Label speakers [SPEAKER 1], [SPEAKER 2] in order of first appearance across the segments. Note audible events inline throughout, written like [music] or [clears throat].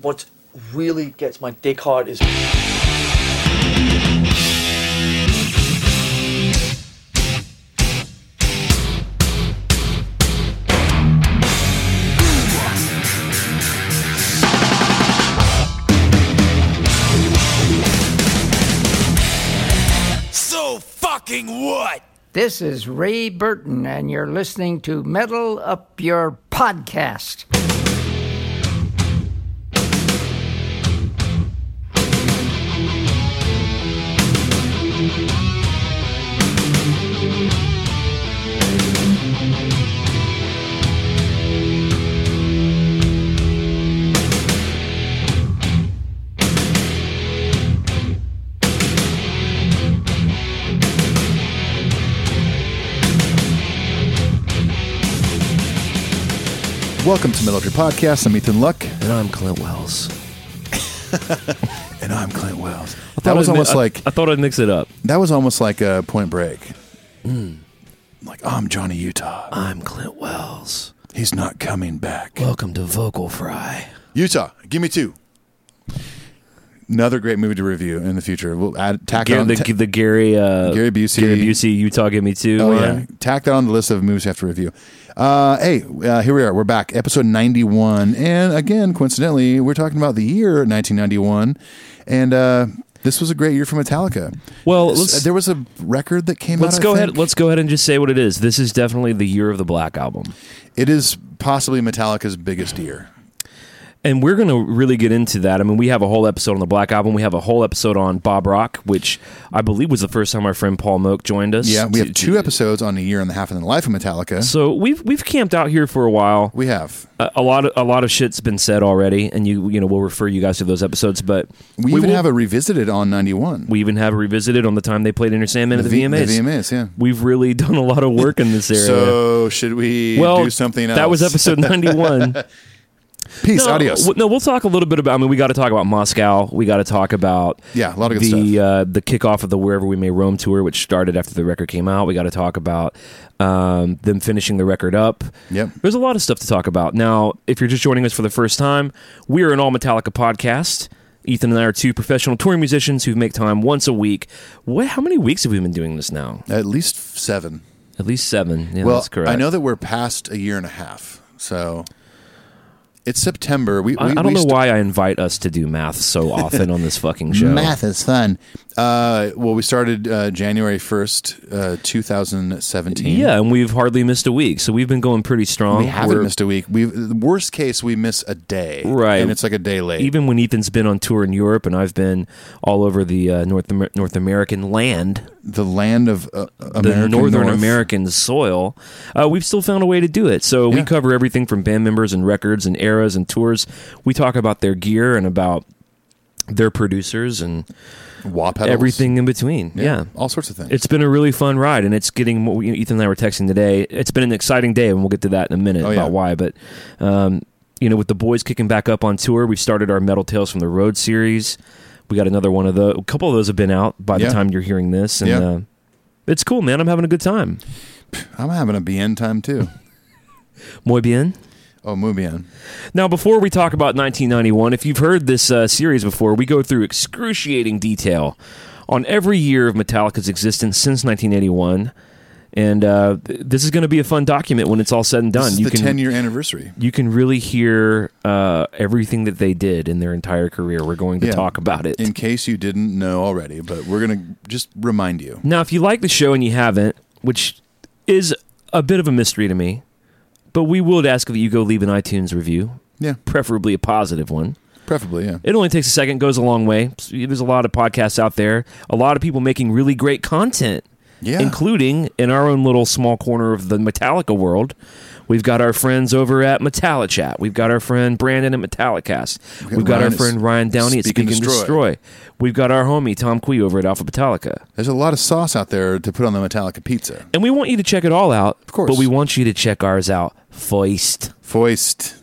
[SPEAKER 1] what really gets my dick hard is
[SPEAKER 2] So fucking what?
[SPEAKER 3] This is Ray Burton, and you're listening to Metal Up Your Podcast.
[SPEAKER 4] Welcome to Military Podcast. I'm Ethan Luck,
[SPEAKER 5] And I'm Clint Wells.
[SPEAKER 4] and I'm Clint Wells. That was
[SPEAKER 5] I'd mi-
[SPEAKER 4] almost
[SPEAKER 5] I-
[SPEAKER 4] like
[SPEAKER 5] I thought I'd mix it up.
[SPEAKER 4] that was almost like a Point Break. Hmm. Like I'm Johnny Utah.
[SPEAKER 5] I'm Clint Wells.
[SPEAKER 4] He's not coming back.
[SPEAKER 5] Welcome to Vocal Fry.
[SPEAKER 4] Utah, give me two. Another great movie to review in the future. We'll add tack
[SPEAKER 5] Gary,
[SPEAKER 4] on
[SPEAKER 5] the,
[SPEAKER 4] ta-
[SPEAKER 5] the Gary uh,
[SPEAKER 4] Gary Busey.
[SPEAKER 5] Gary Busey, Utah, give me two.
[SPEAKER 4] Oh,
[SPEAKER 5] uh,
[SPEAKER 4] yeah. Tack that on the list of movies you have to review. Uh, hey, uh, here we are. We're back, episode 91. And again, coincidentally, we're talking about the year 1991. And uh, this was a great year for Metallica.
[SPEAKER 5] Well,
[SPEAKER 4] S- uh,
[SPEAKER 5] let's-
[SPEAKER 4] there was a record that came
[SPEAKER 5] Let's
[SPEAKER 4] out. I
[SPEAKER 5] go ahead.
[SPEAKER 4] think.
[SPEAKER 5] Let's go ahead and just say what it is. This is definitely the year of the Black Album,
[SPEAKER 4] It is possibly Metallica's biggest year.
[SPEAKER 5] and we're going to really get into that. I mean, we have a whole episode on the Black Album. We have a whole episode on Bob Rock, which I believe was the first time our friend Paul Moak joined us.
[SPEAKER 4] Yeah, we
[SPEAKER 5] to-
[SPEAKER 4] have two episodes on a year and a half in the life of Metallica.
[SPEAKER 5] So uh, we've we've camped out here for a while.
[SPEAKER 4] we have.
[SPEAKER 5] a a lot of a lot of shit's been said already, and you you know we'll refer you guys to those episodes. But
[SPEAKER 4] We, even
[SPEAKER 5] will-
[SPEAKER 4] have a revisited on 91.
[SPEAKER 5] we even have a revisited on the time they played Inner Sandman at the
[SPEAKER 4] V-
[SPEAKER 5] VMAs.
[SPEAKER 4] The VMAs, yeah.
[SPEAKER 5] We've really [laughs] done a lot of work in this area.
[SPEAKER 4] So should we
[SPEAKER 5] well,
[SPEAKER 4] do something else?
[SPEAKER 5] that was episode
[SPEAKER 4] [laughs]
[SPEAKER 5] ninety one.
[SPEAKER 4] Peace,
[SPEAKER 5] no,
[SPEAKER 4] adios.
[SPEAKER 5] w- no, we'll talk a little bit about. I mean, we got to talk about Moscow. We got to talk about
[SPEAKER 4] Yeah, a lot of good
[SPEAKER 5] the
[SPEAKER 4] stuff.
[SPEAKER 5] Uh, the kickoff of the Wherever We May Roam tour, which started after the record came out. We got to talk about um, them finishing the record up.
[SPEAKER 4] Yep.
[SPEAKER 5] there's a lot of stuff to talk about. Now, if you're just joining us for the first time, we are an All Metallica podcast. Ethan and I are two professional touring musicians who make time once a week. What? How many weeks have we been doing this now?
[SPEAKER 4] At least seven.
[SPEAKER 5] At least seven. Yeah,
[SPEAKER 4] well,
[SPEAKER 5] that's correct.
[SPEAKER 4] I know that we're past a year and a half, so it's September. We,
[SPEAKER 5] I,
[SPEAKER 4] we-
[SPEAKER 5] I don't
[SPEAKER 4] we
[SPEAKER 5] know
[SPEAKER 4] st-
[SPEAKER 5] why I invite us to do math so often on this fucking show.
[SPEAKER 4] Math is fun. Uh, well, we started uh, January first, uh, two thousand seventeen.
[SPEAKER 5] Yeah, and we've hardly missed a week, so we've been going pretty strong.
[SPEAKER 4] we haven't
[SPEAKER 5] We're-
[SPEAKER 4] missed a week. We have worst case we miss a day,
[SPEAKER 5] Right.
[SPEAKER 4] And it's like a day late.
[SPEAKER 5] Even when Ethan's been on tour in Europe and I've been all over the uh, North Amer- North American land,
[SPEAKER 4] the land of uh,
[SPEAKER 5] the
[SPEAKER 4] American
[SPEAKER 5] Northern
[SPEAKER 4] North.
[SPEAKER 5] American soil, uh, we've still found a way to do it. So we
[SPEAKER 4] Yeah.
[SPEAKER 5] cover everything from band members and records and eras and tours. We talk about their gear and about their producers and
[SPEAKER 4] wah pedals.
[SPEAKER 5] everything in between. yeah.
[SPEAKER 4] all sorts of things.
[SPEAKER 5] It's been a really fun ride, and it's getting. more- you know, Ethan and I were texting today. It's been an exciting day, and we'll get to that in a minute
[SPEAKER 4] Oh, yeah.
[SPEAKER 5] about why. But um, you know, with the boys kicking back up on tour, we've started our Metal Tales from the Road series. We got another one of the. A couple of those have been out by
[SPEAKER 4] Yeah.
[SPEAKER 5] the time you're hearing this, and
[SPEAKER 4] Yeah.
[SPEAKER 5] uh, it's cool, man. I'm having a good time.
[SPEAKER 4] I'm having a BN time
[SPEAKER 5] [laughs]
[SPEAKER 4] too.
[SPEAKER 5] Muy bien.
[SPEAKER 4] Oh, Mubian.
[SPEAKER 5] Now, before we talk about 1991, if you've heard this uh, series before, we go through excruciating detail on every year of Metallica's existence since 1981. And uh, th- this is going to be a fun document when it's all said and done.
[SPEAKER 4] This is
[SPEAKER 5] you
[SPEAKER 4] the
[SPEAKER 5] can
[SPEAKER 4] ten year anniversary.
[SPEAKER 5] you can really hear uh, everything that they did in their entire career. We're going to
[SPEAKER 4] Yeah.
[SPEAKER 5] talk about it.
[SPEAKER 4] In case you didn't know already, but we're gonna just remind you.
[SPEAKER 5] Now, if you like the show and you haven't, which is a bit of a mystery to me, but we would ask that you go leave an iTunes review,
[SPEAKER 4] Yeah,
[SPEAKER 5] preferably a positive one.
[SPEAKER 4] preferably. Yeah.
[SPEAKER 5] It only takes a second, goes a long way. There's a lot of podcasts out there, a lot of people making really great content,
[SPEAKER 4] Yeah.
[SPEAKER 5] including in our own little small corner of the Metallica world. We've got our friends over at Metallichat. We've got our friend Brandon at Metallicast. We've got, our
[SPEAKER 4] Ryan at
[SPEAKER 5] friend Ryan Downey at
[SPEAKER 4] Speak
[SPEAKER 5] Speak
[SPEAKER 4] and
[SPEAKER 5] and Destroy.
[SPEAKER 4] Destroy.
[SPEAKER 5] We've got our homie Tom Quee over at Alpha Metallica.
[SPEAKER 4] There's a lot of sauce out there to put on the Metallica pizza.
[SPEAKER 5] And we want you to check it all out. Of
[SPEAKER 4] course.
[SPEAKER 5] But we want you to check ours out first.
[SPEAKER 4] Foist.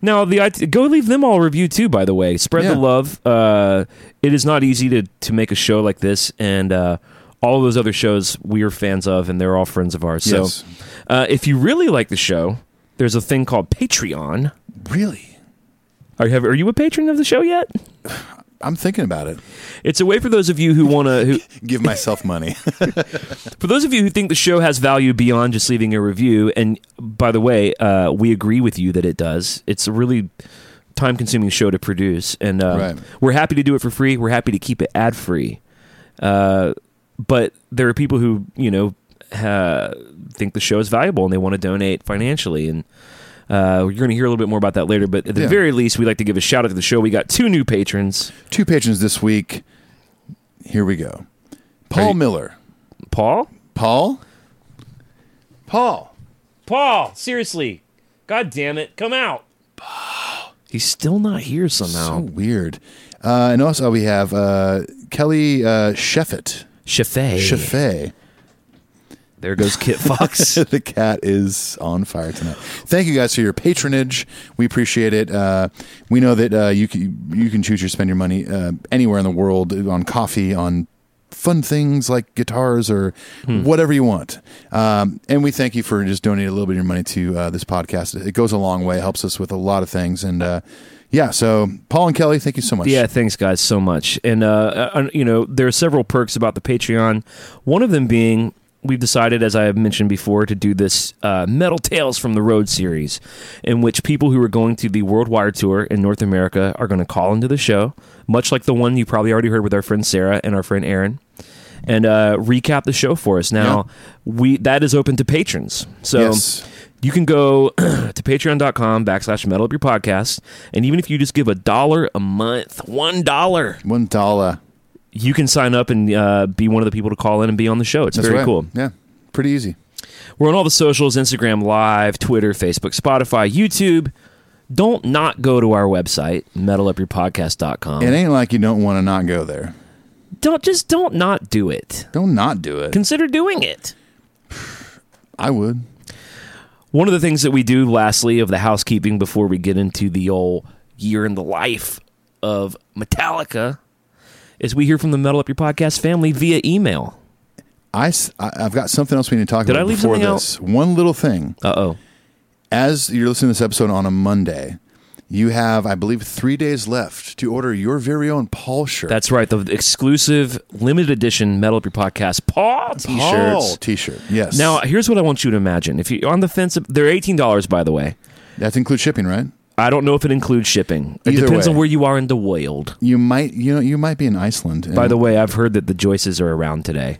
[SPEAKER 5] Now the it- go leave them all a review too. By the way, spread
[SPEAKER 4] Yeah.
[SPEAKER 5] the love. Uh, it is not easy to to make a show like this, and uh, all of those other shows we are fans of, and they're all friends of ours.
[SPEAKER 4] Yes.
[SPEAKER 5] So, uh, if you really like the show, there's a thing called Patreon.
[SPEAKER 4] Really?
[SPEAKER 5] Are you, have, are you a patron of the show yet?
[SPEAKER 4] I'm thinking about it.
[SPEAKER 5] It's a way for those of you who want to who
[SPEAKER 4] Give myself money. [laughs]
[SPEAKER 5] For those of you who think the show has value beyond just leaving a review, and by the way, uh, we agree with you that it does. It's a really time-consuming show to produce, and um,
[SPEAKER 4] Right.
[SPEAKER 5] we're happy to do it for free. We're happy to keep it ad-free. Uh, but there are people who you know uh, think the show is valuable and they want to donate financially, and uh, you're going to hear a little bit more about that later. But at the
[SPEAKER 4] Yeah.
[SPEAKER 5] very least, we'd like to give a shout out to the show. We got two new patrons,
[SPEAKER 4] Two patrons this week. Here we go. Paul
[SPEAKER 5] you-
[SPEAKER 4] Miller.
[SPEAKER 5] Paul.
[SPEAKER 4] Paul? Paul.
[SPEAKER 5] Paul, seriously. God damn it. Come out. He's still not here
[SPEAKER 4] So
[SPEAKER 5] somehow.
[SPEAKER 4] weird. Uh, and also we have uh, Kelly uh, Sheffett.
[SPEAKER 5] Chaffee.
[SPEAKER 4] Chaffee.
[SPEAKER 5] There goes
[SPEAKER 4] [laughs]
[SPEAKER 5] Kit Fox.
[SPEAKER 4] the cat is on fire tonight. Thank you guys for your patronage. We appreciate it. Uh, we know that uh, you can, you can choose to spend your money uh, anywhere in the world on coffee, on fun things like guitars or
[SPEAKER 5] Hmm.
[SPEAKER 4] whatever you want. Um, and we thank you for just donating a little bit of your money to uh, this podcast. It goes a long way. It helps us with a lot of things. And uh, yeah, so Paul and Kelly, thank you so much.
[SPEAKER 5] yeah, thanks guys so much. And uh, uh, you know, there are several perks about the Patreon. One of them being we've decided as I have mentioned before to do this uh, Metal Tales from the Road series in which people who are going to the World Wire tour in North America are going to call into the show, much like the one you probably already heard with our friend Sarah and our friend Aaron. and uh, recap the show for us. Now, we that is open to patrons. So
[SPEAKER 4] Yes.
[SPEAKER 5] you can go [clears throat] to patreon.com backslash metal up your podcast. And even if you just give a dollar a month, one dollar,
[SPEAKER 4] One dollar.
[SPEAKER 5] you can sign up and uh, be one of the people to call in and be on the show. It's
[SPEAKER 4] That's
[SPEAKER 5] very
[SPEAKER 4] right.
[SPEAKER 5] cool.
[SPEAKER 4] Yeah. Pretty easy.
[SPEAKER 5] We're on all the socials Instagram Live, Twitter, Facebook, Spotify, YouTube. Don't not go to our website, metalupyourpodcast.com.
[SPEAKER 4] It ain't like you don't want to not go there.
[SPEAKER 5] don't just don't not do it.
[SPEAKER 4] Don't not do it.
[SPEAKER 5] Consider doing it.
[SPEAKER 4] I would.
[SPEAKER 5] One of the things that we do, lastly, of the housekeeping before we get into the old year in the life of Metallica, is we hear from the Metal Up Your Podcast family via email.
[SPEAKER 4] I, s- I- I've got something else we need to talk
[SPEAKER 5] Did
[SPEAKER 4] about
[SPEAKER 5] I leave
[SPEAKER 4] before
[SPEAKER 5] something
[SPEAKER 4] this. One little thing.
[SPEAKER 5] Uh oh.
[SPEAKER 4] As you're listening to this episode on a Monday, you have, I believe, three days left to order your very own Paul shirt.
[SPEAKER 5] That's right. The exclusive limited edition Metal Up Your Podcast Paul t
[SPEAKER 4] Paul
[SPEAKER 5] shirts.
[SPEAKER 4] t-shirt. Yes.
[SPEAKER 5] Now, here's what I want you to imagine. If you're on the fence, they're $18, by the way.
[SPEAKER 4] that includes shipping, right?
[SPEAKER 5] I don't know if it includes shipping. It
[SPEAKER 4] Either
[SPEAKER 5] depends
[SPEAKER 4] way.
[SPEAKER 5] on where you are in the world.
[SPEAKER 4] You might, you know, you might be in Iceland. and
[SPEAKER 5] By the way, I've heard that the Joyces are around today.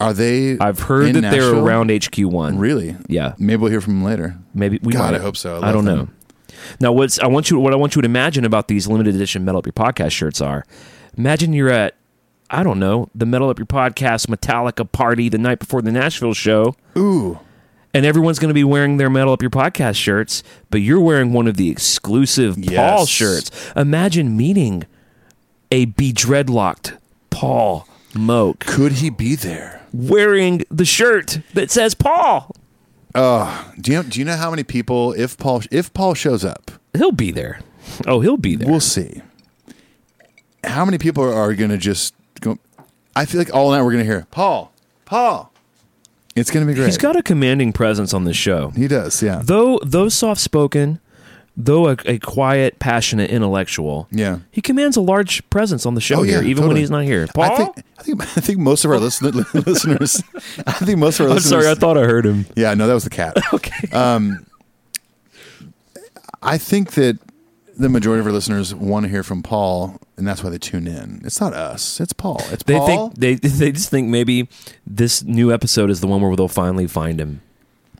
[SPEAKER 4] are they?
[SPEAKER 5] I've heard
[SPEAKER 4] in
[SPEAKER 5] that they're
[SPEAKER 4] Nashville?
[SPEAKER 5] around HQ1.
[SPEAKER 4] Really?
[SPEAKER 5] Yeah.
[SPEAKER 4] Maybe we'll hear from them later.
[SPEAKER 5] Maybe we
[SPEAKER 4] God,
[SPEAKER 5] might.
[SPEAKER 4] I hope so. I
[SPEAKER 5] I,
[SPEAKER 4] love
[SPEAKER 5] don't
[SPEAKER 4] them.
[SPEAKER 5] know. Now, what's I want you what I want you to imagine about these limited edition metal up your podcast shirts are. Imagine you're at I don't know the metal up your podcast Metallica party the night before the Nashville show,
[SPEAKER 4] Ooh,
[SPEAKER 5] and everyone's going to be wearing their metal up your podcast shirts, but you're wearing one of the exclusive Paul
[SPEAKER 4] Yes.
[SPEAKER 5] shirts. Imagine meeting a be dreadlocked Paul Moak
[SPEAKER 4] could he be there?
[SPEAKER 5] wearing the shirt that says Paul.
[SPEAKER 4] Do you know, do you know how many people? If Paul, if Paul shows up,
[SPEAKER 5] He'll be there. Oh, he'll be there.
[SPEAKER 4] We'll see. How many people are going to just go? I feel like all night we're going to hear Paul, Paul. It's going to be great.
[SPEAKER 5] He's got a commanding presence on this show.
[SPEAKER 4] he does, yeah,
[SPEAKER 5] though though soft spoken, though a, a quiet, passionate intellectual,
[SPEAKER 4] yeah.
[SPEAKER 5] he commands a large presence on the show
[SPEAKER 4] Oh, yeah,
[SPEAKER 5] here, even when
[SPEAKER 4] totally.
[SPEAKER 5] he's not here. Paul,
[SPEAKER 4] I think, I think [laughs] I think most of our listen, [laughs] listeners. I think most of our
[SPEAKER 5] I'm
[SPEAKER 4] listeners.
[SPEAKER 5] sorry, I thought I heard him.
[SPEAKER 4] yeah, no, that was the
[SPEAKER 5] [laughs]
[SPEAKER 4] cat.
[SPEAKER 5] Okay,
[SPEAKER 4] I think that the majority of our listeners want to hear from Paul, and that's why they tune in. It's not us. It's Paul. It's
[SPEAKER 5] they
[SPEAKER 4] Paul.
[SPEAKER 5] think they they just think maybe this new episode is the one where they'll finally find him.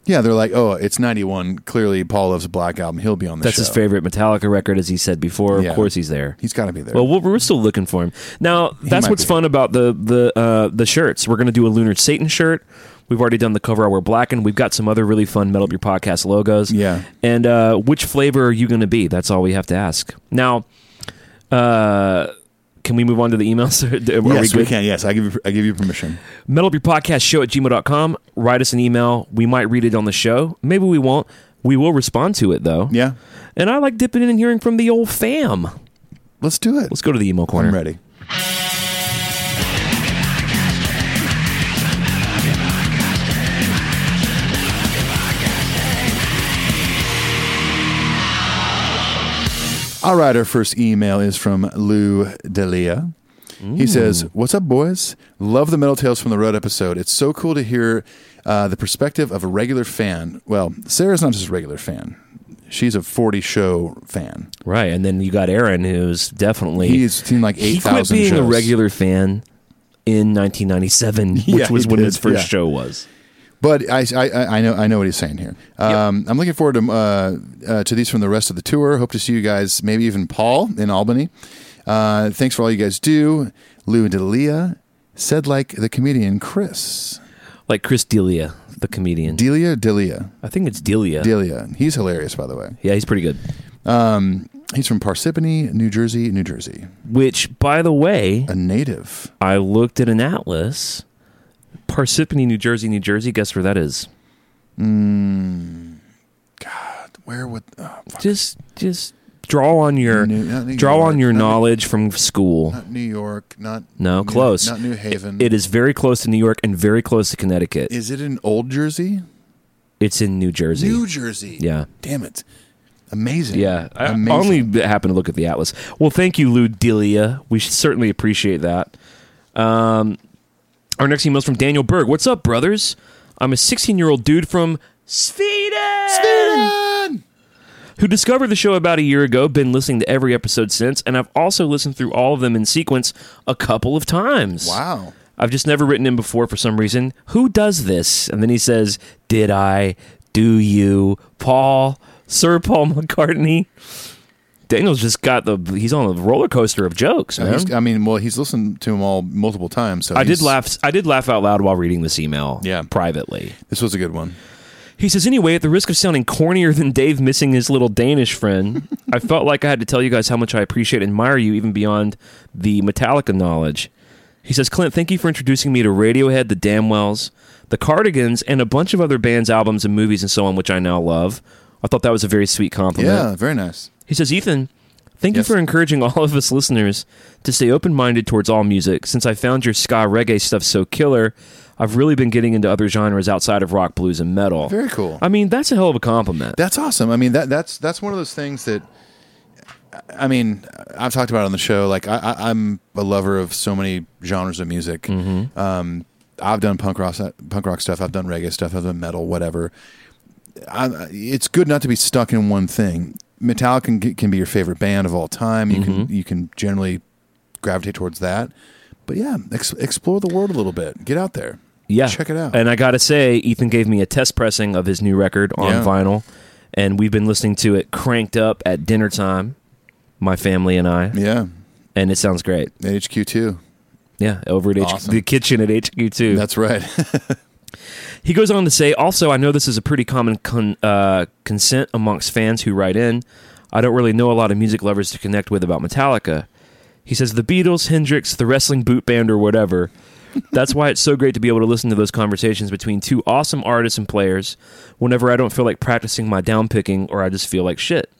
[SPEAKER 4] yeah, they're like, oh, it's ninety one. Clearly, Paul loves a black album. He'll be on the
[SPEAKER 5] That's
[SPEAKER 4] show.
[SPEAKER 5] his favorite Metallica record, as he said before.
[SPEAKER 4] Yeah.
[SPEAKER 5] Of course, he's there.
[SPEAKER 4] He's got to be there.
[SPEAKER 5] Well, we're- we're still looking for him. Now, that's
[SPEAKER 4] might
[SPEAKER 5] what's
[SPEAKER 4] be.
[SPEAKER 5] fun about the the uh, the shirts. We're going to do a Lunar Satan shirt. We've already done the cover. I wear black, and we've got some other really fun Metal Up Your Podcast logos.
[SPEAKER 4] Yeah.
[SPEAKER 5] And uh, which flavor are you going to be? That's all we have to ask. Now, uh, can we move on to the emails? [laughs] Are
[SPEAKER 4] yes, we,
[SPEAKER 5] good?
[SPEAKER 4] can. Yes, I give you. I give you permission.
[SPEAKER 5] Metal Up Your Podcast show at gmail.com. Write us an email. We might read it on the show. Maybe we won't. We will respond to it, though.
[SPEAKER 4] Yeah,
[SPEAKER 5] And I like dipping in and hearing from the old fam.
[SPEAKER 4] let's do it.
[SPEAKER 5] Let's go to the email corner.
[SPEAKER 4] I'm ready. All right, our first email is from Lou Delia. He says, What's up, boys? Love the Metal Tales from the Road episode. It's so cool to hear uh, the perspective of a regular fan. Well, Sarah's not just a regular fan, she's a 40 show fan.
[SPEAKER 5] Right, and then you got Aaron, who's definitely
[SPEAKER 4] He's seen like
[SPEAKER 5] he quit
[SPEAKER 4] 8,000
[SPEAKER 5] being a
[SPEAKER 4] shows.
[SPEAKER 5] regular fan in 1997, which
[SPEAKER 4] [laughs] Yeah,
[SPEAKER 5] was
[SPEAKER 4] he
[SPEAKER 5] when
[SPEAKER 4] did,
[SPEAKER 5] his first
[SPEAKER 4] yeah.
[SPEAKER 5] show was.
[SPEAKER 4] But I, I- I, I know I know what he's saying here. Um, I'm looking forward to uh, uh, to these from the rest of the tour. Hope to see you guys, maybe even Paul in Albany. Uh, thanks for all you guys do. Lou Delia said like the comedian Chris
[SPEAKER 5] Like Chris Delia, the comedian.
[SPEAKER 4] Delia Delia
[SPEAKER 5] I think it's Delia.
[SPEAKER 4] Delia. He's hilarious, by the way.
[SPEAKER 5] yeah, he's pretty good.
[SPEAKER 4] He's from Parsippany, New Jersey, New Jersey.
[SPEAKER 5] Which, by the way,
[SPEAKER 4] A native.
[SPEAKER 5] I looked at an atlas. Parsippany, New Jersey, New Jersey. Guess where that is?
[SPEAKER 4] Where would uh,
[SPEAKER 5] Just, just draw on your
[SPEAKER 4] New- not New
[SPEAKER 5] draw
[SPEAKER 4] York,
[SPEAKER 5] on your
[SPEAKER 4] not New-
[SPEAKER 5] knowledge from school.
[SPEAKER 4] not New York? Not
[SPEAKER 5] No,
[SPEAKER 4] New-
[SPEAKER 5] close.
[SPEAKER 4] Not New Haven.
[SPEAKER 5] It is very close to New York and very close to Connecticut.
[SPEAKER 4] Is it in Old Jersey?
[SPEAKER 5] It's in New Jersey.
[SPEAKER 4] New Jersey.
[SPEAKER 5] Yeah.
[SPEAKER 4] Damn it. Amazing.
[SPEAKER 5] Yeah, I
[SPEAKER 4] Amazing.
[SPEAKER 5] only happened to look at the atlas. Well, thank you, Lou Delia. We should certainly appreciate that. Um, our next email is from Daniel Berg. What's up, brothers? I'm a 16 year old dude from Sweden,
[SPEAKER 4] Sweden!
[SPEAKER 5] who discovered the show about a year ago. Been listening to every episode since, and I've also listened through all of them in sequence a couple of times.
[SPEAKER 4] Wow.
[SPEAKER 5] I've just never written him before for some reason. Who does this? And then he says, Did I? Do you? Paul? Sir Paul McCartney? Daniel's just got the, he's on a roller coaster of jokes, man.
[SPEAKER 4] He's- I mean, well, he's listened to them all multiple times. So
[SPEAKER 5] I did
[SPEAKER 4] he's-
[SPEAKER 5] laugh. I did laugh out loud while reading this email.
[SPEAKER 4] Yeah.
[SPEAKER 5] privately.
[SPEAKER 4] This was a good one.
[SPEAKER 5] He says, anyway, at the risk of sounding cornier than Dave missing his little Danish friend, I felt like I had to tell you guys how much I appreciate and admire you, even beyond the Metallica knowledge. He says, Clint, thank you for introducing me to Radiohead, the Damwells, the Cardigans, and a bunch of other bands, albums, and movies, and so on, which I now love. I thought that was a very sweet compliment.
[SPEAKER 4] Yeah, very nice.
[SPEAKER 5] He says, Ethan, thank
[SPEAKER 4] Yes.
[SPEAKER 5] you for encouraging all of us listeners to stay open minded towards all music. Since I found your ska reggae stuff so killer, I've really been getting into other genres outside of rock, blues, and metal.
[SPEAKER 4] Very cool.
[SPEAKER 5] I mean, that's a hell of a compliment.
[SPEAKER 4] That's awesome. I mean, that that's that's one of those things that. I mean, I've talked about it on the show. Like, I, I, I'm a lover of so many genres of music. Um, I've done punk rock, punk rock stuff. I've done reggae stuff. I've done metal, whatever. I, it's good not to be stuck in one thing. Metallica can, can be your favorite band of all time. You can you can generally gravitate towards that. But yeah, ex- explore the world a little bit. Get out there.
[SPEAKER 5] yeah.
[SPEAKER 4] check it out.
[SPEAKER 5] And I got to say, Ethan gave me a test pressing of his new record on
[SPEAKER 4] Yeah.
[SPEAKER 5] vinyl, and we've been listening to it cranked up at dinner time, my family and I,
[SPEAKER 4] yeah,
[SPEAKER 5] and it sounds great.
[SPEAKER 4] at HQ too.
[SPEAKER 5] Yeah, over at HQ,
[SPEAKER 4] Awesome.
[SPEAKER 5] the kitchen at HQ2.
[SPEAKER 4] That's right.
[SPEAKER 5] He goes on to say, also, I know this is a pretty common con- uh, consent amongst fans who write in. I don't really know a lot of music lovers to connect with about Metallica. He says, the Beatles, Hendrix, the wrestling boot band, or whatever. That's why it's so great to be able to listen to those conversations between two awesome artists and players whenever I don't feel like practicing my down picking or I just feel like shit.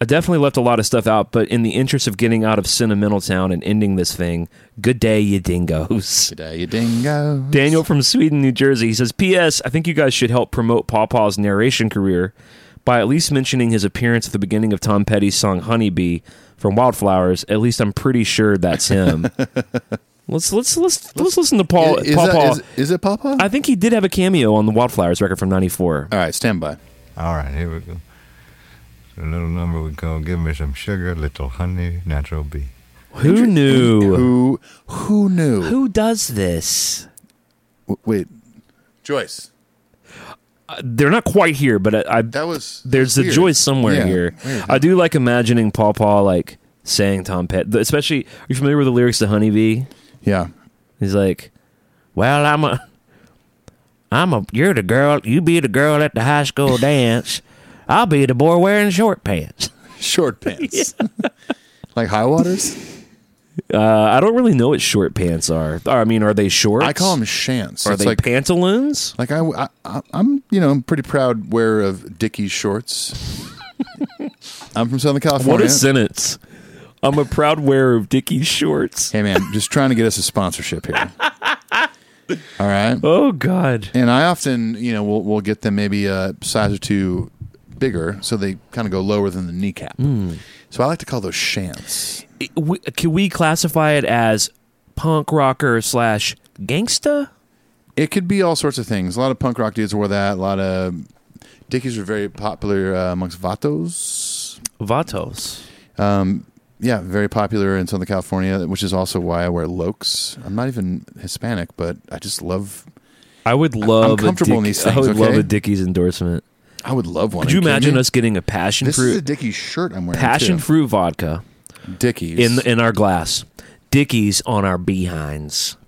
[SPEAKER 5] I definitely left a lot of stuff out, but in the interest of getting out of sentimental town and ending this thing, good day, you dingoes.
[SPEAKER 4] Today, you [laughs] dingo.
[SPEAKER 5] Daniel from Sweden, New Jersey. He says, P.S. I think you guys should help promote Pawpaw's narration career by at least mentioning his appearance at the beginning of Tom Petty's song Honeybee from Wildflowers. At least I'm pretty sure that's [laughs] him. let's, let's let's let's listen to Paul.
[SPEAKER 4] Is, is
[SPEAKER 5] Pawpaw.
[SPEAKER 4] that, is, is it Papa?
[SPEAKER 5] I think he did have a cameo on the Wildflowers record from '94.
[SPEAKER 4] All right, stand by.
[SPEAKER 6] All right, here we go. So a little number we call Give Me Some Sugar, Little Honey, Natural Bee.
[SPEAKER 5] Who knew?
[SPEAKER 4] Who who knew?
[SPEAKER 5] Who does this?
[SPEAKER 4] W- wait, Joyce.
[SPEAKER 5] They're not quite here, but I, I
[SPEAKER 4] That was
[SPEAKER 5] there's a
[SPEAKER 4] weird.
[SPEAKER 5] joy somewhere
[SPEAKER 4] Yeah,
[SPEAKER 5] here.
[SPEAKER 4] weird.
[SPEAKER 5] I do like imagining Paw Paw like saying Tom Petty, especially. Are you familiar with the lyrics to Honeybee?
[SPEAKER 4] Yeah,
[SPEAKER 5] He's like, "Well, I'm a, I'm a. You're the girl. You be the girl at the
[SPEAKER 4] [laughs]
[SPEAKER 5] high school dance. I'll be the boy wearing short pants."
[SPEAKER 4] short
[SPEAKER 5] [laughs]
[SPEAKER 4] pants, like high waters.
[SPEAKER 5] Uh, I don't really know what short pants are. Or, I mean, are they shorts?
[SPEAKER 4] I call them shants.
[SPEAKER 5] Are
[SPEAKER 4] it's
[SPEAKER 5] they
[SPEAKER 4] like
[SPEAKER 5] pantaloons?
[SPEAKER 4] like I, I I- I'm you know I'm pretty proud wearer of Dickies shorts.
[SPEAKER 5] [laughs]
[SPEAKER 4] I'm from Southern California.
[SPEAKER 5] What a sentence! I'm a proud wearer of Dickies shorts.
[SPEAKER 4] Hey man, just trying to get us a sponsorship
[SPEAKER 5] [laughs]
[SPEAKER 4] here. All right.
[SPEAKER 5] Oh God!
[SPEAKER 4] And I often, you know, we'll, we'll get
[SPEAKER 5] Hmm.
[SPEAKER 4] them maybe a size or two bigger, so they kind of go lower than the kneecap. So I like to call those shants.
[SPEAKER 5] It- we- Can we classify it as punk rocker slash gangsta?
[SPEAKER 4] It could be all sorts of things. A lot of punk rock dudes wore that. A lot of Dickies were very popular uh, amongst Vatos.
[SPEAKER 5] Vatos.
[SPEAKER 4] Um, yeah, very popular in Southern California, which is also why I wear Lokes. I'm not even Hispanic, but I just love.
[SPEAKER 5] I would love. a
[SPEAKER 4] comfortable in
[SPEAKER 5] Dick-
[SPEAKER 4] these things,
[SPEAKER 5] I would love
[SPEAKER 4] okay?
[SPEAKER 5] a Dickies endorsement.
[SPEAKER 4] I would love one.
[SPEAKER 5] Could
[SPEAKER 4] Are
[SPEAKER 5] you
[SPEAKER 4] kidding
[SPEAKER 5] imagine
[SPEAKER 4] me?
[SPEAKER 5] us getting a passion
[SPEAKER 4] This is a
[SPEAKER 5] fruit,
[SPEAKER 4] Dickies shirt I'm wearing.
[SPEAKER 5] passion
[SPEAKER 4] too.
[SPEAKER 5] fruit vodka
[SPEAKER 4] Dickies.
[SPEAKER 5] in in our glass, Dickies on our behinds,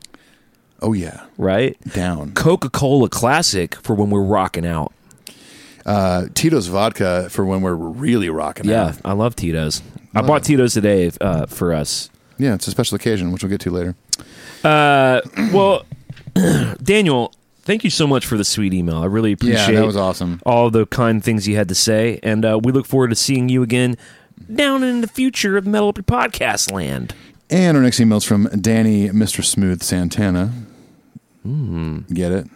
[SPEAKER 4] oh yeah,
[SPEAKER 5] right?
[SPEAKER 4] down.
[SPEAKER 5] Coca Cola Classic for when we're rocking out.
[SPEAKER 4] Uh, Tito's vodka for when we're really rocking.
[SPEAKER 5] Yeah,
[SPEAKER 4] out.
[SPEAKER 5] I love Tito's. I bought Tito's today uh, for us.
[SPEAKER 4] yeah, it's a special occasion, which we'll get to later.
[SPEAKER 5] Uh, well, [clears throat] Daniel, thank you so much for the sweet email. I really appreciate.
[SPEAKER 4] Yeah, that was awesome.
[SPEAKER 5] All the kind things you had to say, and uh, we look forward to seeing you again down in the future of Metal Up Your Podcast Land.
[SPEAKER 4] And our next email is from Danny, Mr. Smooth Santana. Get it?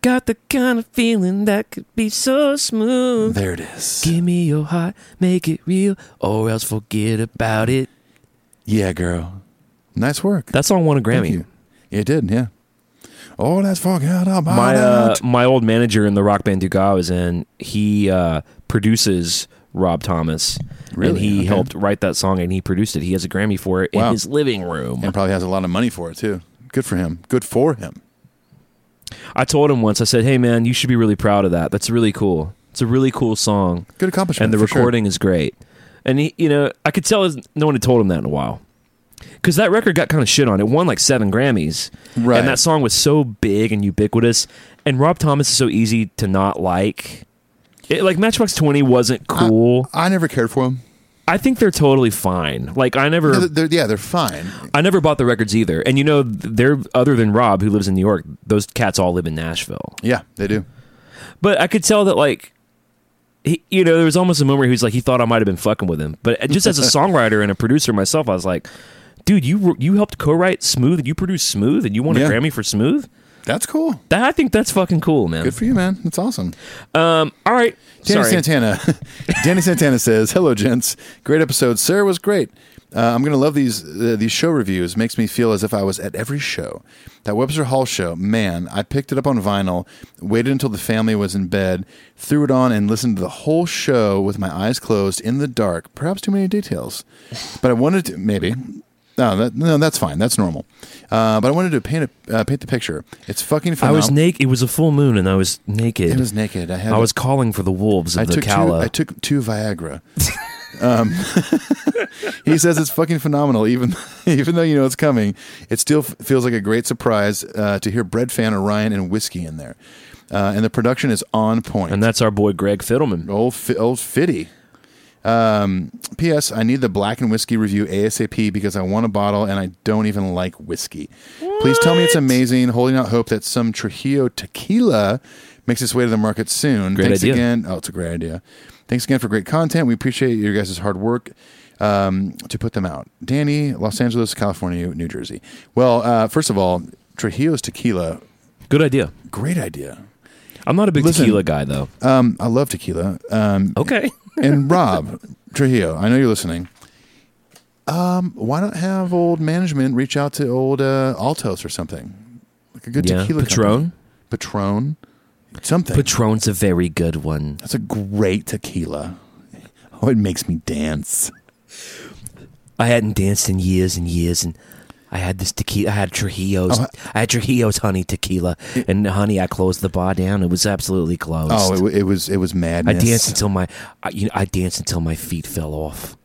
[SPEAKER 5] Got the kind of feeling that could be so smooth.
[SPEAKER 4] There it is.
[SPEAKER 5] Give me your heart, make it real, or else forget about it.
[SPEAKER 4] Yeah, girl. Nice work.
[SPEAKER 5] That song won a
[SPEAKER 4] Thank
[SPEAKER 5] Grammy.
[SPEAKER 4] you. It did, yeah. Oh, that's fucking out about
[SPEAKER 5] My uh,
[SPEAKER 4] it.
[SPEAKER 5] my old manager in the rock band Duga I was in, he uh, produces Rob Thomas, and
[SPEAKER 4] Really?
[SPEAKER 5] he
[SPEAKER 4] Okay.
[SPEAKER 5] helped write that song and he produced it. He has a Grammy for it
[SPEAKER 4] Wow.
[SPEAKER 5] in his living room.
[SPEAKER 4] And probably has a lot of money for it, too. Good for him. Good for him.
[SPEAKER 5] I told him once, I said, "Hey man, you should be really proud of that. That's really cool. It's a really cool song."
[SPEAKER 4] Good accomplishment.
[SPEAKER 5] and the
[SPEAKER 4] for sure.
[SPEAKER 5] recording is great. And he, you know, I could tell his- no one had told him that in a while because that record got kind of shit on. It won like seven Grammys,
[SPEAKER 4] Right.
[SPEAKER 5] And that song was so big and ubiquitous. And Rob Thomas is so easy to not like. It, like Matchbox Twenty wasn't
[SPEAKER 4] Uh,
[SPEAKER 5] cool.
[SPEAKER 4] I never cared for him.
[SPEAKER 5] I think they're totally fine. Like I never,
[SPEAKER 4] Yeah, they're, yeah, they're fine.
[SPEAKER 5] I never bought the records either. And you know, they're other than Rob, who lives in New York. Those cats all live in Nashville.
[SPEAKER 4] Yeah, they do.
[SPEAKER 5] But I could tell that like he, you know, there was almost a moment where he was like he thought I might have been fucking with him. But just
[SPEAKER 4] [laughs]
[SPEAKER 5] as a songwriter and a producer myself, I was like, dude, you you helped co-write Smooth, you produced Smooth and you won
[SPEAKER 4] Yeah.
[SPEAKER 5] a Grammy for Smooth?
[SPEAKER 4] That's cool.
[SPEAKER 5] That I think that's fucking cool, man.
[SPEAKER 4] Good for you, man. That's awesome.
[SPEAKER 5] Um all right.
[SPEAKER 4] Danny
[SPEAKER 5] Sorry.
[SPEAKER 4] Santana. [laughs] Danny Santana says, "Hello, gents. Great episode. Sarah was great. Uh, I'm gonna love these uh, these show reviews. Makes me feel as if I was at every show. That Webster Hall show, man. I picked it up on vinyl. Waited until the family was in bed, threw it on, and listened to the whole show with my eyes closed in the dark. Perhaps too many details, but I wanted to maybe." No, that, no, that's fine. That's normal. Uh, but I wanted to paint a, uh, paint the picture. It's fucking
[SPEAKER 5] I
[SPEAKER 4] phenomenal.
[SPEAKER 5] was naked. It was a full moon, and I was naked.
[SPEAKER 4] It was naked. I had
[SPEAKER 5] I was calling for the wolves of
[SPEAKER 4] I
[SPEAKER 5] the
[SPEAKER 4] took two,
[SPEAKER 5] Cala.
[SPEAKER 4] I took two Viagra. um, [laughs] he says it's fucking phenomenal. Even [laughs] even though you know it's coming, it still f- feels like a great surprise uh, to hear Bread Fan Orion and whiskey in there, uh, and the production is on point.
[SPEAKER 5] and that's our boy Greg Fiddleman.
[SPEAKER 4] old fi- old fitty. Um, P.S. I need the black and whiskey review ASAP because I want a bottle and I don't even like whiskey. Please tell me it's amazing. Holding out hope that some Trujillo tequila makes its way to the market soon.
[SPEAKER 5] Great
[SPEAKER 4] Thanks
[SPEAKER 5] idea.
[SPEAKER 4] again. Oh, it's a great idea. Thanks again for great content. We appreciate your guys' hard work um, to put them out. Danny, Los Angeles, California, New Jersey. Well, uh, first of all, Trujillo's tequila,
[SPEAKER 5] Good idea.
[SPEAKER 4] great idea.
[SPEAKER 5] I'm not a big
[SPEAKER 4] Listen.
[SPEAKER 5] tequila guy though.
[SPEAKER 4] Um, I love tequila. Um, [laughs]
[SPEAKER 5] Okay.
[SPEAKER 4] and Rob Trujillo, I know you're listening. Um, why not have old management reach out to old uh, Altos or something, like a good
[SPEAKER 5] Yeah,
[SPEAKER 4] tequila
[SPEAKER 5] Patron?
[SPEAKER 4] company. Patron, something.
[SPEAKER 5] Patron's a very good one.
[SPEAKER 4] That's a great tequila. Oh, it makes me dance.
[SPEAKER 5] I hadn't danced in years and years, and I had this tequila. I had Trujillo's.
[SPEAKER 4] Oh,
[SPEAKER 5] I had Trujillo's honey tequila, and honey, I closed the bar down. It was absolutely closed.
[SPEAKER 4] Oh, it, wa- it was it was
[SPEAKER 5] I
[SPEAKER 4] madness.
[SPEAKER 5] danced until my, I, you know, I danced until my feet fell off.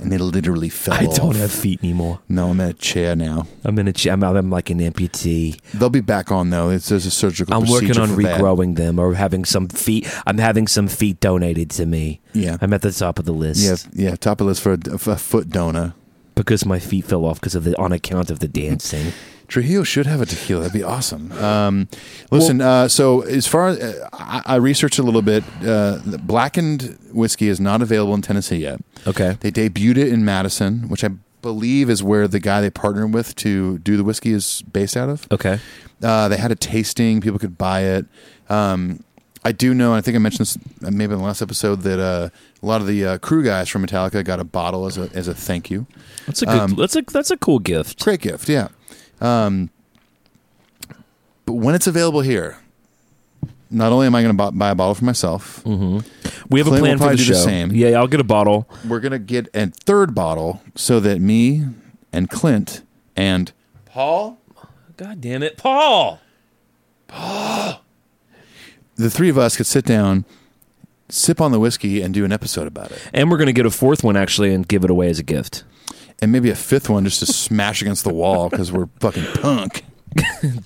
[SPEAKER 4] and it literally fell.
[SPEAKER 5] I don't
[SPEAKER 4] off.
[SPEAKER 5] have feet anymore.
[SPEAKER 4] No, I'm in a chair now.
[SPEAKER 5] I'm in a. ch- I'm, I'm like an amputee.
[SPEAKER 4] They'll be back on though. It's, there's a surgical.
[SPEAKER 5] I'm working
[SPEAKER 4] procedure
[SPEAKER 5] on
[SPEAKER 4] for that.
[SPEAKER 5] regrowing them or having some feet. I'm having some feet donated to me.
[SPEAKER 4] Yeah.
[SPEAKER 5] I'm at the top of the list.
[SPEAKER 4] Yeah, yeah. Top of list for a, for a foot donor.
[SPEAKER 5] because my feet fell off because of the on account of the dancing.
[SPEAKER 4] Trujillo should have a tequila. That'd be
[SPEAKER 5] [laughs]
[SPEAKER 4] awesome. Um, listen, uh, so as far as uh, I, I researched a little bit, uh, the blackened whiskey is not available in Tennessee yet.
[SPEAKER 5] Okay.
[SPEAKER 4] They debuted it in Madison, which I believe is where the guy they partnered with to do the whiskey is based out of.
[SPEAKER 5] Okay.
[SPEAKER 4] Uh, they had a tasting; people could buy it. Um, I do know, and I think I mentioned this uh, maybe in the last episode, that uh, a lot of the uh, crew guys from Metallica got a bottle as a as a thank you.
[SPEAKER 5] That's a good.
[SPEAKER 4] Um,
[SPEAKER 5] that's a that's a cool gift.
[SPEAKER 4] Great gift, yeah. Um, but when it's available here, not only am I going to buy a bottle for myself,
[SPEAKER 5] We have
[SPEAKER 4] Clint
[SPEAKER 5] a
[SPEAKER 4] will
[SPEAKER 5] plan for
[SPEAKER 4] probably
[SPEAKER 5] the
[SPEAKER 4] do
[SPEAKER 5] show.
[SPEAKER 4] the same.
[SPEAKER 5] Yeah, I'll get a bottle.
[SPEAKER 4] we're going to get a third bottle so that me and Clint and Paul,
[SPEAKER 5] God damn it, Paul!
[SPEAKER 4] the three of us, could sit down, sip on the whiskey, and do an episode about it,
[SPEAKER 5] And we're gonna get a fourth one actually and give it away as a gift.
[SPEAKER 4] and maybe a fifth one just to [laughs] smash against the wall because we're fucking punk.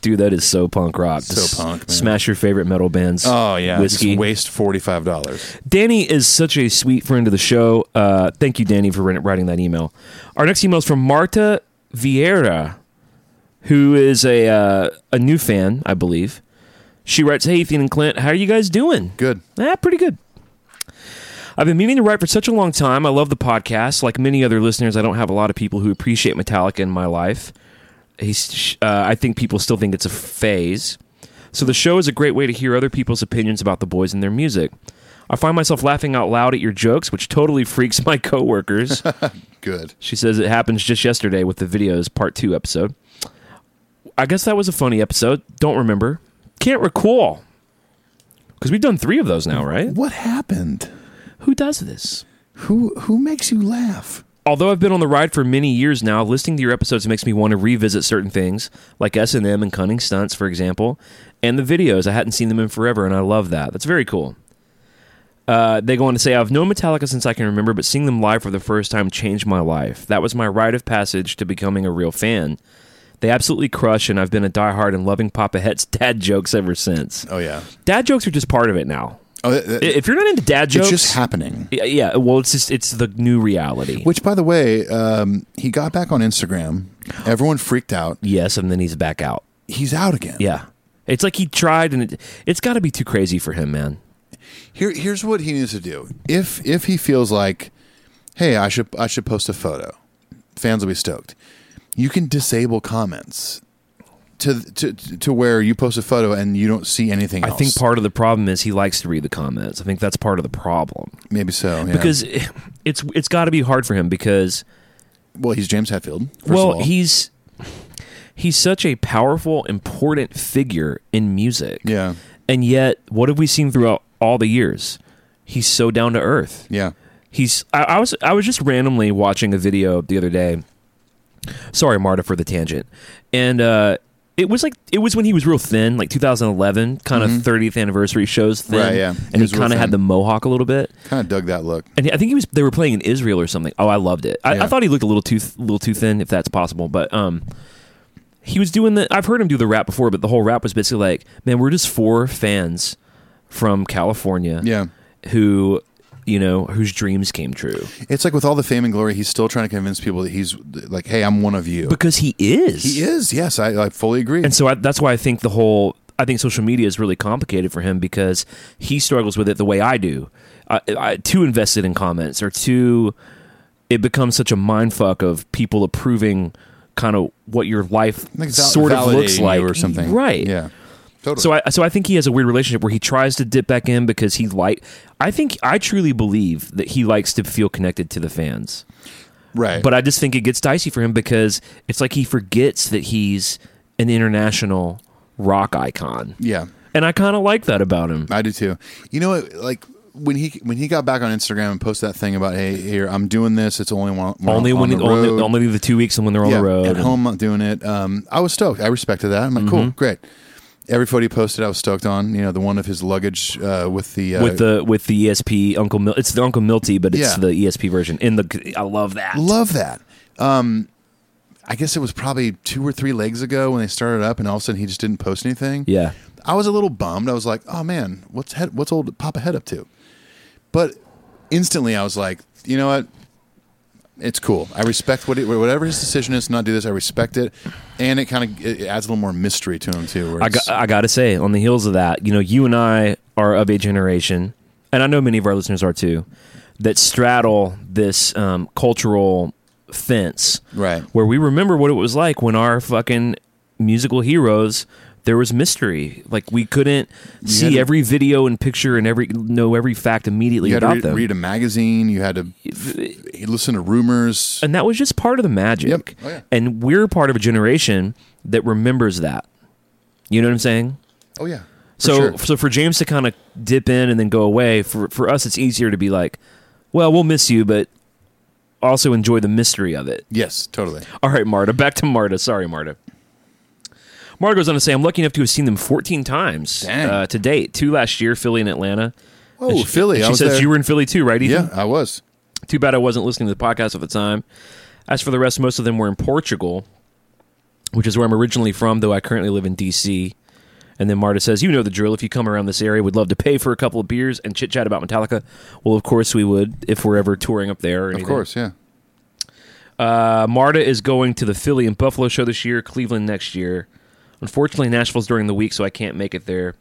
[SPEAKER 5] Dude, that is so punk rock.
[SPEAKER 4] So
[SPEAKER 5] Just
[SPEAKER 4] punk, man.
[SPEAKER 5] Smash your favorite metal bands.
[SPEAKER 4] Oh yeah,
[SPEAKER 5] whiskey.
[SPEAKER 4] just waste forty five dollars.
[SPEAKER 5] Danny is such a sweet friend of the show. Uh, thank you, Danny, for writ- writing that email. Our next email is from Marta Vieira, who is a uh, a new fan, I believe. She writes, "Hey, Ethan and Clint, how are you guys doing?
[SPEAKER 4] Good.
[SPEAKER 5] Ah, pretty good. I've been meaning to write for such a long time. I love the podcast. Like many other listeners, I don't have a lot of people who appreciate Metallica in my life. He's, uh, I think people still think it's a phase. So the show is a great way to hear other people's opinions about the boys and their music. I find myself laughing out loud at your jokes, which totally freaks [laughs] my coworkers.
[SPEAKER 4] Good.
[SPEAKER 5] She says it happens just yesterday with the videos part two episode. I guess that was a funny episode. Don't remember. Can't recall. Because we've done three of those now, right?
[SPEAKER 4] What happened?
[SPEAKER 5] Who does this?
[SPEAKER 4] Who who makes you laugh?
[SPEAKER 5] Although I've been on the ride for many years now, listening to your episodes makes me want to revisit certain things, like S and M and cunning stunts, for example, and the videos. I hadn't seen them in forever, and I love that. That's very cool. Uh, they go on to say, "I've known Metallica since I can remember, but seeing them live for the first time changed my life. That was my rite of passage to becoming a real fan. They absolutely crush, and I've been a diehard and loving Papa Het's [laughs] dad jokes ever since.
[SPEAKER 4] Oh yeah.
[SPEAKER 5] Dad jokes are just part of it now.
[SPEAKER 4] Oh, that- that-
[SPEAKER 5] I- If you're not into dad
[SPEAKER 4] it's
[SPEAKER 5] jokes,
[SPEAKER 4] just happening.
[SPEAKER 5] yeah, yeah, well, it's just it's the new reality."
[SPEAKER 4] Which, by the way, um, he got back on Instagram. Everyone freaked out.
[SPEAKER 5] Yes, and then he's back out.
[SPEAKER 4] He's out again.
[SPEAKER 5] Yeah. It's like he tried and it, it's got to be too crazy for him, man.
[SPEAKER 4] Here, here's what he needs to do. If if he feels like, hey, I should I should post a photo, fans will be stoked. You can disable comments to to to where you post a photo and you don't see anything.
[SPEAKER 5] I
[SPEAKER 4] else.
[SPEAKER 5] think part of the problem is he likes to read the comments. I think that's part of the problem
[SPEAKER 4] maybe so yeah.
[SPEAKER 5] because [laughs] it's it's got to be hard for him because
[SPEAKER 4] well, he's James Hetfield. First
[SPEAKER 5] well,
[SPEAKER 4] of all.
[SPEAKER 5] he's he's such a powerful, important figure in music.
[SPEAKER 4] yeah
[SPEAKER 5] And yet, what have we seen throughout all the years? He's so down to earth.
[SPEAKER 4] yeah
[SPEAKER 5] he's I, I was I was just randomly watching a video the other day. Sorry, Marta, for the tangent. And uh, it was like it was when he was real thin, like 2011, kind of 30th anniversary shows thin.
[SPEAKER 4] Mm-hmm. Right, yeah. He
[SPEAKER 5] And he,
[SPEAKER 4] was real
[SPEAKER 5] kind of
[SPEAKER 4] thin.
[SPEAKER 5] had the mohawk a little bit.
[SPEAKER 4] kind of dug that look.
[SPEAKER 5] And I think he was they were playing in Israel or something. Oh, I loved it. I,
[SPEAKER 4] Yeah.
[SPEAKER 5] I thought he looked a little too th- little too thin, if that's possible. But um, he was doing the. I've heard him do the rap before, but the whole rap was basically like, "Man, we're just four fans from California,
[SPEAKER 4] Yeah.
[SPEAKER 5] who." You know whose dreams came true.
[SPEAKER 4] It's like with all the fame and glory, he's still trying to convince people that he's like, hey, I'm one of you.
[SPEAKER 5] because he is.
[SPEAKER 4] he is. Yes, I, I fully agree.
[SPEAKER 5] And so I, that's why I think the whole I think social media is really complicated for him because he struggles with it the way I do. I, I too invested in comments or too it becomes such a mind fuck of people approving kind of what your life
[SPEAKER 4] Like val-
[SPEAKER 5] sort of
[SPEAKER 4] validating
[SPEAKER 5] looks like
[SPEAKER 4] you or something.
[SPEAKER 5] Right.
[SPEAKER 4] Yeah. Totally.
[SPEAKER 5] So I so I think he has a weird relationship where he tries to dip back in because he like I think I truly believe that he likes to feel connected to the fans.
[SPEAKER 4] right.
[SPEAKER 5] But I just think it gets dicey for him because it's like he forgets that he's an international rock icon.
[SPEAKER 4] yeah,
[SPEAKER 5] And I kind of like that about him.
[SPEAKER 4] I do too. You know, what, like when he when he got back on Instagram and posted that thing about, hey, here I'm doing this. It's only one we're
[SPEAKER 5] only
[SPEAKER 4] on
[SPEAKER 5] when
[SPEAKER 4] the
[SPEAKER 5] only,
[SPEAKER 4] road.
[SPEAKER 5] only the two weeks and when they're on
[SPEAKER 4] yeah,
[SPEAKER 5] the road.
[SPEAKER 4] at
[SPEAKER 5] and- Mm-hmm.
[SPEAKER 4] home, not doing it. Um, I was stoked. I respected that. I'm like, cool, great. Every photo he posted, I was stoked on. You know, the one of his luggage uh, with the uh,
[SPEAKER 5] with the with the ESP Uncle Mil- it's the Uncle Milty, but
[SPEAKER 4] Yeah.
[SPEAKER 5] it's the ESP version. In the I love that.
[SPEAKER 4] Love that. Um, I guess it was probably two or three legs ago when they started up, and all of a sudden he just didn't post anything.
[SPEAKER 5] Yeah.
[SPEAKER 4] I was a little bummed. I was like, "Oh man, what's head, what's old Papa Head up to?" But instantly, I was like, "You know what? It's cool. I respect what it, whatever his decision is to not do this. I respect it, and it kind of it it adds a little more mystery to him too. Where
[SPEAKER 5] I
[SPEAKER 4] it's-
[SPEAKER 5] got, I got to say, on the heels of that, you know, you and I are of a generation, and I know many of our listeners are too, that straddle this um, cultural fence,
[SPEAKER 4] Right.
[SPEAKER 5] Where we remember what it was like when our fucking musical heroes there was mystery. Like we couldn't see
[SPEAKER 4] to-
[SPEAKER 5] every video and picture and every know every fact immediately
[SPEAKER 4] You had to
[SPEAKER 5] about
[SPEAKER 4] read,
[SPEAKER 5] them.
[SPEAKER 4] read a magazine. You had to f- listen to rumors.
[SPEAKER 5] and that was just part of the magic.
[SPEAKER 4] Yep. Oh, yeah.
[SPEAKER 5] And we're part of a generation that remembers that. You know what I'm saying?
[SPEAKER 4] Oh yeah. For
[SPEAKER 5] so
[SPEAKER 4] sure.
[SPEAKER 5] so for James to kind of dip in and then go away, for for us it's easier to be like, well, we'll miss you, but also enjoy the mystery of it. [laughs]
[SPEAKER 4] yes, totally.
[SPEAKER 5] All right, Marta, back to Marta. Sorry, Marta. Marta goes on to say, I'm lucky enough to have seen them 14 times
[SPEAKER 4] Dang.
[SPEAKER 5] uh, to date. Two last year, Philly and Atlanta.
[SPEAKER 4] Oh,
[SPEAKER 5] And she,
[SPEAKER 4] Philly.
[SPEAKER 5] and
[SPEAKER 4] I
[SPEAKER 5] She
[SPEAKER 4] was
[SPEAKER 5] says
[SPEAKER 4] there.
[SPEAKER 5] you were in Philly too, right? Ethan?
[SPEAKER 4] Yeah, I was.
[SPEAKER 5] Too bad I wasn't listening to the podcast at the time. As for the rest, most of them were in Portugal, which is where I'm originally from, though I currently live in D.C. And then Marta says, You know the drill. If you come around this area, would love to pay for a couple of beers and chit chat about Metallica. Well, of course we would if we're ever touring up there. Or
[SPEAKER 4] Of
[SPEAKER 5] anything.
[SPEAKER 4] course, yeah.
[SPEAKER 5] Uh, Marta is going to the Philly and Buffalo show this year, Cleveland next year. Unfortunately, Nashville's during the week, so I can't make it there.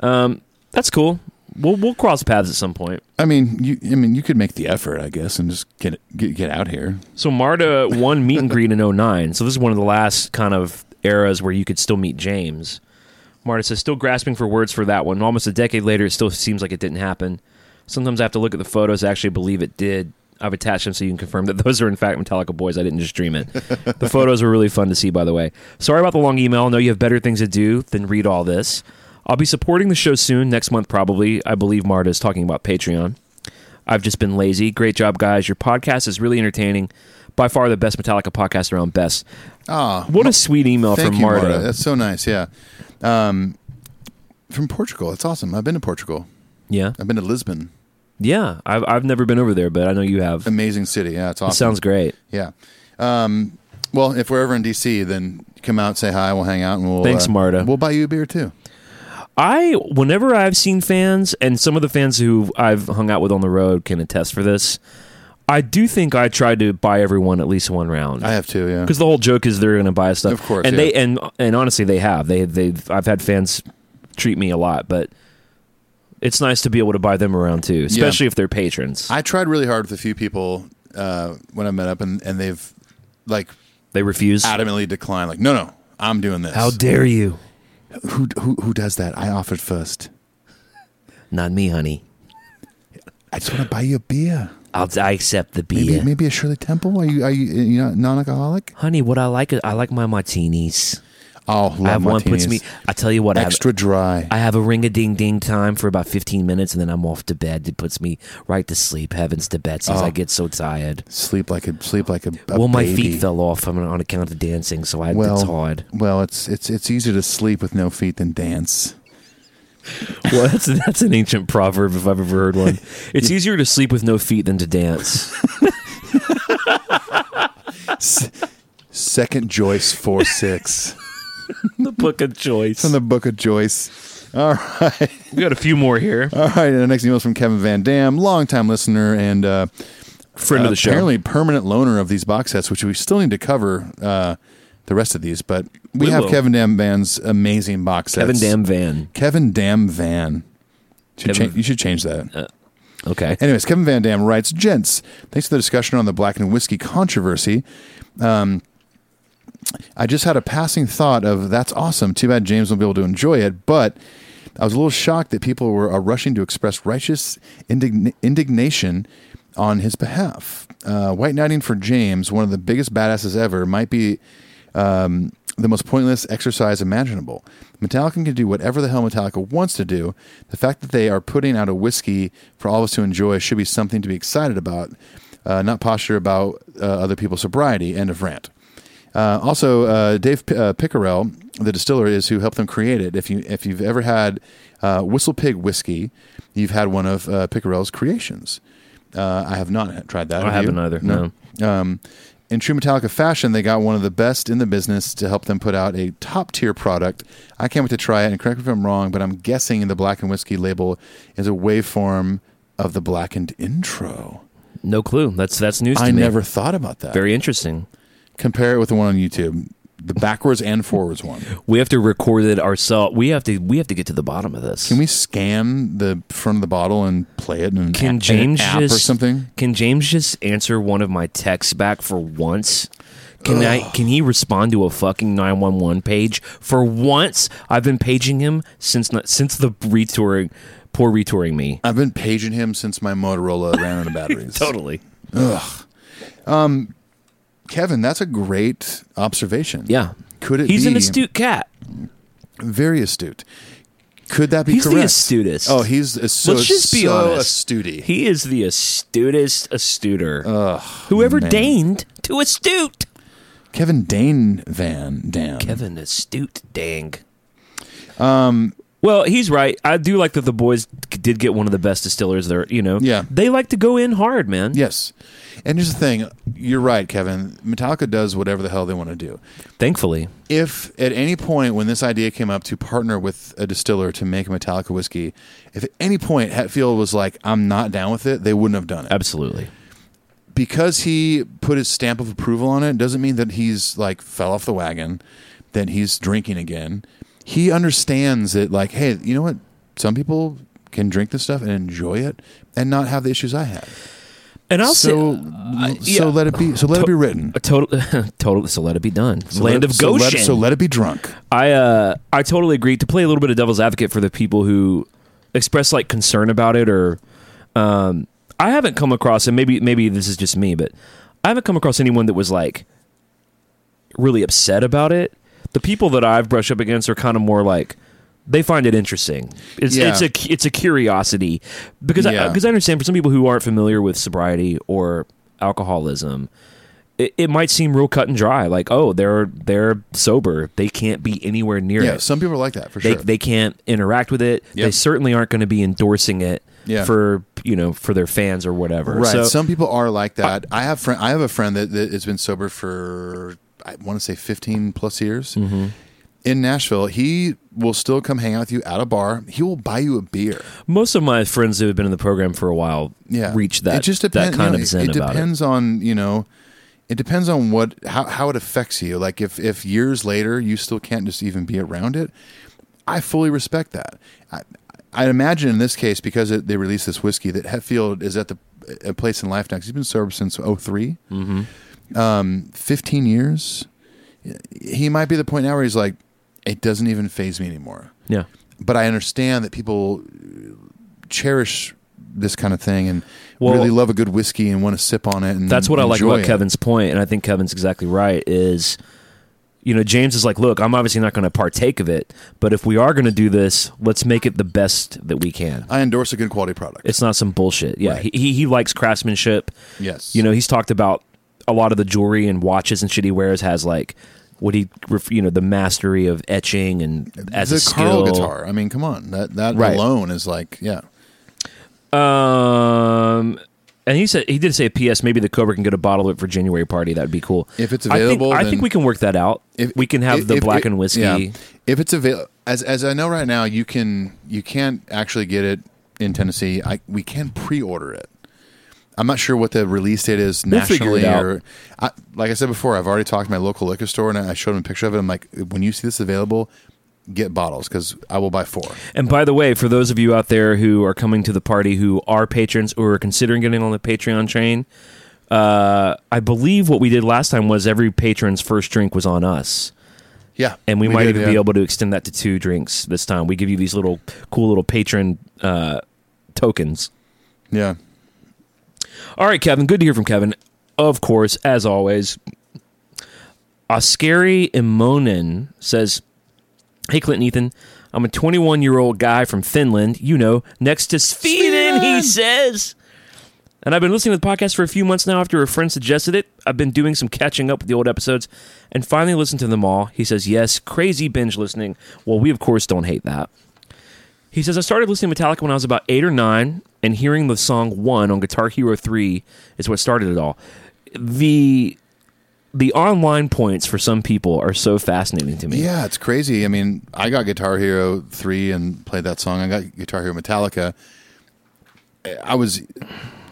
[SPEAKER 5] Um, that's cool. We'll, we'll cross paths at some point.
[SPEAKER 4] I mean, you. I mean, you could make the effort, I guess, and just get get, get out here.
[SPEAKER 5] So Marta won meet and greet in 09. So this is one of the last kind of eras where you could still meet James. Marta says, still grasping for words for that one. Almost a decade later, it still seems like it didn't happen. Sometimes I have to look at the photos to actually believe it did. I've attached them so you can confirm that [laughs] those are in fact Metallica boys. I didn't just dream it. The photos were really fun to see, by the way. Sorry about the long email. I know you have better things to do than read all this. I'll be supporting the show soon, next month probably. I believe Marta is talking about Patreon. I've just been lazy. Great job, guys. Your podcast is really entertaining. By far the best Metallica podcast around. Best.
[SPEAKER 4] Ah,
[SPEAKER 5] What a sweet email
[SPEAKER 4] thank
[SPEAKER 5] from
[SPEAKER 4] you,
[SPEAKER 5] Marta.
[SPEAKER 4] That's so nice. Yeah, um, from Portugal. That's awesome. I've been to Portugal.
[SPEAKER 5] Yeah,
[SPEAKER 4] I've been to Lisbon.
[SPEAKER 5] yeah. I've I've never been over there, but I know you have.
[SPEAKER 4] Amazing city. Yeah, it's awesome.
[SPEAKER 5] It sounds great.
[SPEAKER 4] Yeah. Um, well, if we're ever in DC, then come out, say hi, we'll hang out, and we'll uh,
[SPEAKER 5] Thanks, Marta.
[SPEAKER 4] We'll buy you a beer too.
[SPEAKER 5] I whenever I've seen fans, and some of the fans who I've hung out with on the road can attest for this. I do think I tried to buy everyone at least one round.
[SPEAKER 4] I have two. Yeah.
[SPEAKER 5] because the whole joke is they're going to buy us stuff.
[SPEAKER 4] Of course,
[SPEAKER 5] and
[SPEAKER 4] yeah.
[SPEAKER 5] they and and honestly, they have. They they I've had fans treat me a lot, but it's nice to be able to buy them around too, especially if they're patrons.
[SPEAKER 4] I tried really hard with a few people uh, when I met up, and, and they've like
[SPEAKER 5] they refuse.
[SPEAKER 4] adamantly declined. Like, no, no, I'm doing this.
[SPEAKER 5] How dare you?
[SPEAKER 4] who, who who does that? I offered first.
[SPEAKER 5] Not me, honey.
[SPEAKER 4] I just want to buy you a beer.
[SPEAKER 5] I'll I accept the beer,
[SPEAKER 4] Maybe maybe a Shirley Temple. Are you are you, you know, non-alcoholic?
[SPEAKER 5] honey. What I like, I like my martinis.
[SPEAKER 4] Oh, love
[SPEAKER 5] I have one puts
[SPEAKER 4] martinis.
[SPEAKER 5] me. I tell you what,
[SPEAKER 4] extra dry.
[SPEAKER 5] I have. I have a ring a ding ding time for about 15 minutes and then I'm off to bed. It puts me right to sleep. Heavens to Betsy's. I get so tired.
[SPEAKER 4] sleep like a sleep like a, a
[SPEAKER 5] well, my
[SPEAKER 4] baby.
[SPEAKER 5] feet fell off on, on account of dancing, so I,
[SPEAKER 4] Well,
[SPEAKER 5] it's hard.
[SPEAKER 4] Well, it's it's it's easier to sleep with no feet than dance.
[SPEAKER 5] [laughs] Well, that's that's an ancient proverb if I've ever heard one. [laughs] It's easier to sleep with no feet than to dance.
[SPEAKER 4] Second Joyce
[SPEAKER 5] [laughs]
[SPEAKER 4] four six
[SPEAKER 5] [laughs] the book of choice.
[SPEAKER 4] from the Book of Joyce. All right, [laughs]
[SPEAKER 5] we got a few more here.
[SPEAKER 4] all right. And the next email is from Kevin Van Dam, longtime listener and uh, uh,
[SPEAKER 5] Friend of the show.
[SPEAKER 4] apparently permanent loaner of these box sets, which we still need to cover uh, the rest of these. But we,
[SPEAKER 5] We
[SPEAKER 4] have
[SPEAKER 5] will.
[SPEAKER 4] Kevin Dam Van's amazing box sets.
[SPEAKER 5] Kevin Dam Van.
[SPEAKER 4] Kevin Dam Van. Should
[SPEAKER 5] Kevin-
[SPEAKER 4] cha- you should change that.
[SPEAKER 5] Okay.
[SPEAKER 4] Anyways, Kevin Van Dam writes, "Gents, thanks for the discussion on the Black and Whiskey controversy. Um, I just had a passing thought of that's awesome. Too bad James won't be able to enjoy it, but." I was a little shocked that people were uh, rushing to express righteous indign- indignation on his behalf. Uh, White Knighting for James, one of the biggest badasses ever, might be um, the most pointless exercise imaginable. Metallica can do whatever the hell Metallica wants to do. The fact that they are putting out a whiskey for all of us to enjoy should be something to be excited about, uh, not posture about uh, other people's sobriety. End of rant. Uh, also, uh, Dave P- uh, Pickerel, the distiller, is who helped them create it. If you if you've ever had uh, Whistle Pig whiskey, you've had one of uh, Pickerel's creations. Uh, I have not ha- tried that.
[SPEAKER 5] I
[SPEAKER 4] Have you?
[SPEAKER 5] haven't either,
[SPEAKER 4] Um, in true Metallica fashion, they got one of the best in the business to help them put out a top tier product. I can't wait to try it. And correct me if I'm wrong, but I'm guessing the Black and Whiskey label is a waveform of the blackened intro.
[SPEAKER 5] No clue. That's that's news to
[SPEAKER 4] I
[SPEAKER 5] me.
[SPEAKER 4] never thought about that.
[SPEAKER 5] Very interesting.
[SPEAKER 4] Compare it with the one on YouTube, the backwards and forwards
[SPEAKER 5] [laughs]
[SPEAKER 4] one.
[SPEAKER 5] We have to record it ourselves. We have to we have to get to the bottom of this.
[SPEAKER 4] Can we scan the front of the bottle and play it in an,
[SPEAKER 5] Can
[SPEAKER 4] a- in an
[SPEAKER 5] James
[SPEAKER 4] app
[SPEAKER 5] just
[SPEAKER 4] or something?
[SPEAKER 5] Can James just answer one of my texts back for once? Can I? Can he respond to a fucking nine one one page for once? I've been paging him since not, since the retouring, poor retouring me.
[SPEAKER 4] I've been paging him since my Motorola ran
[SPEAKER 5] [laughs]
[SPEAKER 4] out of batteries.
[SPEAKER 5] Totally.
[SPEAKER 4] Kevin, that's a great observation.
[SPEAKER 5] Yeah.
[SPEAKER 4] Could it
[SPEAKER 5] He's
[SPEAKER 4] be
[SPEAKER 5] an astute cat.
[SPEAKER 4] very astute? Could that be
[SPEAKER 5] He's the
[SPEAKER 4] correct?
[SPEAKER 5] astutest.
[SPEAKER 4] Oh, he's uh, so,
[SPEAKER 5] Let's just be
[SPEAKER 4] so
[SPEAKER 5] honest.
[SPEAKER 4] astute.
[SPEAKER 5] He is the astutest astuter. Whoever
[SPEAKER 4] man.
[SPEAKER 5] deigned to astute.
[SPEAKER 4] Kevin Dane Van Dam.
[SPEAKER 5] Kevin Astute Dang. Um.
[SPEAKER 4] Um,
[SPEAKER 5] Well, he's right. I do like that the boys c- did get one of the best distillers there. You know,
[SPEAKER 4] Yeah.
[SPEAKER 5] they like to go in hard, man.
[SPEAKER 4] Yes. And here's the thing. You're right, Kevin. Metallica does whatever the hell they want to do.
[SPEAKER 5] Thankfully,
[SPEAKER 4] If at any point when this idea came up to partner with a distiller to make a Metallica whiskey, if at any point Hetfield was like, I'm not down with it, they wouldn't have done it.
[SPEAKER 5] absolutely.
[SPEAKER 4] because he put his stamp of approval on it doesn't mean that he's like fell off the wagon, that he's drinking again. He understands that, like, hey, you know what? Some people can drink this stuff and enjoy it and not have the issues I had.
[SPEAKER 5] And I'll
[SPEAKER 4] so,
[SPEAKER 5] say, uh,
[SPEAKER 4] so
[SPEAKER 5] yeah.
[SPEAKER 4] let it be. So let it be written.
[SPEAKER 5] a total, [laughs] total. So let it be done.
[SPEAKER 4] So
[SPEAKER 5] Land
[SPEAKER 4] let-
[SPEAKER 5] of
[SPEAKER 4] so let-
[SPEAKER 5] Goshen.
[SPEAKER 4] So let, it be drunk.
[SPEAKER 5] I uh, I totally agree. To play a little bit of devil's advocate for the people who express like concern about it, or um, I haven't come across, and maybe maybe this is just me, but I haven't come across anyone that was like really upset about it. The people that I've brushed up against are kind of more like they find it interesting. It's
[SPEAKER 4] Yeah.
[SPEAKER 5] it's a it's a curiosity because I
[SPEAKER 4] Yeah.
[SPEAKER 5] because I understand for some people who aren't familiar with sobriety or alcoholism, it, it might seem real cut and dry. Like, oh, they're they're sober. They can't be anywhere near
[SPEAKER 4] Yeah,
[SPEAKER 5] it.
[SPEAKER 4] some people are like that for
[SPEAKER 5] they
[SPEAKER 4] sure.
[SPEAKER 5] they can't interact with it.
[SPEAKER 4] Yep.
[SPEAKER 5] They certainly aren't going to be endorsing it
[SPEAKER 4] Yeah.
[SPEAKER 5] for you know for their fans or whatever.
[SPEAKER 4] right.
[SPEAKER 5] So,
[SPEAKER 4] some people are like that. I have friend. I have a friend that, that has been sober for I want to say fifteen plus years. In Nashville, he will still come hang out with you at a bar. He will buy you a beer.
[SPEAKER 5] most of my friends who have been in the program for a while
[SPEAKER 4] Yeah,
[SPEAKER 5] reach that that
[SPEAKER 4] depen-
[SPEAKER 5] kind
[SPEAKER 4] you know,
[SPEAKER 5] of zen
[SPEAKER 4] It, it
[SPEAKER 5] about it.
[SPEAKER 4] depends on you know. It depends on what how, how it affects you. Like if if years later you still can't just even be around it, I fully respect that. I, I imagine in this case because it, they released this whiskey that Hetfield is at the a place in life now 'cause he's been sober since 3
[SPEAKER 5] Mm-hmm.
[SPEAKER 4] um, fifteen years. He might be the point now where he's like, it doesn't even phase me anymore
[SPEAKER 5] Yeah.
[SPEAKER 4] but I understand that people cherish this kind of thing and
[SPEAKER 5] Well-
[SPEAKER 4] really love a good whiskey and want to sip on it. And
[SPEAKER 5] That's what I like
[SPEAKER 4] enjoy
[SPEAKER 5] about
[SPEAKER 4] it.
[SPEAKER 5] Kevin's point, and I think Kevin's exactly right. Is you know James is like, look, I'm obviously not going to partake of it, but if we are going to do this, let's make it the best that we can.
[SPEAKER 4] I endorse a good quality product.
[SPEAKER 5] It's not some bullshit. Yeah,
[SPEAKER 4] Right.
[SPEAKER 5] he, he he likes craftsmanship.
[SPEAKER 4] Yes.
[SPEAKER 5] You know, he's talked about a lot of the jewelry and watches and shit he wears has like what he ref- you know the mastery of etching and as
[SPEAKER 4] the
[SPEAKER 5] a
[SPEAKER 4] Carl
[SPEAKER 5] skill.
[SPEAKER 4] guitar. I mean, come on, that that
[SPEAKER 5] Right.
[SPEAKER 4] alone is like, yeah,
[SPEAKER 5] Um, and he said he did say, "P.S. Maybe the Cobra can get a bottle of it for January party. That'd be cool
[SPEAKER 4] If it's
[SPEAKER 5] I
[SPEAKER 4] available,
[SPEAKER 5] think, I
[SPEAKER 4] then-
[SPEAKER 5] think we can work that out.
[SPEAKER 4] if
[SPEAKER 5] we can have
[SPEAKER 4] if-
[SPEAKER 5] the
[SPEAKER 4] if-
[SPEAKER 5] black
[SPEAKER 4] if-
[SPEAKER 5] and whiskey.
[SPEAKER 4] yeah. If it's available, as as I know right now, you can you can't actually get it in Tennessee. I we can pre-order it. I'm not sure what the release date is
[SPEAKER 5] We'll figure it
[SPEAKER 4] nationally.
[SPEAKER 5] out.
[SPEAKER 4] or, I, like I said before, I've already talked to my local liquor store and I showed them a picture of it. I'm like, when you see this available, get bottles because I will buy four.
[SPEAKER 5] And by the way, for those of you out there who are coming to the party who are patrons or are considering getting on the Patreon train, uh, I believe what we did last time was every patron's first drink was on us.
[SPEAKER 4] Yeah,
[SPEAKER 5] And we, might
[SPEAKER 4] did,
[SPEAKER 5] even
[SPEAKER 4] yeah.
[SPEAKER 5] be able to extend that to two drinks this time. We give you these little cool little patron uh, tokens.
[SPEAKER 4] Yeah,
[SPEAKER 5] All right, Kevin. Good to hear from Kevin. Of course, as always. Oscari Imonen says, Hey, Clinton Ethan, I'm a 21 year old guy from Finland, you know, next to Sweden, he says. And I've been listening to the podcast for a few months now after a friend suggested it. I've been doing some catching up with the old episodes and finally listened to them all. He says, Yes, crazy binge listening. Well, we, of course, don't hate that. He says, I started listening to Metallica when I was about eight or nine, and hearing the song One on Guitar Hero 3 is what started it all. The the online points for some people are so fascinating to me.
[SPEAKER 4] yeah, it's crazy. I mean, I got Guitar Hero three and played that song. I got Guitar Hero Metallica. I was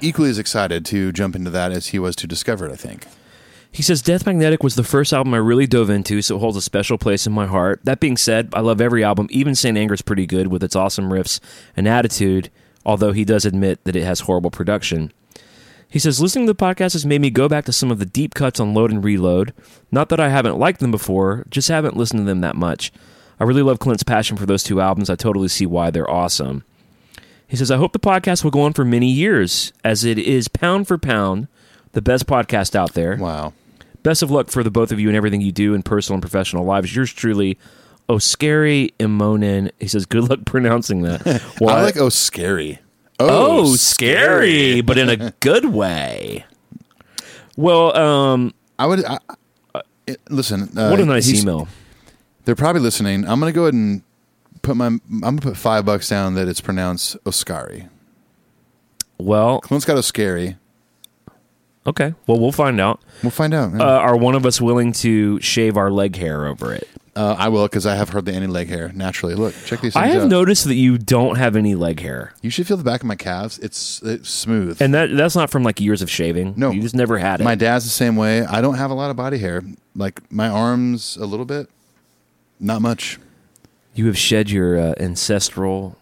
[SPEAKER 4] equally as excited to jump into that as he was to discover it. I think.
[SPEAKER 5] He says Death Magnetic was the first album I really dove into, so it holds a special place in my heart. That being said, I love every album. Even St. Anger's pretty good with its awesome riffs and attitude, although he does admit that it has horrible production. He says, listening to the podcast has made me go back to some of the deep cuts on Load and Reload. Not that I haven't liked them before, just haven't listened to them that much. I really love Clint's passion for those two albums. I totally see why they're awesome. He says, I hope the podcast will go on for many years, as it is pound for pound the best podcast out there.
[SPEAKER 4] Wow.
[SPEAKER 5] Best of luck for the both of you and everything you do in personal and professional lives. Yours truly, Oscari Imonen. He says, good luck [laughs] pronouncing that. Well,
[SPEAKER 4] I like oh scary.
[SPEAKER 5] oh, scary, but in a good way. Well, um,
[SPEAKER 4] I would I, I, listen. Uh,
[SPEAKER 5] what a nice
[SPEAKER 4] he's-
[SPEAKER 5] email.
[SPEAKER 4] They're probably listening. I'm gonna go ahead and put my. I'm gonna put five bucks down that it's pronounced Oscari.
[SPEAKER 5] Well,
[SPEAKER 4] Clint's got Oscari.
[SPEAKER 5] okay. Well, we'll find out.
[SPEAKER 4] We'll find out.
[SPEAKER 5] Uh,
[SPEAKER 4] Uh,
[SPEAKER 5] are one of us willing to shave our leg hair over it?
[SPEAKER 4] Uh, I will because I have hardly any leg hair naturally. Look, check these.
[SPEAKER 5] I
[SPEAKER 4] things
[SPEAKER 5] have
[SPEAKER 4] out.
[SPEAKER 5] noticed that you don't have any leg hair,
[SPEAKER 4] You should feel the back of my calves. It's it's smooth.
[SPEAKER 5] and that that's not from like years of shaving.
[SPEAKER 4] No.
[SPEAKER 5] you just never had it.
[SPEAKER 4] my dad's the same way. I don't have a lot of body hair. Like my arms, a little bit, not much.
[SPEAKER 5] you have shed your uh, ancestral,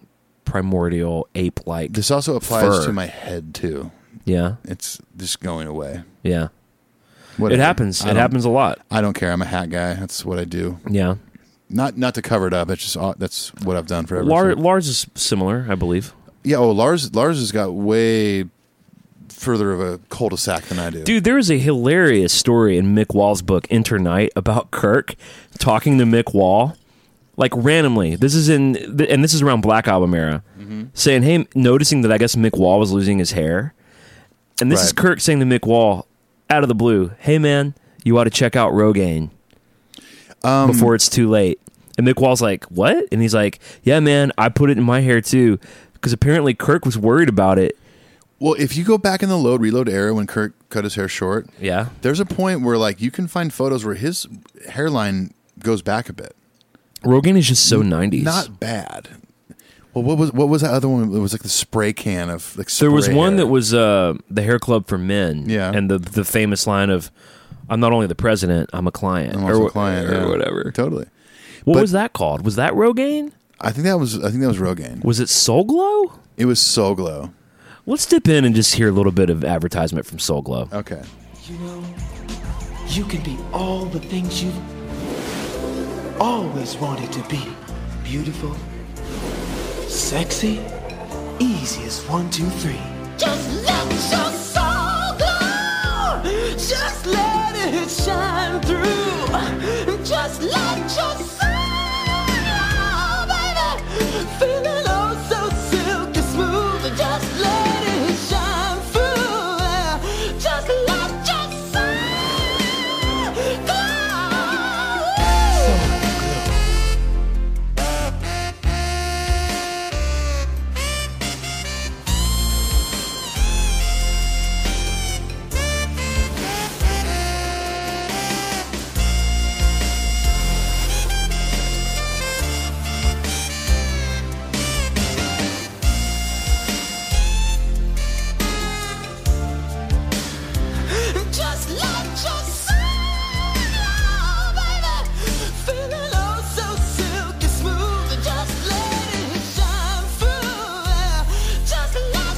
[SPEAKER 5] primordial ape-like.
[SPEAKER 4] This also applies
[SPEAKER 5] Fur.
[SPEAKER 4] to my head too.
[SPEAKER 5] yeah,
[SPEAKER 4] It's just going away.
[SPEAKER 5] yeah. It
[SPEAKER 4] Whatever.
[SPEAKER 5] happens.
[SPEAKER 4] I
[SPEAKER 5] It
[SPEAKER 4] don't-
[SPEAKER 5] happens a lot.
[SPEAKER 4] I don't care. I'm a hat guy. That's what I do.
[SPEAKER 5] Yeah.
[SPEAKER 4] Not not to cover it up. It's just all- that's what I've done forever.
[SPEAKER 5] Lar-
[SPEAKER 4] So-
[SPEAKER 5] Lars is similar, I believe.
[SPEAKER 4] yeah. Oh, Lars Lars has got way further of a cul-de-sac than I do.
[SPEAKER 5] Dude, there is a hilarious story in Mick Wall's book Enter Night about Kirk talking to Mick Wall, like randomly. This is in, th- and this is around Black Album era,
[SPEAKER 4] Mm-hmm.
[SPEAKER 5] saying, "Hey," noticing that I guess Mick Wall was losing his hair, and this is
[SPEAKER 4] Right.
[SPEAKER 5] Kirk saying to Mick Wall, out of the blue, "Hey man, you ought to check out Rogaine
[SPEAKER 4] Um,
[SPEAKER 5] before it's too late." And Mick Wall's like, "What?" And he's like, "Yeah, man, I put it in my hair too, because apparently Kirk was worried about it."
[SPEAKER 4] Well, if you go back in the load reload era when Kirk cut his hair short,
[SPEAKER 5] Yeah.
[SPEAKER 4] there's a point where like you can find photos where his hairline goes back a bit.
[SPEAKER 5] Rogaine is just so nineties.
[SPEAKER 4] Not bad. Well, what was what was that other one? It was like the spray can of like.
[SPEAKER 5] There was
[SPEAKER 4] spray
[SPEAKER 5] one
[SPEAKER 4] hair.
[SPEAKER 5] that was uh, the hair club for men.
[SPEAKER 4] Yeah.
[SPEAKER 5] And the the famous line of I'm not only the president, I'm a client.
[SPEAKER 4] I'm also
[SPEAKER 5] or,
[SPEAKER 4] a client
[SPEAKER 5] or
[SPEAKER 4] yeah.
[SPEAKER 5] whatever.
[SPEAKER 4] Totally.
[SPEAKER 5] What
[SPEAKER 4] but-
[SPEAKER 5] was that called? Was that Rogaine?
[SPEAKER 4] I think that was I think that was Rogaine.
[SPEAKER 5] Was it Soul Glow?
[SPEAKER 4] It was Soul Glow.
[SPEAKER 5] Let's dip in and just hear a little bit of advertisement from Soul Glow.
[SPEAKER 4] Okay.
[SPEAKER 7] You know, you can be all the things you've always wanted to be. Beautiful, sexy, easy as one, two, three.
[SPEAKER 8] Just let your soul go. Just let it shine through. Just let your soul go, baby. Feeling oh so silky smooth. Just let it shine through. Just let your soul go. Just let your soul go, baby. Feeling oh so silky smooth. Just let it shine through. Just let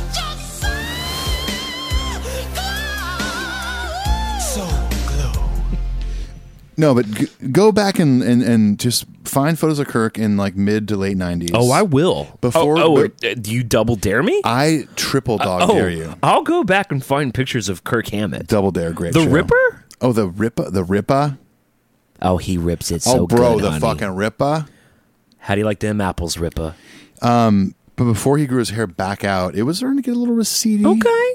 [SPEAKER 8] your soul go.
[SPEAKER 7] So glow.
[SPEAKER 4] No, but g- go back and, and and just find photos of Kirk in like mid to late nineties.
[SPEAKER 5] Oh, I will.
[SPEAKER 4] Before-
[SPEAKER 5] oh, oh,
[SPEAKER 4] but-
[SPEAKER 5] uh, do you double dare me?
[SPEAKER 4] I triple dog
[SPEAKER 5] oh,
[SPEAKER 4] dare you.
[SPEAKER 5] I'll go back and find pictures of Kirk Hammett.
[SPEAKER 4] Double dare, great.
[SPEAKER 5] The
[SPEAKER 4] show.
[SPEAKER 5] Ripper?
[SPEAKER 4] Oh, the Ripper. The Ripper.
[SPEAKER 5] Oh, he rips it
[SPEAKER 4] Oh,
[SPEAKER 5] so
[SPEAKER 4] bro,
[SPEAKER 5] good,
[SPEAKER 4] the
[SPEAKER 5] honey.
[SPEAKER 4] fucking Ripper.
[SPEAKER 5] How do you like them apples, Ripper?
[SPEAKER 4] But before he grew his hair back out, it was starting to get a little receding.
[SPEAKER 5] Okay.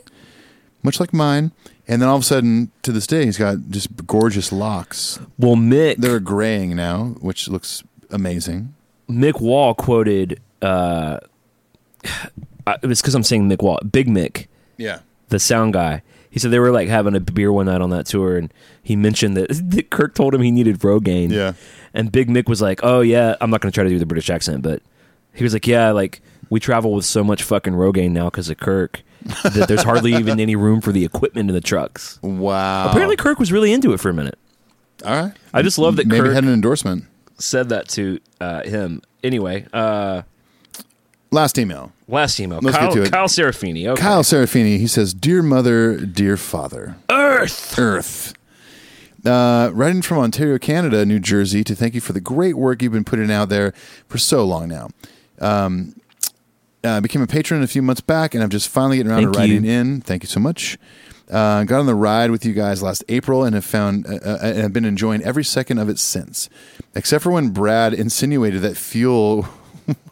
[SPEAKER 4] much like mine. And then all of a sudden, to this day, he's got just gorgeous locks.
[SPEAKER 5] Well, Mick.
[SPEAKER 4] They're graying now, which looks amazing.
[SPEAKER 5] Mick Wall quoted. Uh, [sighs] I- it was because I'm saying Mick Wall, Big Mick,
[SPEAKER 4] Yeah.
[SPEAKER 5] the sound guy. He said they were like having a beer one night on that tour, and he mentioned that, [laughs] that Kirk told him he needed Rogaine.
[SPEAKER 4] Yeah.
[SPEAKER 5] and Big Mick was like, "Oh yeah, I'm not going to try to do the British accent, but he was like, yeah, like we travel with so much fucking Rogaine now because of Kirk that there's
[SPEAKER 4] [laughs]
[SPEAKER 5] hardly even any room for the equipment in the trucks.
[SPEAKER 4] Wow.
[SPEAKER 5] Apparently, Kirk was really into it for a minute.
[SPEAKER 4] all right.
[SPEAKER 5] I just love that
[SPEAKER 4] Maybe
[SPEAKER 5] Kirk
[SPEAKER 4] had an endorsement.
[SPEAKER 5] said that to uh, him. Anyway, uh,
[SPEAKER 4] Last email.
[SPEAKER 5] Last email.
[SPEAKER 4] Let's get
[SPEAKER 5] Kyle,
[SPEAKER 4] to it.
[SPEAKER 5] Kyle Serafini. Okay.
[SPEAKER 4] Kyle Serafini, he says, Dear mother, dear father. Earth. Earth. Uh, writing from Ontario, Canada, New Jersey, to thank you for the great work you've been putting out there for so long now. Um, uh, became a patron a few months back, and I'm just finally getting around
[SPEAKER 5] Thank
[SPEAKER 4] to writing
[SPEAKER 5] you.
[SPEAKER 4] in. Thank you so much. Uh, got on the ride with you guys last April and have found uh, uh, and have been enjoying every second of it since, except for when Brad insinuated that fuel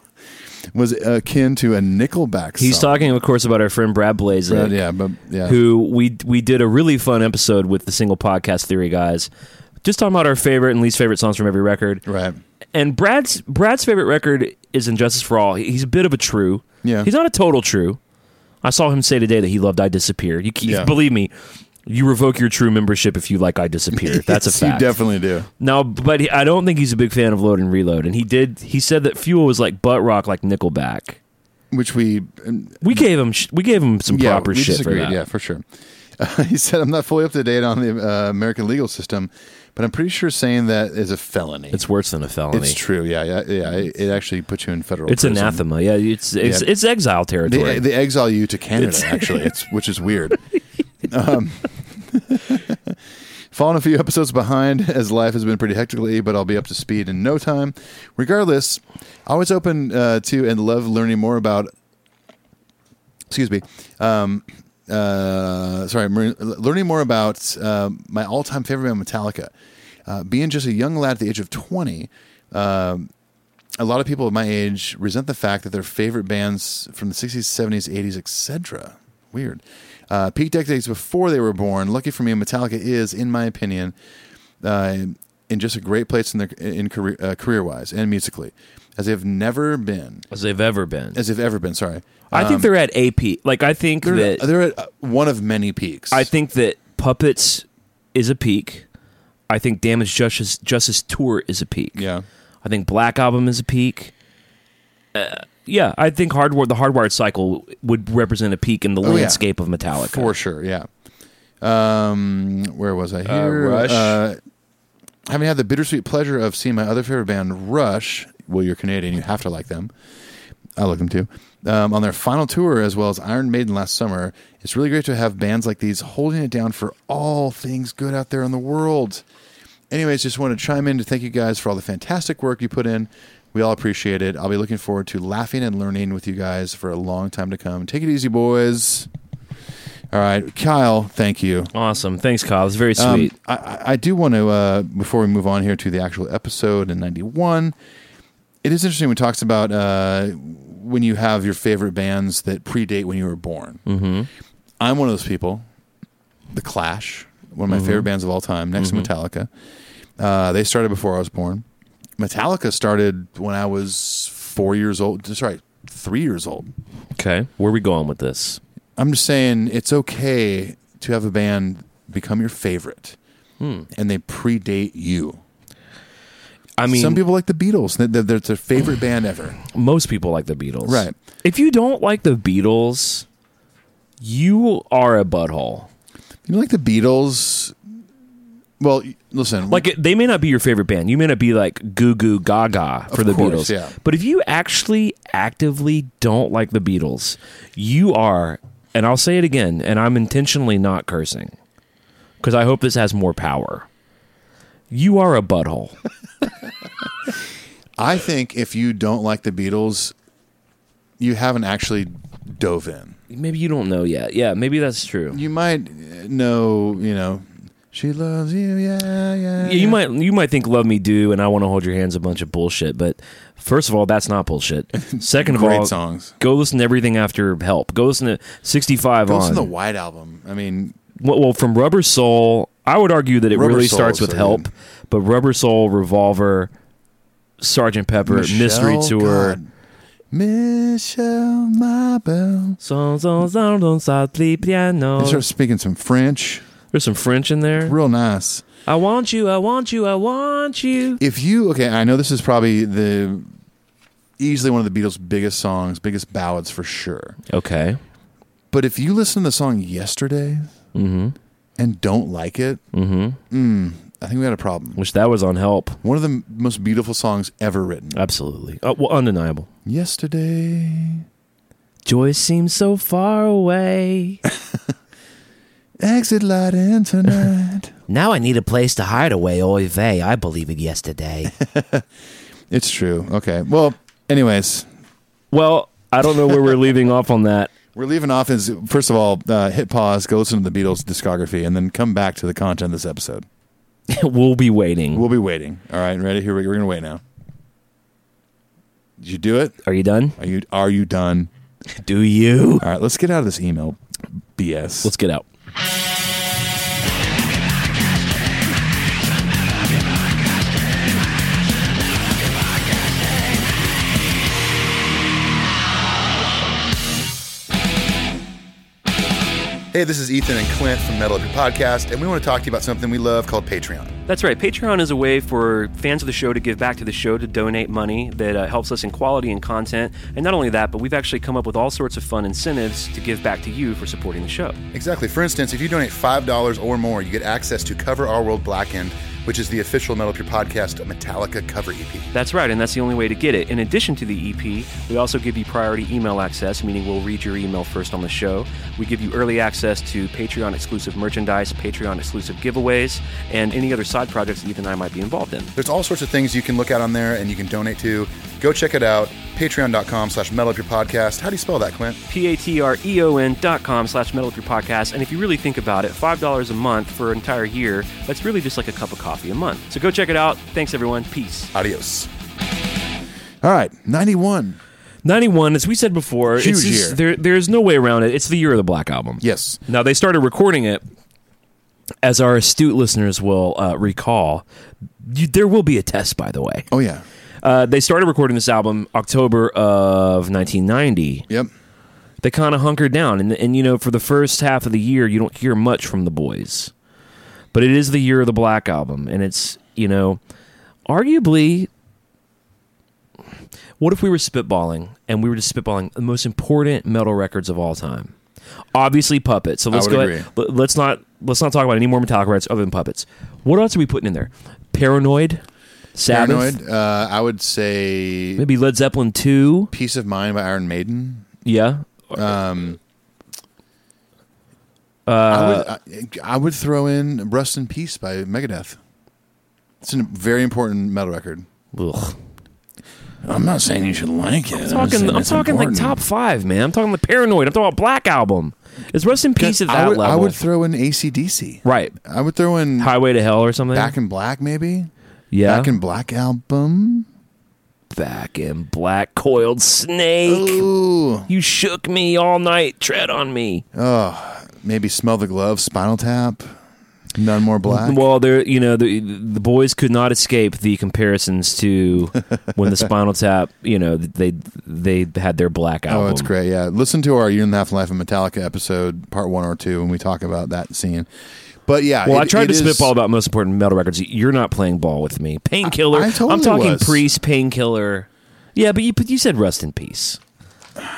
[SPEAKER 4] [laughs] was akin to a Nickelback.
[SPEAKER 5] He's
[SPEAKER 4] song.
[SPEAKER 5] talking, of course, about our friend Brad Blaze.
[SPEAKER 4] Brad, yeah, but yeah,
[SPEAKER 5] who we we did a really fun episode with the single podcast theory guys just talking about our favorite and least favorite songs from every record
[SPEAKER 4] right?
[SPEAKER 5] and brad's brad's favorite record is injustice for all he's a bit of a true
[SPEAKER 4] Yeah.
[SPEAKER 5] he's not a total true i saw him say today that he loved i disappear you can
[SPEAKER 4] Yeah.
[SPEAKER 5] believe me you revoke your true membership if you like i disappear that's
[SPEAKER 4] [laughs]
[SPEAKER 5] a
[SPEAKER 4] Yes,
[SPEAKER 5] fact
[SPEAKER 4] You definitely do.
[SPEAKER 5] no but he, i don't think he's a big fan of load and reload and he did he said that fuel was like butt rock like nickelback
[SPEAKER 4] Which we um,
[SPEAKER 5] we gave him sh- we gave him some
[SPEAKER 4] yeah,
[SPEAKER 5] proper
[SPEAKER 4] we
[SPEAKER 5] shit
[SPEAKER 4] disagreed.
[SPEAKER 5] for that.
[SPEAKER 4] Yeah, for sure. [laughs] Uh, he said, "I'm not fully up to date on the uh, American legal system, but I'm pretty sure saying that is a felony.
[SPEAKER 5] it's worse than a felony
[SPEAKER 4] It's true. Yeah, yeah, yeah. It, it actually puts you in federal.
[SPEAKER 5] It's
[SPEAKER 4] prison.
[SPEAKER 5] anathema. Yeah, it's it's,
[SPEAKER 4] Yeah.
[SPEAKER 5] it's exile territory.
[SPEAKER 4] They, they exile you to Canada,
[SPEAKER 5] It's-
[SPEAKER 4] actually, it's which is weird.
[SPEAKER 5] [laughs]
[SPEAKER 4] Um, [laughs] fallen a few episodes behind as life has been pretty hectic lately, but I'll be up to speed in no time. Regardless, I was open uh, to and love learning more about. Excuse me. Um, uh, sorry, Mar- learning more about uh, my all-time favorite band, Metallica. Uh, being just a young lad at the age of twenty, a lot of people of my age resent the fact that their favorite bands from the 60s, 70s, 80s, etc. Weird. Uh, peak decades before they were born. Lucky for me, Metallica is, in my opinion, uh, in just a great place in their in career uh, career wise and musically, as they've never been,
[SPEAKER 5] as they've ever been.
[SPEAKER 4] as they've ever been. Sorry,
[SPEAKER 5] I think they're at AP. Like I think
[SPEAKER 4] um, they're,
[SPEAKER 5] that
[SPEAKER 4] they're at uh, one of many peaks.
[SPEAKER 5] I think that puppets is a peak. I think Damage Justice Justice Tour is a peak.
[SPEAKER 4] Yeah.
[SPEAKER 5] I think Black Album is a peak. Uh, yeah, I think Hardware the Hardwired cycle would represent a peak in the
[SPEAKER 4] Oh, yeah.
[SPEAKER 5] landscape of Metallica.
[SPEAKER 4] For sure, yeah. Um, where was I here?
[SPEAKER 5] Rush.
[SPEAKER 4] Uh, having had the bittersweet pleasure of seeing my other favorite band, Rush. Well, you're Canadian, you have to like them. I like them too. Um, on their final tour, as well as Iron Maiden last summer, it's really great to have bands like these holding it down for all things good out there in the world. Anyways, just want to chime in to thank you guys for all the fantastic work you put in. We all appreciate it. I'll be looking forward to laughing and learning with you guys for a long time to come. Take it easy, boys. All right, Kyle, thank you.
[SPEAKER 5] Awesome. Thanks, Kyle. It's very
[SPEAKER 4] Um,
[SPEAKER 5] sweet.
[SPEAKER 4] I- I, I do want to, uh, before we move on here to the actual episode in 91, it is interesting when it talks about uh, when you have your favorite bands that predate when you were born. Mm-hmm. I'm one of those people. The Clash, one of my favorite bands of all time, next to Metallica. Uh, they started before I was born. Metallica started when I was four years old. Sorry, three years old.
[SPEAKER 5] okay. Where are we going with this?
[SPEAKER 4] I'm just saying it's okay to have a band become your favorite,
[SPEAKER 5] Hmm.
[SPEAKER 4] and they predate you.
[SPEAKER 5] I mean,
[SPEAKER 4] Some people like the Beatles; They- they're, they're their favorite band
[SPEAKER 5] [clears throat]
[SPEAKER 4] ever.
[SPEAKER 5] most people like the Beatles.
[SPEAKER 4] Right.
[SPEAKER 5] If you don't like the Beatles, you are a butthole.
[SPEAKER 4] You know, like the Beatles. Well, y- listen,
[SPEAKER 5] Like it- they may not be your favorite band. You may not be like Goo Goo Gaga for
[SPEAKER 4] Of
[SPEAKER 5] the
[SPEAKER 4] course,
[SPEAKER 5] Beatles.
[SPEAKER 4] yeah.
[SPEAKER 5] But if you actually actively don't like the Beatles, you are and I'll say it again, and I'm intentionally not cursing because I hope this has more power. You are a butthole. [laughs]
[SPEAKER 4] I think if you don't like the Beatles, you haven't actually dove in.
[SPEAKER 5] maybe you don't know yet. Yeah, maybe that's true.
[SPEAKER 4] You might uh, know, you know, she loves you, yeah, yeah.
[SPEAKER 5] Yeah, you might you might think "Love Me Do" and "I Want to Hold Your Hands" a bunch of bullshit, but first of all, that's
[SPEAKER 4] [laughs]
[SPEAKER 5] not bullshit. Second of
[SPEAKER 4] Great
[SPEAKER 5] all,
[SPEAKER 4] songs.
[SPEAKER 5] Go listen to everything after Help. Go listen to sixty five
[SPEAKER 4] Go
[SPEAKER 5] on.
[SPEAKER 4] listen to the White album. I mean,
[SPEAKER 5] well, well, from Rubber Soul, I would argue that it
[SPEAKER 4] Rubber
[SPEAKER 5] really
[SPEAKER 4] Soul
[SPEAKER 5] starts
[SPEAKER 4] is
[SPEAKER 5] with
[SPEAKER 4] so
[SPEAKER 5] Help,
[SPEAKER 4] good.
[SPEAKER 5] but Rubber Soul, Revolver, Sergeant Pepper, Mystery
[SPEAKER 4] Michelle,
[SPEAKER 5] Tour.
[SPEAKER 4] God. Michelle, my belle.
[SPEAKER 5] Son, son, son, son, softly piano.
[SPEAKER 4] They start speaking some French.
[SPEAKER 5] There's some French in there.
[SPEAKER 4] Real nice.
[SPEAKER 5] I want you, I want you, I want you.
[SPEAKER 4] If you okay, I know this is probably the easily one of the Beatles' biggest songs, biggest ballads for sure.
[SPEAKER 5] Okay.
[SPEAKER 4] But if you listen to the song yesterday and don't like it, mm I think we had a problem.
[SPEAKER 5] Wish that was on help.
[SPEAKER 4] One of the m- most beautiful songs ever written.
[SPEAKER 5] Absolutely. Uh, well, undeniable.
[SPEAKER 4] Yesterday,
[SPEAKER 5] Joy seems so far away.
[SPEAKER 4] exit light and tonight.
[SPEAKER 5] now I need a place to hide away. Oy vey, I believe in yesterday.
[SPEAKER 4] it's true. Okay. Well, anyways,
[SPEAKER 5] [laughs] well, I don't know where we're leaving off on [laughs] that.
[SPEAKER 4] we're leaving off. Is first of all, uh, hit pause, go listen to the Beatles discography, and then come back to the content of this episode.
[SPEAKER 5] we'll be waiting.
[SPEAKER 4] We'll be waiting. All right, ready? Here we go. We're gonna wait now. Did you do it?
[SPEAKER 5] Are you done?
[SPEAKER 4] Are you are you done?
[SPEAKER 5] Do you?
[SPEAKER 4] All right, let's get out of this email BS.
[SPEAKER 5] Let's get out.
[SPEAKER 4] hey, this is Ethan and Clint from Metal Up Your Podcast, and we want to talk to you about something we love called Patreon.
[SPEAKER 9] That's right. Patreon is a way for fans of the show to give back to the show, to donate money that uh, helps us in quality and content. And not only that, but we've actually come up with all sorts of fun incentives to give back to you for supporting the show.
[SPEAKER 4] Exactly. For instance, if you donate $5 or more, you get access to Cover Our World Blackened, which is the official Metal Up Your Podcast Metallica cover E EP.
[SPEAKER 9] That's right, and that's the only way to get it. In addition to the EP, we also give you priority email access, meaning we'll read your email first on the show. We give you early access to Patreon exclusive merchandise, Patreon exclusive giveaways, and any other side projects that Ethan and I might be involved in.
[SPEAKER 4] There's all sorts of things you can look at on there and you can donate to. Go check it out. Patreon.com slash Metal Up Your Podcast. How do you spell that, Clint?
[SPEAKER 9] P-A-T-R-E-O-N E dot com slash metal up your podcast. And if you really think about it, $5 a month for an entire year, that's really just like a cup of coffee a month. So go check it out. Thanks, everyone. Peace.
[SPEAKER 4] Adios. All right, 91.
[SPEAKER 5] 91, as we said before,
[SPEAKER 4] Huge
[SPEAKER 5] it's just-
[SPEAKER 4] year.
[SPEAKER 5] There, there's no way around it. It's the year of the Black Album.
[SPEAKER 4] Yes.
[SPEAKER 5] Now, they started recording it, as our astute listeners will uh, recall. You, there will be a test, by the way.
[SPEAKER 4] Oh, yeah.
[SPEAKER 5] Uh, they started recording this album October of 1990.
[SPEAKER 4] Yep.
[SPEAKER 5] They kind of hunkered down, and, and you know, for the first half of the year, you don't hear much from the boys. But it is the year of the Black Album, and it's you know, arguably, what if we were spitballing and we were just spitballing the most important metal records of all time? Obviously, Puppet. So let's
[SPEAKER 4] would
[SPEAKER 5] go.
[SPEAKER 4] agree.
[SPEAKER 5] Ahead, let- let's not let's not talk about any more Metallica records other than Puppets. What else are we putting in there? Paranoid, Sabbath,
[SPEAKER 4] Paranoid. Uh, I would say
[SPEAKER 5] maybe Led Zeppelin two.
[SPEAKER 4] Peace of Mind by Iron Maiden.
[SPEAKER 5] Yeah,
[SPEAKER 4] I, would, I, I would throw in Rust in Peace by Megadeth. It's a very important metal record.
[SPEAKER 5] Ugh.
[SPEAKER 4] I'm not saying you should like it.
[SPEAKER 5] I'm talking, I'm talking like top five, man. I'm talking the Paranoid. I'm talking about Black Album. It's Rest in Peace at that
[SPEAKER 4] I would,
[SPEAKER 5] level.
[SPEAKER 4] I would throw in ACDC.
[SPEAKER 5] right.
[SPEAKER 4] I would throw in
[SPEAKER 5] Highway to Hell or something.
[SPEAKER 4] Back in Black, maybe.
[SPEAKER 5] yeah.
[SPEAKER 4] Back in Black album.
[SPEAKER 5] Back in Black. Coiled Snake.
[SPEAKER 4] Ooh.
[SPEAKER 5] You shook me all night. Tread on me.
[SPEAKER 4] Maybe Smell the Glove, Spinal Tap. None more black.
[SPEAKER 5] Well, there, you know, the the boys could not escape the comparisons to
[SPEAKER 4] [laughs]
[SPEAKER 5] when the Spinal Tap, you know, they they had their Black Album.
[SPEAKER 4] Oh, it's great. Yeah. Listen to our Year and a Half Life of Metallica episode, part one or two, when we talk about that scene. But yeah.
[SPEAKER 5] Well,
[SPEAKER 4] it-
[SPEAKER 5] I tried
[SPEAKER 4] it
[SPEAKER 5] to
[SPEAKER 4] is-
[SPEAKER 5] spitball about most important metal records. You're not playing ball with me. Painkiller.
[SPEAKER 4] I- I totally
[SPEAKER 5] am talking
[SPEAKER 4] was.
[SPEAKER 5] Priest, Painkiller. Yeah, but you but you said Rust in Peace.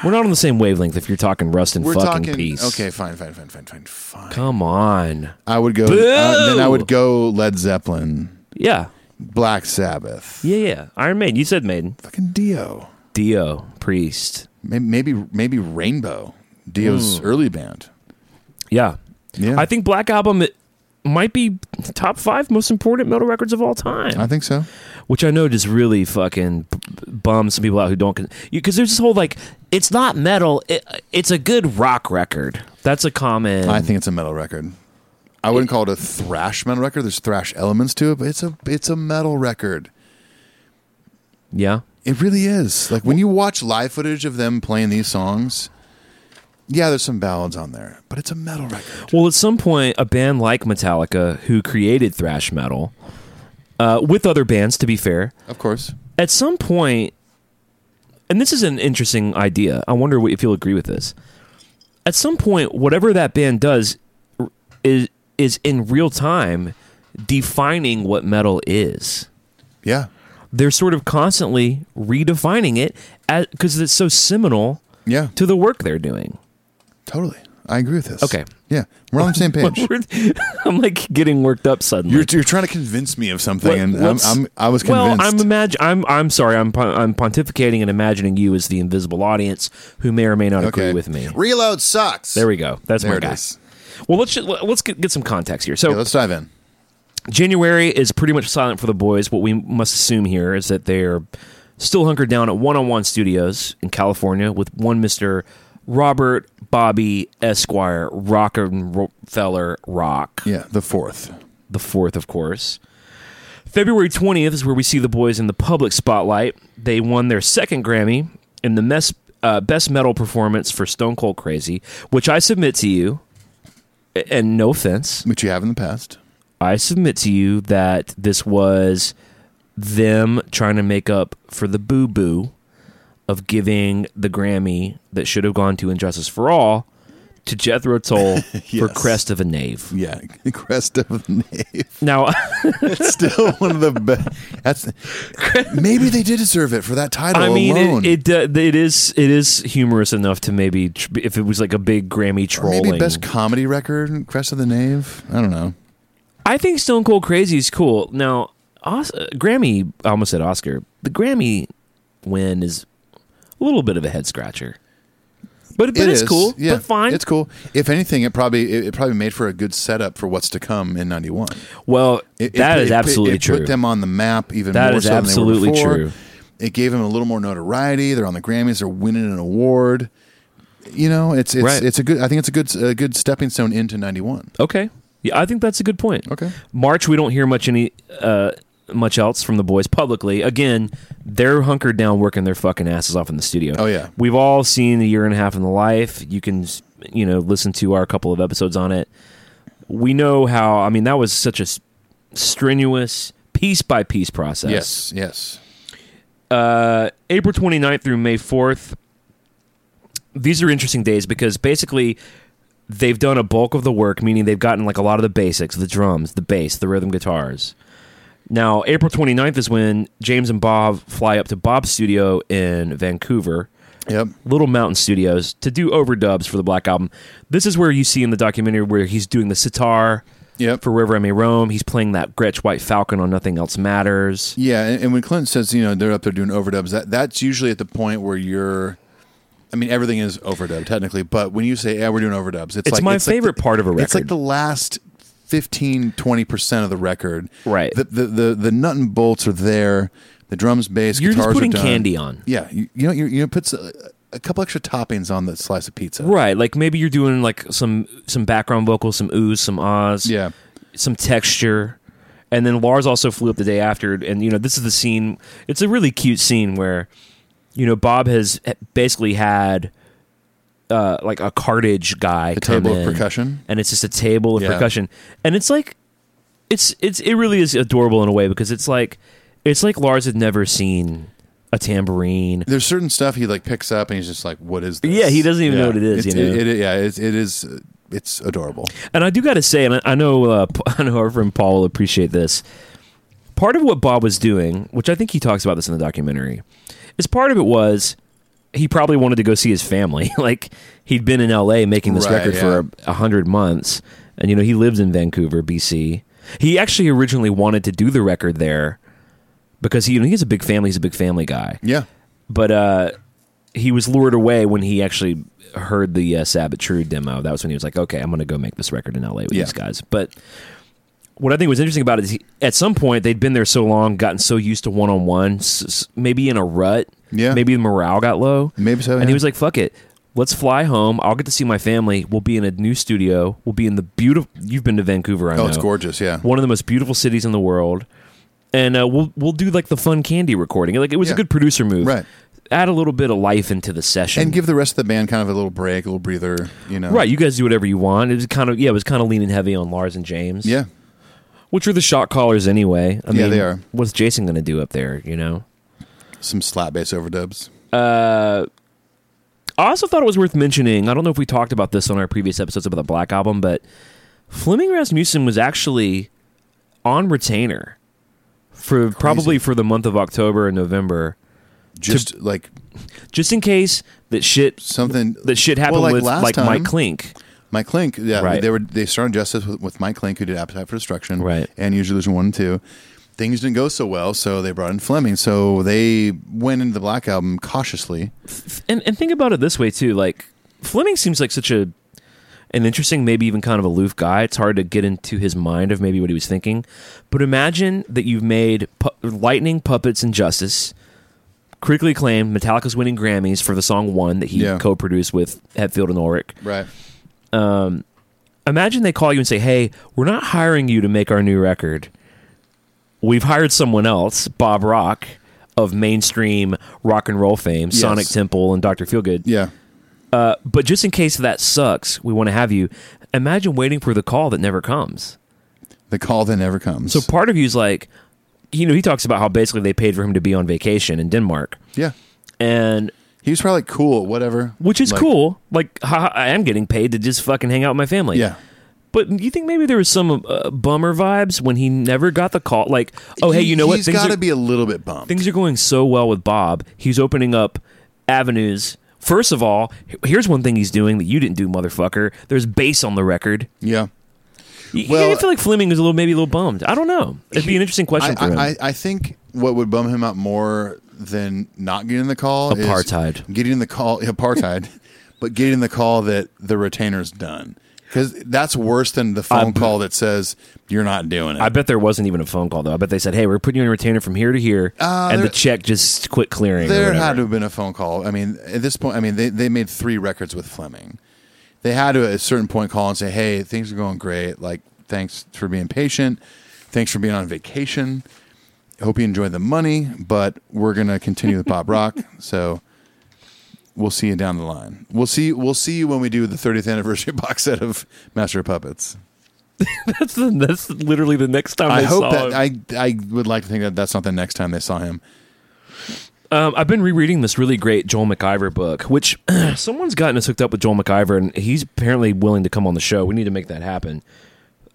[SPEAKER 5] We're not on the same wavelength if you're talking Rust in
[SPEAKER 4] We're
[SPEAKER 5] fucking
[SPEAKER 4] talking.
[SPEAKER 5] Peace.
[SPEAKER 4] Okay, fine, fine, fine, fine, fine, fine.
[SPEAKER 5] Come on.
[SPEAKER 4] I would go.
[SPEAKER 5] Boo!
[SPEAKER 4] Uh, then I would go Led Zeppelin,
[SPEAKER 5] Yeah.
[SPEAKER 4] Black Sabbath,
[SPEAKER 5] Yeah, yeah. Iron Maiden. You said Maiden.
[SPEAKER 4] fucking Dio.
[SPEAKER 5] Dio, Priest.
[SPEAKER 4] Maybe maybe, maybe Rainbow, Dio's early band.
[SPEAKER 5] Yeah.
[SPEAKER 4] Yeah.
[SPEAKER 5] I think Black Album it might be top five most important metal records of all time.
[SPEAKER 4] I think so.
[SPEAKER 5] which I know just really fucking b- bums some people out who don't because there's this whole like it's not metal, it, it's a good rock record. That's a common.
[SPEAKER 4] I think it's a metal record. I wouldn't call it a thrash metal record. There's thrash elements to it, but it's a it's a metal record.
[SPEAKER 5] yeah.
[SPEAKER 4] It really is. Like when you watch live footage of them playing these songs, yeah, there's some ballads on there, but it's a metal record.
[SPEAKER 5] Well, at some point, a band like Metallica, who created thrash metal, uh, with other bands, to be fair,
[SPEAKER 4] Of course.
[SPEAKER 5] at some point, and this is an interesting idea. I wonder what- if you'll agree with this. At some point, whatever that band does r- is is in real time defining what metal is.
[SPEAKER 4] Yeah.
[SPEAKER 5] they're sort of constantly redefining it because it's so seminal
[SPEAKER 4] Yeah.
[SPEAKER 5] to the work they're doing.
[SPEAKER 4] Totally. I agree with this.
[SPEAKER 5] Okay,
[SPEAKER 4] Yeah, we're on the same
[SPEAKER 5] [laughs]
[SPEAKER 4] page.
[SPEAKER 5] I'm like getting worked up suddenly.
[SPEAKER 4] You're, you're trying to convince me of something,
[SPEAKER 5] What-
[SPEAKER 4] and I'm,
[SPEAKER 5] what's-
[SPEAKER 4] I'm, I was
[SPEAKER 5] Well,
[SPEAKER 4] convinced.
[SPEAKER 5] I'm imagine. I'm I'm sorry. I'm pon- I'm pontificating and imagining you as the invisible audience who may or may not agree with me.
[SPEAKER 4] Reload sucks.
[SPEAKER 5] There we go. That's
[SPEAKER 4] There
[SPEAKER 5] my
[SPEAKER 4] it
[SPEAKER 5] guy.
[SPEAKER 4] is.
[SPEAKER 5] Well, let's ju- let's get, get some context here. So
[SPEAKER 4] Okay, let's dive in.
[SPEAKER 5] January is pretty much silent for the boys. What we must assume here is that they're still hunkered down at One on One Studios in California with one Mister Robert Bobby Esquire Rockefeller Rock
[SPEAKER 4] Yeah, the fourth.
[SPEAKER 5] the fourth, of course. February 20th is where we see the boys in the public spotlight. They won their second Grammy in the mes- uh, Best Metal Performance for Stone Cold Crazy, which I submit to you, a- and no offense,
[SPEAKER 4] which you have in the past.
[SPEAKER 5] I submit to you that this was them trying to make up for the boo boo of giving the Grammy that should have gone to Injustice for All to Jethro Tull for
[SPEAKER 4] [laughs] Yes.
[SPEAKER 5] Crest of a Knave.
[SPEAKER 4] Yeah, [laughs] Crest of the Knave.
[SPEAKER 5] Now,
[SPEAKER 4] Still [laughs] one of the best. That's maybe they did deserve it for that title
[SPEAKER 5] [laughs] I mean,
[SPEAKER 4] alone.
[SPEAKER 5] it it, uh, it is it is humorous enough to maybe tr- if it was like a big Grammy
[SPEAKER 4] or
[SPEAKER 5] trolling.
[SPEAKER 4] maybe best comedy record, Crest of the Knave. I don't know.
[SPEAKER 5] I think Stone Cold Crazy is cool. Now, Os- uh, Grammy I almost said Oscar. The Grammy win is a little bit of a head scratcher, but but
[SPEAKER 4] It
[SPEAKER 5] it's
[SPEAKER 4] is,
[SPEAKER 5] cool.
[SPEAKER 4] Yeah,
[SPEAKER 5] but fine.
[SPEAKER 4] It's cool. If anything, it probably it, it probably made for a good setup for what's to come in '91.
[SPEAKER 5] well,
[SPEAKER 4] It,
[SPEAKER 5] that
[SPEAKER 4] it-
[SPEAKER 5] is
[SPEAKER 4] it put-
[SPEAKER 5] absolutely
[SPEAKER 4] it
[SPEAKER 5] true.
[SPEAKER 4] Put them on the map even
[SPEAKER 5] That
[SPEAKER 4] more
[SPEAKER 5] is
[SPEAKER 4] so
[SPEAKER 5] absolutely
[SPEAKER 4] than they were before.
[SPEAKER 5] true.
[SPEAKER 4] It gave them a little more notoriety. They're on the Grammys. They're winning an award. You know, it's it's
[SPEAKER 5] Right.
[SPEAKER 4] it's a good. I think it's a good a good stepping stone into '91.
[SPEAKER 5] Okay. Yeah, I think that's a good point.
[SPEAKER 4] Okay.
[SPEAKER 5] March, we don't hear much any uh, much else from the boys publicly. Again, they're hunkered down, working their fucking asses off in the studio.
[SPEAKER 4] Oh, yeah.
[SPEAKER 5] we've all seen a year and a half in the life. You can you know listen to our couple of episodes on it. We know how. I mean, that was such a s- strenuous piece by piece process.
[SPEAKER 4] Yes, yes.
[SPEAKER 5] Uh, April 29th through May 4th. These are interesting days because basically they've done a bulk of the work, meaning they've gotten like a lot of the basics, the drums, the bass, the rhythm guitars. Now, April 29th is when James and Bob fly up to Bob's studio in Vancouver,
[SPEAKER 4] Yep.
[SPEAKER 5] Little Mountain Studios, to do overdubs for the Black Album. This is where you see in the documentary where he's doing the sitar
[SPEAKER 4] Yep.
[SPEAKER 5] for Wherever I May Roam. He's playing that Gretsch White Falcon on Nothing Else Matters.
[SPEAKER 4] Yeah, and, and when Clinton says you know they're up there doing overdubs, that that's usually at the point where you're. I mean, everything is overdub technically, but when you say yeah, we're doing overdubs, it's,
[SPEAKER 5] It's
[SPEAKER 4] like
[SPEAKER 5] my
[SPEAKER 4] like
[SPEAKER 5] favorite
[SPEAKER 4] the-
[SPEAKER 5] part of a
[SPEAKER 4] It's like
[SPEAKER 5] record.
[SPEAKER 4] the last. 15 20% of the record
[SPEAKER 5] Right.
[SPEAKER 4] the the the, the nut and bolts are there the drums bass
[SPEAKER 5] You're just
[SPEAKER 4] guitars are
[SPEAKER 5] putting
[SPEAKER 4] done.
[SPEAKER 5] candy on.
[SPEAKER 4] yeah you, you know you you know, puts a, a couple extra toppings on the slice of pizza
[SPEAKER 5] Right, like maybe you're doing like some some background vocals, some oohs, some ahs,
[SPEAKER 4] yeah
[SPEAKER 5] some texture. And then Lars also flew up the day after, and you know this is the scene. It's a really cute scene where, you know, Bob has basically had, uh, like a cartage guy,
[SPEAKER 4] The
[SPEAKER 5] come
[SPEAKER 4] table of
[SPEAKER 5] in,
[SPEAKER 4] percussion?
[SPEAKER 5] and it's just a table of
[SPEAKER 4] Yeah.
[SPEAKER 5] percussion, and it's like, it's it's it really is adorable in a way because it's like, it's like Lars had never seen a tambourine.
[SPEAKER 4] there's certain stuff he like picks up and he's just like what is this
[SPEAKER 5] Yeah, he doesn't even know what it is,
[SPEAKER 4] It's-
[SPEAKER 5] you know?
[SPEAKER 4] it, it- yeah it's, it is uh, it's adorable
[SPEAKER 5] And I do got to say, and I- I know, uh, P- [laughs] I know our friend Paul will appreciate this. Part of what Bob was doing, which I think he talks about this in the documentary, is part of it was he probably wanted to go see his family. [laughs] like he'd been in L.A. making this
[SPEAKER 4] Right,
[SPEAKER 5] record
[SPEAKER 4] yeah.
[SPEAKER 5] for a, a hundred months, and you know he lived in Vancouver, B.C. He actually originally wanted to do the record there because he, you know, he's a big family. He's a big family guy
[SPEAKER 4] yeah
[SPEAKER 5] but uh, he was lured away when he actually heard the uh, Sabatrude demo. That was when he was like, "Okay, I'm going to go make this record in LA with
[SPEAKER 4] Yeah.
[SPEAKER 5] these guys." But what I think was interesting about it is, he, at some point, they'd been there so long, gotten so used to one on one, maybe in a rut.
[SPEAKER 4] Yeah.
[SPEAKER 5] maybe the morale got low.
[SPEAKER 4] Maybe so,
[SPEAKER 5] And he
[SPEAKER 4] yeah.
[SPEAKER 5] was like, "Fuck it." Let's fly home. I'll get to see my family. We'll be in a new studio. We'll be in the beautiful. You've been to Vancouver, I know.
[SPEAKER 4] oh it's gorgeous yeah
[SPEAKER 5] One of the most beautiful cities in the world. And uh, we'll we'll do like the fun candy recording. Like it was a
[SPEAKER 4] Yeah.
[SPEAKER 5] good producer move
[SPEAKER 4] Right.
[SPEAKER 5] add a little bit of life into the session
[SPEAKER 4] and give the rest of the band kind of a little break, a little breather, you know.
[SPEAKER 5] right you guys do whatever you want it was kind of yeah it was kind of leaning heavy on lars and james
[SPEAKER 4] Yeah.
[SPEAKER 5] which are the shot callers anyway I
[SPEAKER 4] Yeah,
[SPEAKER 5] mean,
[SPEAKER 4] they are.
[SPEAKER 5] what's jason gonna do up there you know
[SPEAKER 4] Some slap bass overdubs.
[SPEAKER 5] i also thought it was worth mentioning i don't know if we talked about this on our previous episodes about the black album but fleming rasmussen was actually on retainer for probably for the month of october and november
[SPEAKER 4] Just like
[SPEAKER 5] just in case that shit
[SPEAKER 4] something
[SPEAKER 5] that shit happened
[SPEAKER 4] Well, like
[SPEAKER 5] with
[SPEAKER 4] last
[SPEAKER 5] like
[SPEAKER 4] time-
[SPEAKER 5] mike clink
[SPEAKER 4] Mike Klink, yeah,
[SPEAKER 5] Right.
[SPEAKER 4] they were they started Justice with, with Mike Klink, who did Appetite for Destruction,
[SPEAKER 5] Right.
[SPEAKER 4] And Usually Illusion one and two. Things didn't go so well, so they brought in Fleming. So they went into the Black Album cautiously.
[SPEAKER 5] and and think about it this way too. Like Fleming seems like such a an interesting, maybe even kind of aloof guy. It's hard to get into his mind of maybe what he was thinking. But imagine that you've made pu- Lightning, Puppets, and Justice, critically acclaimed. Metallica's winning Grammys for the song "One" that he
[SPEAKER 4] Yeah.
[SPEAKER 5] co-produced with Hetfield and Ulrich.
[SPEAKER 4] Right.
[SPEAKER 5] Imagine they call you and say, "Hey, we're not hiring you to make our new record. We've hired someone else, Bob Rock." Of mainstream rock and roll fame, Sonic Temple and Dr. Feelgood.
[SPEAKER 4] Yeah.
[SPEAKER 5] But just in case that sucks, we want to have you. Imagine waiting for the call that never comes.
[SPEAKER 4] The call that never comes.
[SPEAKER 5] So part of you's like, you know, he talks about how basically they paid for him to be on vacation in Denmark,
[SPEAKER 4] yeah.
[SPEAKER 5] and
[SPEAKER 4] He was probably like, cool, whatever.
[SPEAKER 5] which is
[SPEAKER 4] Like,
[SPEAKER 5] cool. Like, ha, ha, I am getting paid to just fucking hang out with my family.
[SPEAKER 4] Yeah.
[SPEAKER 5] But you think maybe there was some uh, bummer vibes when he never got the call? Like, oh hey,
[SPEAKER 4] He-
[SPEAKER 5] you know what?
[SPEAKER 4] He's
[SPEAKER 5] Things
[SPEAKER 4] got to
[SPEAKER 5] are-
[SPEAKER 4] be a little bit bummed.
[SPEAKER 5] things are going so well with Bob. He's opening up avenues. First of all, here's one thing he's doing that you didn't do, motherfucker. There's bass on the record.
[SPEAKER 4] yeah.
[SPEAKER 5] You- you
[SPEAKER 4] Well-
[SPEAKER 5] feel like Fleming was a little, maybe a little bummed. I don't know. It'd be an interesting question for
[SPEAKER 4] I,
[SPEAKER 5] him.
[SPEAKER 4] I, I, I think what would bum him up more than not getting the call is
[SPEAKER 5] Apartheid.
[SPEAKER 4] getting the call [laughs] apartheid, but getting the call that the retainer's done because that's worse than the phone call that says you're not doing it.
[SPEAKER 5] I bet there wasn't even a phone call though. I bet they said, "Hey, we're putting you in a retainer from here to here,"
[SPEAKER 4] Uh,
[SPEAKER 5] and the
[SPEAKER 4] there-
[SPEAKER 5] check just quit clearing. or
[SPEAKER 4] there
[SPEAKER 5] whatever.
[SPEAKER 4] had to have been a phone call. I mean, at this point, I mean they they made three records with Fleming. They had to at a certain point call and say, "Hey, things are going great. Like, thanks for being patient. Thanks for being on vacation. Hope you enjoyed the money, but we're gonna continue with Bob Rock. [laughs] So." We'll see you down the line. We'll see. We'll see you when we do the 30th anniversary [laughs] box set of Master of Puppets.
[SPEAKER 5] that's, the, that's literally the next time
[SPEAKER 4] I
[SPEAKER 5] they
[SPEAKER 4] hope
[SPEAKER 5] saw
[SPEAKER 4] that
[SPEAKER 5] him.
[SPEAKER 4] I I would like to think that that's not the next time they saw him.
[SPEAKER 5] Um, I've been rereading this really great Joel McIver book, which [clears throat] someone's gotten us hooked up with Joel McIver, and he's apparently willing to come on the show. We need to make that happen.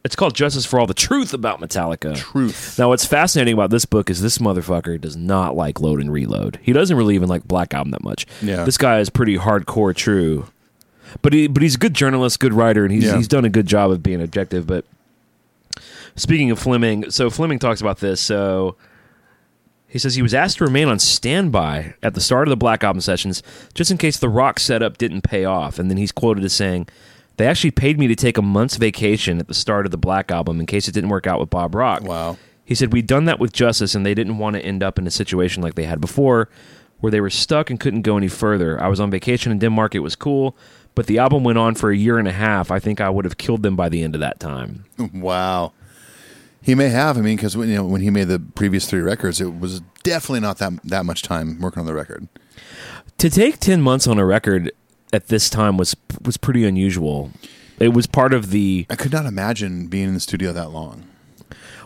[SPEAKER 5] It's called Justice for All: The Truth About Metallica.
[SPEAKER 4] Truth.
[SPEAKER 5] Now, what's fascinating about this book is this motherfucker does not like Load and Reload. He doesn't really even like Black Album that much.
[SPEAKER 4] Yeah.
[SPEAKER 5] This guy is pretty hardcore true, but he but he's a good journalist, good writer, and he's
[SPEAKER 4] Yeah.
[SPEAKER 5] he's done a good job of being objective. But speaking of Fleming, so Fleming talks about this. So. He says he was asked to remain on standby at the start of the Black Album sessions just in case the rock setup didn't pay off. And then he's quoted as saying, They actually paid me to take a month's vacation at the start of the Black Album in case it didn't work out with Bob Rock.
[SPEAKER 4] Wow.
[SPEAKER 5] He said, We'd done that with Justice, and they didn't want to end up in a situation like they had before where they were stuck and couldn't go any further. I was on vacation in Denmark. It was cool, but the album went on for a year and a half. I think I would have killed them by the end of that time.
[SPEAKER 4] [laughs] Wow. He may have. I mean, because when you know when he made the previous three records, it was definitely not that that much time working on the record.
[SPEAKER 5] to take 10 months on a record at this time was was pretty unusual it was part of the
[SPEAKER 4] I could not imagine being in the studio that long.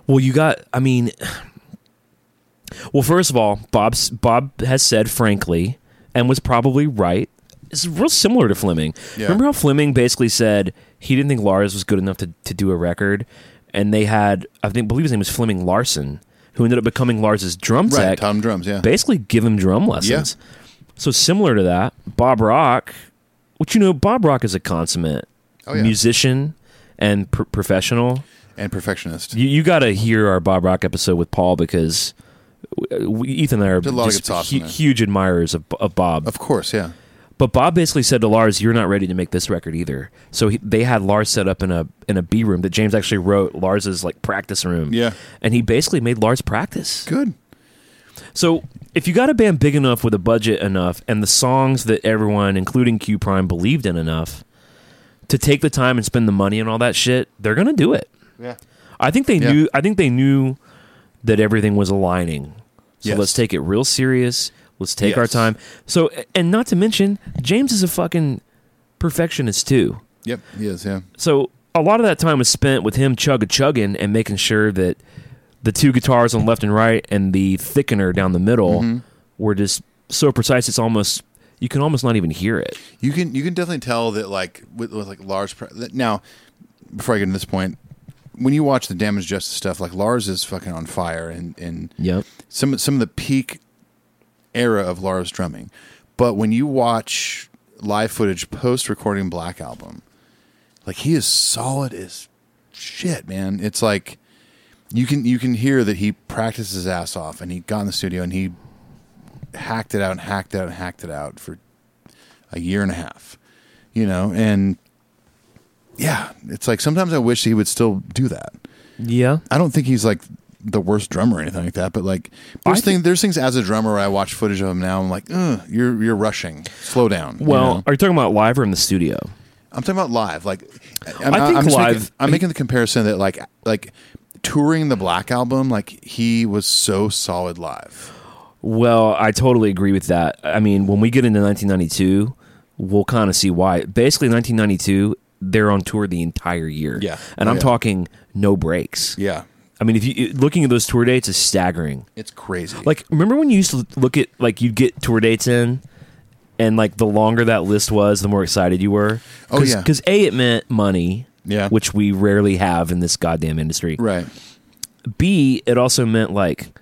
[SPEAKER 5] well you got i mean [sighs] well first of all bob's bob has said frankly and was probably right it's real similar to fleming
[SPEAKER 4] Yeah.
[SPEAKER 5] remember how fleming basically said he didn't think lars was good enough to, to do a record and they had i think believe his name was fleming larson who ended up becoming lars's drum
[SPEAKER 4] Right,
[SPEAKER 5] tech
[SPEAKER 4] Tom drums, yeah.
[SPEAKER 5] basically give him drum lessons. So similar to that, Bob Rock, which you know, Bob Rock is a consummate
[SPEAKER 4] Oh, yeah.
[SPEAKER 5] musician and pr- professional.
[SPEAKER 4] and perfectionist.
[SPEAKER 5] You, you got to hear our Bob Rock episode with Paul because w- we, Ethan and I are
[SPEAKER 4] There's a lot of
[SPEAKER 5] just
[SPEAKER 4] good sauce in
[SPEAKER 5] hu-
[SPEAKER 4] there.
[SPEAKER 5] huge admirers of, of Bob.
[SPEAKER 4] Of course, yeah.
[SPEAKER 5] But Bob basically said to Lars, "You're not ready to make this record either." So he, they had Lars set up in a in a B room that James actually wrote Lars's like practice room.
[SPEAKER 4] Yeah.
[SPEAKER 5] and he basically made Lars practice.
[SPEAKER 4] Good.
[SPEAKER 5] So if you got a band big enough with a budget enough and the songs that everyone, including Q Prime, believed in enough to take the time and spend the money and all that shit, they're gonna do it.
[SPEAKER 4] Yeah.
[SPEAKER 5] I think they
[SPEAKER 4] Yeah.
[SPEAKER 5] knew I think they knew that everything was aligning. So
[SPEAKER 4] Yes.
[SPEAKER 5] let's take it real serious. Let's take our
[SPEAKER 4] Yes.
[SPEAKER 5] time. So and not to mention, James is a fucking perfectionist too.
[SPEAKER 4] Yep. He is. Yeah.
[SPEAKER 5] So a lot of that time was spent with him chug a chugging and making sure that the two guitars on left and right and the thickener down the middle
[SPEAKER 4] Mm-hmm.
[SPEAKER 5] were just so precise it's almost you can almost not even hear it.
[SPEAKER 4] You can you can definitely tell that like with, with like Lars pre- that- now before I get to this point when you watch the Damage Justice stuff like Lars is fucking on fire and and
[SPEAKER 5] Yep.
[SPEAKER 4] some some of the peak era of Lars drumming but when you watch live footage post recording Black Album Like he is solid as shit, man. It's like you can you can hear that he practiced his ass off and he got in the studio and he hacked it out and hacked it out and hacked it out for a year and a half. You know, and yeah, it's like sometimes I wish he would still do that.
[SPEAKER 5] Yeah.
[SPEAKER 4] I don't think he's like the worst drummer or anything like that, but like there's, thing, there's things as a drummer where I watch footage of him now. I'm like, Ugh, you're you're rushing, slow down. you
[SPEAKER 5] Well,
[SPEAKER 4] know?
[SPEAKER 5] are you talking about live or in the studio?
[SPEAKER 4] I'm talking about live. Like, I'm,
[SPEAKER 5] I think
[SPEAKER 4] am
[SPEAKER 5] live-
[SPEAKER 4] Making, I'm making the comparison that like like touring the Black album, like he was so solid live.
[SPEAKER 5] Well, I totally agree with that. I mean, when we get into 1992, we'll kind of see why. Basically, 1992, they're on tour the entire year.
[SPEAKER 4] Yeah.
[SPEAKER 5] and
[SPEAKER 4] Oh,
[SPEAKER 5] I'm
[SPEAKER 4] yeah.
[SPEAKER 5] talking no breaks.
[SPEAKER 4] Yeah,
[SPEAKER 5] I mean, if you looking at those tour dates is staggering.
[SPEAKER 4] it's crazy.
[SPEAKER 5] Like, remember when you used to look at like you'd get tour dates in, and like the longer that list was, the more excited you were.
[SPEAKER 4] Oh,
[SPEAKER 5] Cause,
[SPEAKER 4] yeah.
[SPEAKER 5] because a it meant money.
[SPEAKER 4] Yeah.
[SPEAKER 5] which we rarely have in this goddamn industry.
[SPEAKER 4] right?
[SPEAKER 5] B it also meant like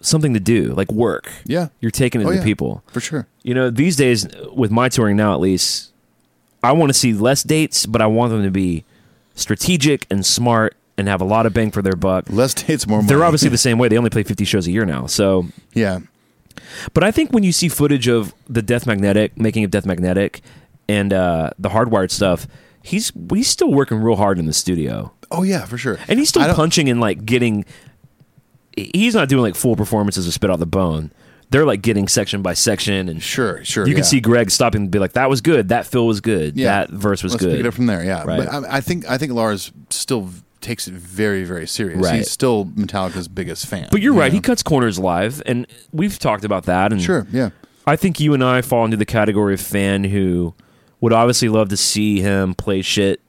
[SPEAKER 5] something to do, like work.
[SPEAKER 4] Yeah.
[SPEAKER 5] you're taking it
[SPEAKER 4] Oh,
[SPEAKER 5] to
[SPEAKER 4] yeah.
[SPEAKER 5] people.
[SPEAKER 4] For sure.
[SPEAKER 5] You know, these days with my touring now, at least, I want to see less dates, but I want them to be strategic and smart and have a lot of bang for their buck.
[SPEAKER 4] Less [laughs] dates, more money.
[SPEAKER 5] They're obviously
[SPEAKER 4] [laughs]
[SPEAKER 5] the same way. They only play 50 shows a year now. So,
[SPEAKER 4] yeah,
[SPEAKER 5] but I think when you see footage of the Death Magnetic, making of Death Magnetic, and uh, the Hardwired stuff, he's he's still working real hard in the studio,
[SPEAKER 4] oh yeah, for sure.
[SPEAKER 5] and he's
[SPEAKER 4] I
[SPEAKER 5] still
[SPEAKER 4] don't-
[SPEAKER 5] punching and like getting. He's not doing like full performances of spit out the bone. They're like getting section by section and
[SPEAKER 4] Sure, sure.
[SPEAKER 5] you can
[SPEAKER 4] yeah.
[SPEAKER 5] see Greg stopping and be like, "That was good. That fill was good.
[SPEAKER 4] Yeah.
[SPEAKER 5] That verse was
[SPEAKER 4] Let's
[SPEAKER 5] good."
[SPEAKER 4] Pick it up from there. Yeah,
[SPEAKER 5] Right.
[SPEAKER 4] but I, I think I think Lars still v- takes it very very serious.
[SPEAKER 5] Right.
[SPEAKER 4] He's still Metallica's biggest fan.
[SPEAKER 5] but you're
[SPEAKER 4] you
[SPEAKER 5] right.
[SPEAKER 4] know?
[SPEAKER 5] He cuts corners live, and we've talked about that. And
[SPEAKER 4] sure. Yeah.
[SPEAKER 5] I think you and I fall into the category of fan who would obviously love to see him play shit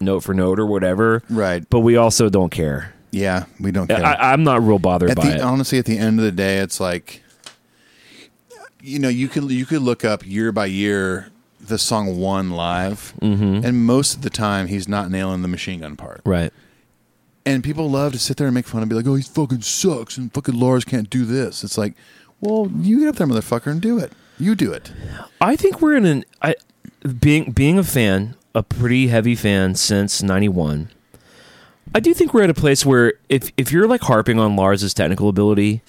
[SPEAKER 5] note for note or whatever.
[SPEAKER 4] Right.
[SPEAKER 5] But we also don't care.
[SPEAKER 4] Yeah. We don't care.
[SPEAKER 5] I, I'm not real bothered
[SPEAKER 4] at
[SPEAKER 5] by
[SPEAKER 4] the,
[SPEAKER 5] it.
[SPEAKER 4] Honestly, at the end of the day, it's like you know you could you could look up year by year the song one live,
[SPEAKER 5] Mm-hmm.
[SPEAKER 4] and most of the time he's not nailing the machine gun part.
[SPEAKER 5] right.
[SPEAKER 4] And people love to sit there and make fun and be like, "Oh, he fucking sucks," and fucking Lars can't do this. It's like, well, you get up there, motherfucker, and do it. You do it.
[SPEAKER 5] I think we're in an I being being a fan, a pretty heavy fan since '91. I do think we're at a place where if if you're like harping on Lars's technical ability,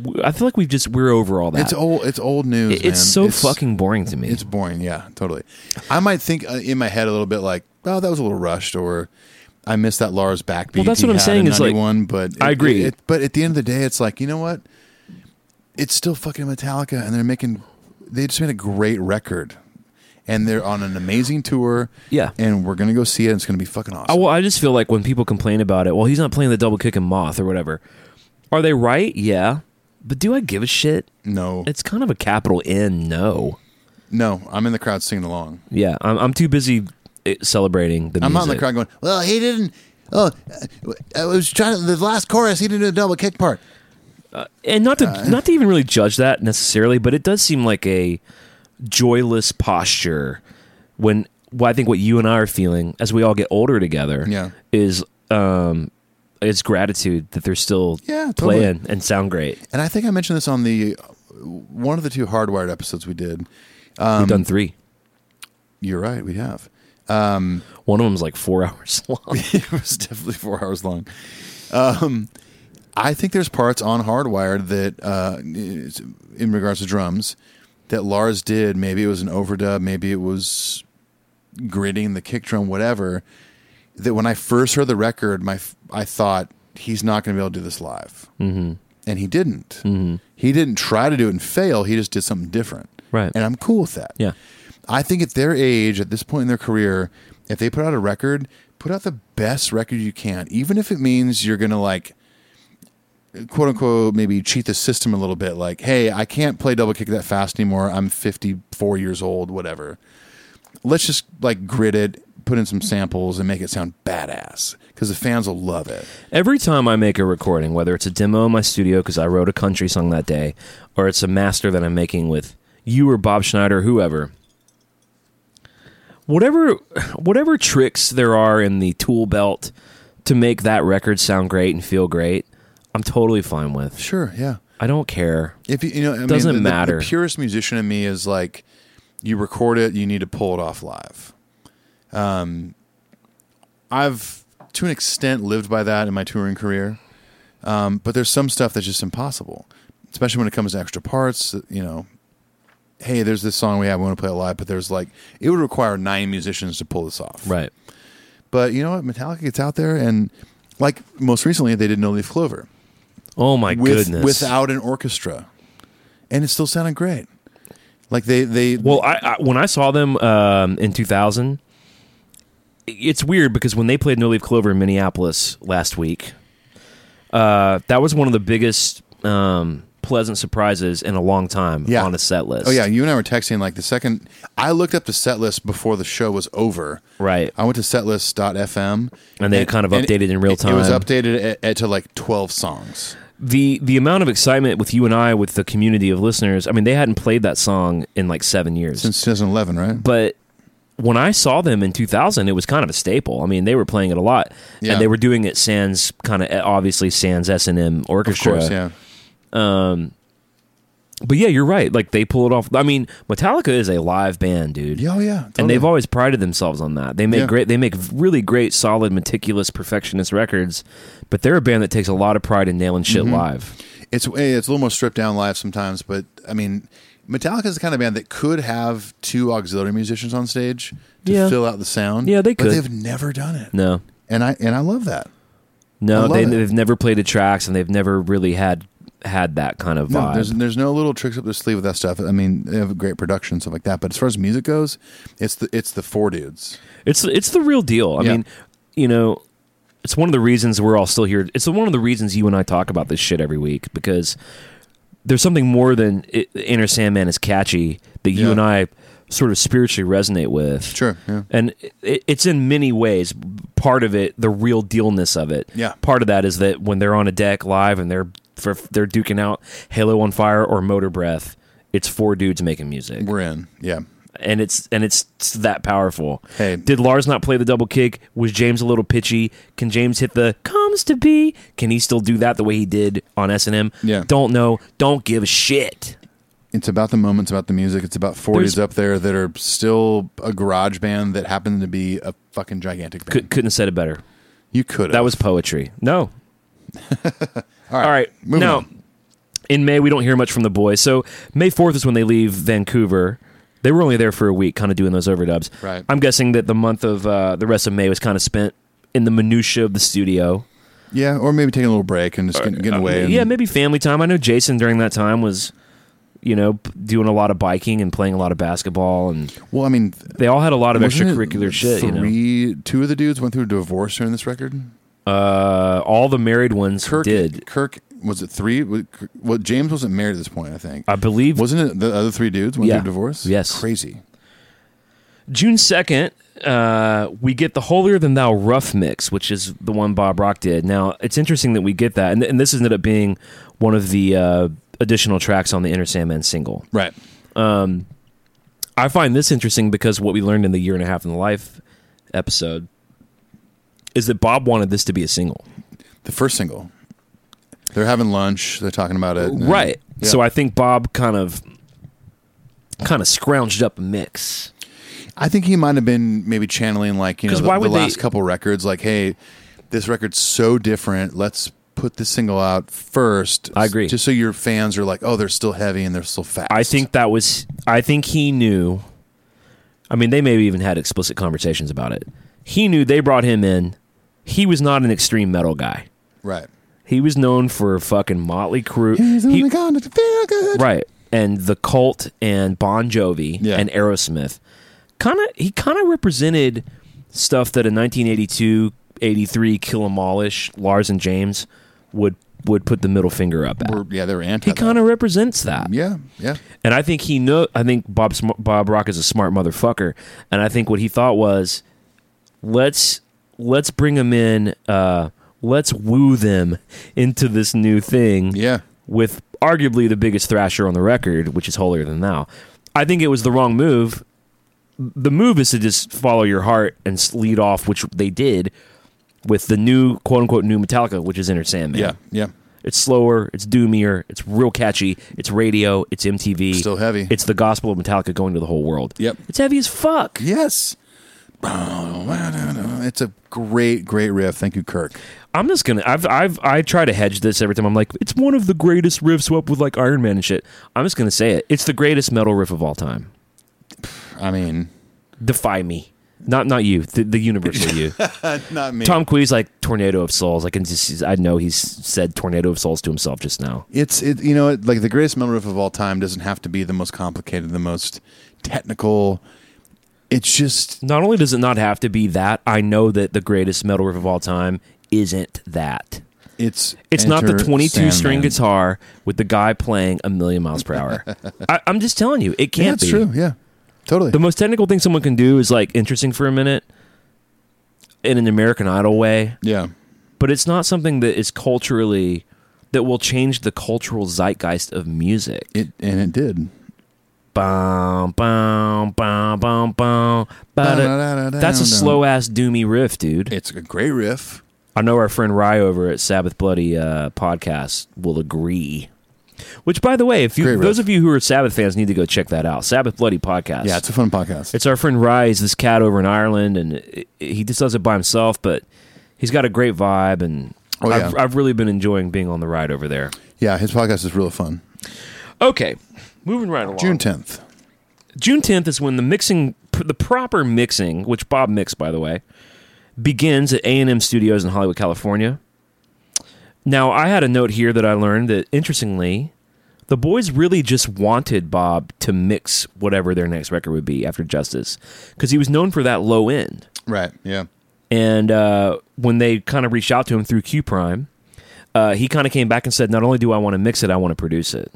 [SPEAKER 5] w- I feel like we've just we're over all that.
[SPEAKER 4] It's old. It's old news.
[SPEAKER 5] It- it's
[SPEAKER 4] man.
[SPEAKER 5] so fucking boring to me.
[SPEAKER 4] It's boring. Yeah, totally. I might think uh, in my head a little bit like, "Oh, that was a little rushed," or "I missed that Lars backbeat."
[SPEAKER 5] Well, that's
[SPEAKER 4] he
[SPEAKER 5] what I'm
[SPEAKER 4] had
[SPEAKER 5] saying
[SPEAKER 4] in
[SPEAKER 5] is, like,
[SPEAKER 4] 91, but
[SPEAKER 5] I
[SPEAKER 4] it-
[SPEAKER 5] agree.
[SPEAKER 4] it- but at the end of the day, it's like you know what? It's still fucking Metallica, and they're making. They just made a great record, and they're on an amazing tour.
[SPEAKER 5] Yeah.
[SPEAKER 4] and we're gonna go see it. and It's gonna be fucking
[SPEAKER 5] I,
[SPEAKER 4] awesome.
[SPEAKER 5] well, I just feel like when people complain about it, well, he's not playing the double kick and moth or whatever. Are they right? Yeah, but do I give a shit?
[SPEAKER 4] no,
[SPEAKER 5] It's kind of a capital N no.
[SPEAKER 4] no, I'm in the crowd singing along.
[SPEAKER 5] Yeah, I'm, I'm too busy eh, celebrating the
[SPEAKER 4] I'm
[SPEAKER 5] music.
[SPEAKER 4] not in the crowd going, well, he didn't. Oh, I was trying to, the last chorus, he didn't do the double kick part.
[SPEAKER 5] and not to
[SPEAKER 4] Uh,
[SPEAKER 5] not to even really judge that necessarily, but it does seem like a joyless posture when well, I think what you and I are feeling as we all get older together
[SPEAKER 4] Yeah.
[SPEAKER 5] is um it's gratitude that they're still
[SPEAKER 4] Yeah, totally.
[SPEAKER 5] playing and sound great.
[SPEAKER 4] And I think I mentioned this on the one of the two hardwired episodes we did. Um,
[SPEAKER 5] We've done three.
[SPEAKER 4] You're right, we have.
[SPEAKER 5] One of them's like four [laughs] hours long.
[SPEAKER 4] [laughs] it was definitely four hours long. Um, I think there's parts on Hardwired that, uh, is- in regards to drums, that Lars did. Maybe it was an overdub. Maybe it was gritting the kick drum, whatever. That when I first heard the record, my f- I thought he's not going to be able to do this live, mm-hmm. and he didn't. Mm-hmm. He didn't try to do it and fail. He just did something different,
[SPEAKER 5] Right.
[SPEAKER 4] And I'm cool with that.
[SPEAKER 5] Yeah.
[SPEAKER 4] I think at their age, at this point in their career, if they put out a record, put out the best record you can, even if it means you're gonna like quote unquote maybe cheat the system a little bit like hey i can't play double kick that fast anymore i'm 54 years old whatever let's just like grit it put in some samples and make it sound badass because the fans will love it
[SPEAKER 5] Every time I make a recording, whether it's a demo in my studio because I wrote a country song that day, or it's a master that I'm making with you or Bob Schneider, or whoever, whatever whatever tricks there are in the tool belt to make that record sound great and feel great, I'm totally fine with.
[SPEAKER 4] sure yeah
[SPEAKER 5] I don't care.
[SPEAKER 4] If you, you know, I mean,
[SPEAKER 5] Doesn't
[SPEAKER 4] the- the-
[SPEAKER 5] matter.
[SPEAKER 4] The purest musician in me is like, you record it, you need to pull it off live. Um, I've to an extent lived by that in my touring career, um, but there's some stuff that's just impossible, especially when it comes to extra parts. You know, hey, there's this song we have, we want to play it live, but there's like it would require nine musicians to pull this off,
[SPEAKER 5] Right.
[SPEAKER 4] But you know what, Metallica gets out there and like most recently they did No Leaf Clover
[SPEAKER 5] Oh my
[SPEAKER 4] with,
[SPEAKER 5] goodness.
[SPEAKER 4] without an orchestra, and it still sounded great. Like they they
[SPEAKER 5] Well, I, I when I saw them um, in 2000, it's weird because when they played No Leaf Clover in Minneapolis last week, uh, that was one of the biggest um, pleasant surprises in a long time
[SPEAKER 4] yeah.
[SPEAKER 5] on a set list.
[SPEAKER 4] Oh yeah, you and I were texting like the second I looked up the set list before the show was over.
[SPEAKER 5] Right.
[SPEAKER 4] I went to setlist.fm
[SPEAKER 5] And they kind of updated in real
[SPEAKER 4] it- It was
[SPEAKER 5] time.
[SPEAKER 4] updated at, at- to like 12 songs.
[SPEAKER 5] the the amount of excitement with you and I with the community of listeners. I mean, they hadn't played that song in like seven years.
[SPEAKER 4] Since 2011, right?
[SPEAKER 5] but when I saw them in 2000, it was kind of a staple. I mean, they were playing it a lot,
[SPEAKER 4] Yeah.
[SPEAKER 5] and they were doing it sans kind of obviously sans S and M
[SPEAKER 4] of
[SPEAKER 5] orchestra.
[SPEAKER 4] course, yeah.
[SPEAKER 5] But yeah, you're right. Like they pull it off. I mean, Metallica is a live band, dude.
[SPEAKER 4] Yeah, oh, yeah.
[SPEAKER 5] And
[SPEAKER 4] totally.
[SPEAKER 5] they've always prided themselves on that. They make
[SPEAKER 4] Yeah.
[SPEAKER 5] great. They make really great, solid, meticulous, perfectionist records. But they're a band that takes a lot of pride in nailing shit
[SPEAKER 4] Mm-hmm.
[SPEAKER 5] live.
[SPEAKER 4] it's eh, it's a little more stripped down live sometimes, but I mean, Metallica is the kind of band that could have two auxiliary musicians on stage to
[SPEAKER 5] Yeah.
[SPEAKER 4] fill out the sound.
[SPEAKER 5] Yeah, they
[SPEAKER 4] But
[SPEAKER 5] could.
[SPEAKER 4] they've never done it.
[SPEAKER 5] No,
[SPEAKER 4] And I and I love that. I
[SPEAKER 5] no,
[SPEAKER 4] love
[SPEAKER 5] they,
[SPEAKER 4] it.
[SPEAKER 5] they've never played the tracks, and they've never really had had that kind of
[SPEAKER 4] No,
[SPEAKER 5] vibe.
[SPEAKER 4] there's there's no little tricks up their sleeve with that stuff. I mean, they have a great production stuff like that. But as far as music goes, it's the it's the four dudes.
[SPEAKER 5] It's it's the real deal. I
[SPEAKER 4] Yeah.
[SPEAKER 5] mean, you know, it's one of the reasons we're all still here. It's one of the reasons you and I talk about this shit every week because there's something more than i Inner Sandman is catchy that you
[SPEAKER 4] Yeah.
[SPEAKER 5] and I sort of spiritually resonate with.
[SPEAKER 4] Sure, yeah.
[SPEAKER 5] And it, it's in many ways part of it, the real dealness of it.
[SPEAKER 4] Yeah.
[SPEAKER 5] Part of that is that when they're on a deck live and they're for, they're duking out Halo on Fire or Motor Breath, it's four dudes making music
[SPEAKER 4] We're in. Yeah,
[SPEAKER 5] and it's and it's that powerful.
[SPEAKER 4] Hey.
[SPEAKER 5] did Lars not play the double kick? Was James a little pitchy? Can James hit the comes to be? Can he still do that the way he did on S and M?
[SPEAKER 4] Yeah.
[SPEAKER 5] don't know. Don't give a shit.
[SPEAKER 4] it's about the moments, about the music. It's about four
[SPEAKER 5] There's-
[SPEAKER 4] dudes up there that are still a garage band that happened to be a fucking gigantic band.
[SPEAKER 5] Could, couldn't have said it better.
[SPEAKER 4] you could.
[SPEAKER 5] That was poetry. No.
[SPEAKER 4] [laughs] all
[SPEAKER 5] All right.
[SPEAKER 4] Moving
[SPEAKER 5] now,
[SPEAKER 4] on.
[SPEAKER 5] in May we don't hear much from the boys. So May fourth is when they leave Vancouver. They were only there for a week, kind of doing those overdubs.
[SPEAKER 4] Right.
[SPEAKER 5] I'm guessing that the month of uh, the rest of May was kind of spent in the minutia of the studio.
[SPEAKER 4] Yeah, or maybe taking a little break and just getting, getting away. and-
[SPEAKER 5] uh, yeah, maybe family time. I know Jason during that time was, you know, p- doing a lot of biking and playing a lot of basketball, and
[SPEAKER 4] Well, I mean,
[SPEAKER 5] they all had a lot of
[SPEAKER 4] wasn't it
[SPEAKER 5] extracurricular shit. You know,
[SPEAKER 4] Three, two of the dudes went through a divorce during this record.
[SPEAKER 5] uh, all the married ones
[SPEAKER 4] Kirk
[SPEAKER 5] did.
[SPEAKER 4] Kirk was it three? Was- Well, James wasn't married at this point, I think.
[SPEAKER 5] I believe
[SPEAKER 4] Wasn't it the other three dudes went
[SPEAKER 5] Yeah.
[SPEAKER 4] through divorce?
[SPEAKER 5] Yes.
[SPEAKER 4] Crazy.
[SPEAKER 5] June second. Uh, we get the holier than thou rough mix, which is the one Bob Rock did. Now it's interesting that we get that, and, and this ended up being one of the uh, additional tracks on the Inner Sandman single. Um,
[SPEAKER 4] Right.
[SPEAKER 5] I find this interesting because what we learned in the year and a half in the life episode is that Bob wanted this to be a single.
[SPEAKER 4] The first single. They're having lunch. They're talking about it. and-
[SPEAKER 5] Right.
[SPEAKER 4] Yeah.
[SPEAKER 5] So I think Bob kind of kind of scrounged up a mix.
[SPEAKER 4] I think he might have been maybe channeling like you know
[SPEAKER 5] 'Cause
[SPEAKER 4] the,
[SPEAKER 5] why
[SPEAKER 4] the
[SPEAKER 5] would they-
[SPEAKER 4] last couple records, like hey, this record's so different. Let's put this single out first.
[SPEAKER 5] I agree.
[SPEAKER 4] Just so your fans are like, oh, they're still heavy and they're still fast.
[SPEAKER 5] I think that was I think he knew I mean they maybe even had explicit conversations about it. He knew they brought him in. He was not an extreme metal guy.
[SPEAKER 4] right.
[SPEAKER 5] He was known for fucking Motley Crue.
[SPEAKER 4] He's
[SPEAKER 5] He-
[SPEAKER 4] only gone to feel good.
[SPEAKER 5] right. And the cult and Bon Jovi
[SPEAKER 4] Yeah.
[SPEAKER 5] and Aerosmith. Kind of he kind of represented stuff that in 1982, 83 Kill 'Em Allish, Lars and James would would put the middle finger up at.
[SPEAKER 4] We're- yeah, they were anti.
[SPEAKER 5] he kind of represents that.
[SPEAKER 4] Yeah, yeah.
[SPEAKER 5] And I think he know. I think Bob Sm- Bob Rock is a smart motherfucker, and I think what he thought was, let's let's bring them in. Uh, let's woo them into this new thing.
[SPEAKER 4] Yeah.
[SPEAKER 5] with arguably the biggest thrasher on the record, which is holier than thou. I think it was the wrong move. The move is to just follow your heart and s- lead off, which they did with the new quote unquote new Metallica, which is Inner Sandman.
[SPEAKER 4] Yeah, yeah.
[SPEAKER 5] It's slower, it's doomier, it's real catchy, it's radio, it's MTV.
[SPEAKER 4] Still heavy.
[SPEAKER 5] It's the gospel of Metallica going to the whole world.
[SPEAKER 4] Yep.
[SPEAKER 5] It's heavy as fuck.
[SPEAKER 4] Yes. Oh, It's a great, great riff. Thank you, Kirk.
[SPEAKER 5] I'm just gonna. I've. I've. I try to hedge this every time. I'm like, it's one of the greatest riffs up with like Iron Man and shit. I'm just gonna say it. It's the greatest metal riff of all time.
[SPEAKER 4] I mean,
[SPEAKER 5] Defy me. Not not you. The, the universal you.
[SPEAKER 4] [laughs] not me.
[SPEAKER 5] Tom Quee's like tornado of souls. I can just. I know he's said tornado of souls to himself just now.
[SPEAKER 4] It's it, you know it- like the greatest metal riff of all time doesn't have to be the most complicated, the most technical. It's just
[SPEAKER 5] Not only does it not have to be that, I know that the greatest metal riff of all time isn't that.
[SPEAKER 4] it's
[SPEAKER 5] It's not the
[SPEAKER 4] Enter
[SPEAKER 5] 22 string
[SPEAKER 4] Sandman.
[SPEAKER 5] guitar with the guy playing a million miles
[SPEAKER 4] [laughs]
[SPEAKER 5] per hour. I, I'm just telling you, it
[SPEAKER 4] Yeah,
[SPEAKER 5] can't
[SPEAKER 4] that's
[SPEAKER 5] be.
[SPEAKER 4] true. Yeah, totally.
[SPEAKER 5] The most technical thing someone can do is like interesting for a minute in an American Idol way,
[SPEAKER 4] yeah,
[SPEAKER 5] but it's not something that is culturally that will change the cultural zeitgeist of music.
[SPEAKER 4] it and it did.
[SPEAKER 5] Bum, bum, bum, bum, bum, ba-da.
[SPEAKER 4] Ba-da-da-da-da-da.
[SPEAKER 5] That's a slow ass doomy riff, dude.
[SPEAKER 4] It's a great riff.
[SPEAKER 5] I know our friend Rye over at Sabbath Bloody uh, podcast will agree. Which, by the way, if you
[SPEAKER 4] Great riff.
[SPEAKER 5] those of you who are Sabbath fans need to go check that out, Sabbath Bloody podcast.
[SPEAKER 4] Yeah, it's a fun podcast.
[SPEAKER 5] It's our friend Rye. He's this cat over in Ireland, and i- i- he just does it by himself, but he's got a great vibe, and
[SPEAKER 4] Oh, yeah.
[SPEAKER 5] I've, I've really been enjoying being on the ride over there.
[SPEAKER 4] yeah, his podcast is real fun.
[SPEAKER 5] Okay, moving right along.
[SPEAKER 4] June tenth.
[SPEAKER 5] June 10th is when the mixing, p- the proper mixing, which Bob mixed, by the way, begins at A&M Studios in Hollywood, California. Now, I had a note here that I learned that, interestingly, the boys really just wanted Bob to mix whatever their next record would be after Justice, because he was known for that low end.
[SPEAKER 4] Right. Yeah.
[SPEAKER 5] And uh, when they kind of reached out to him through Q Prime, uh, he kind of came back and said, "Not only do I want to mix it, I want to produce it."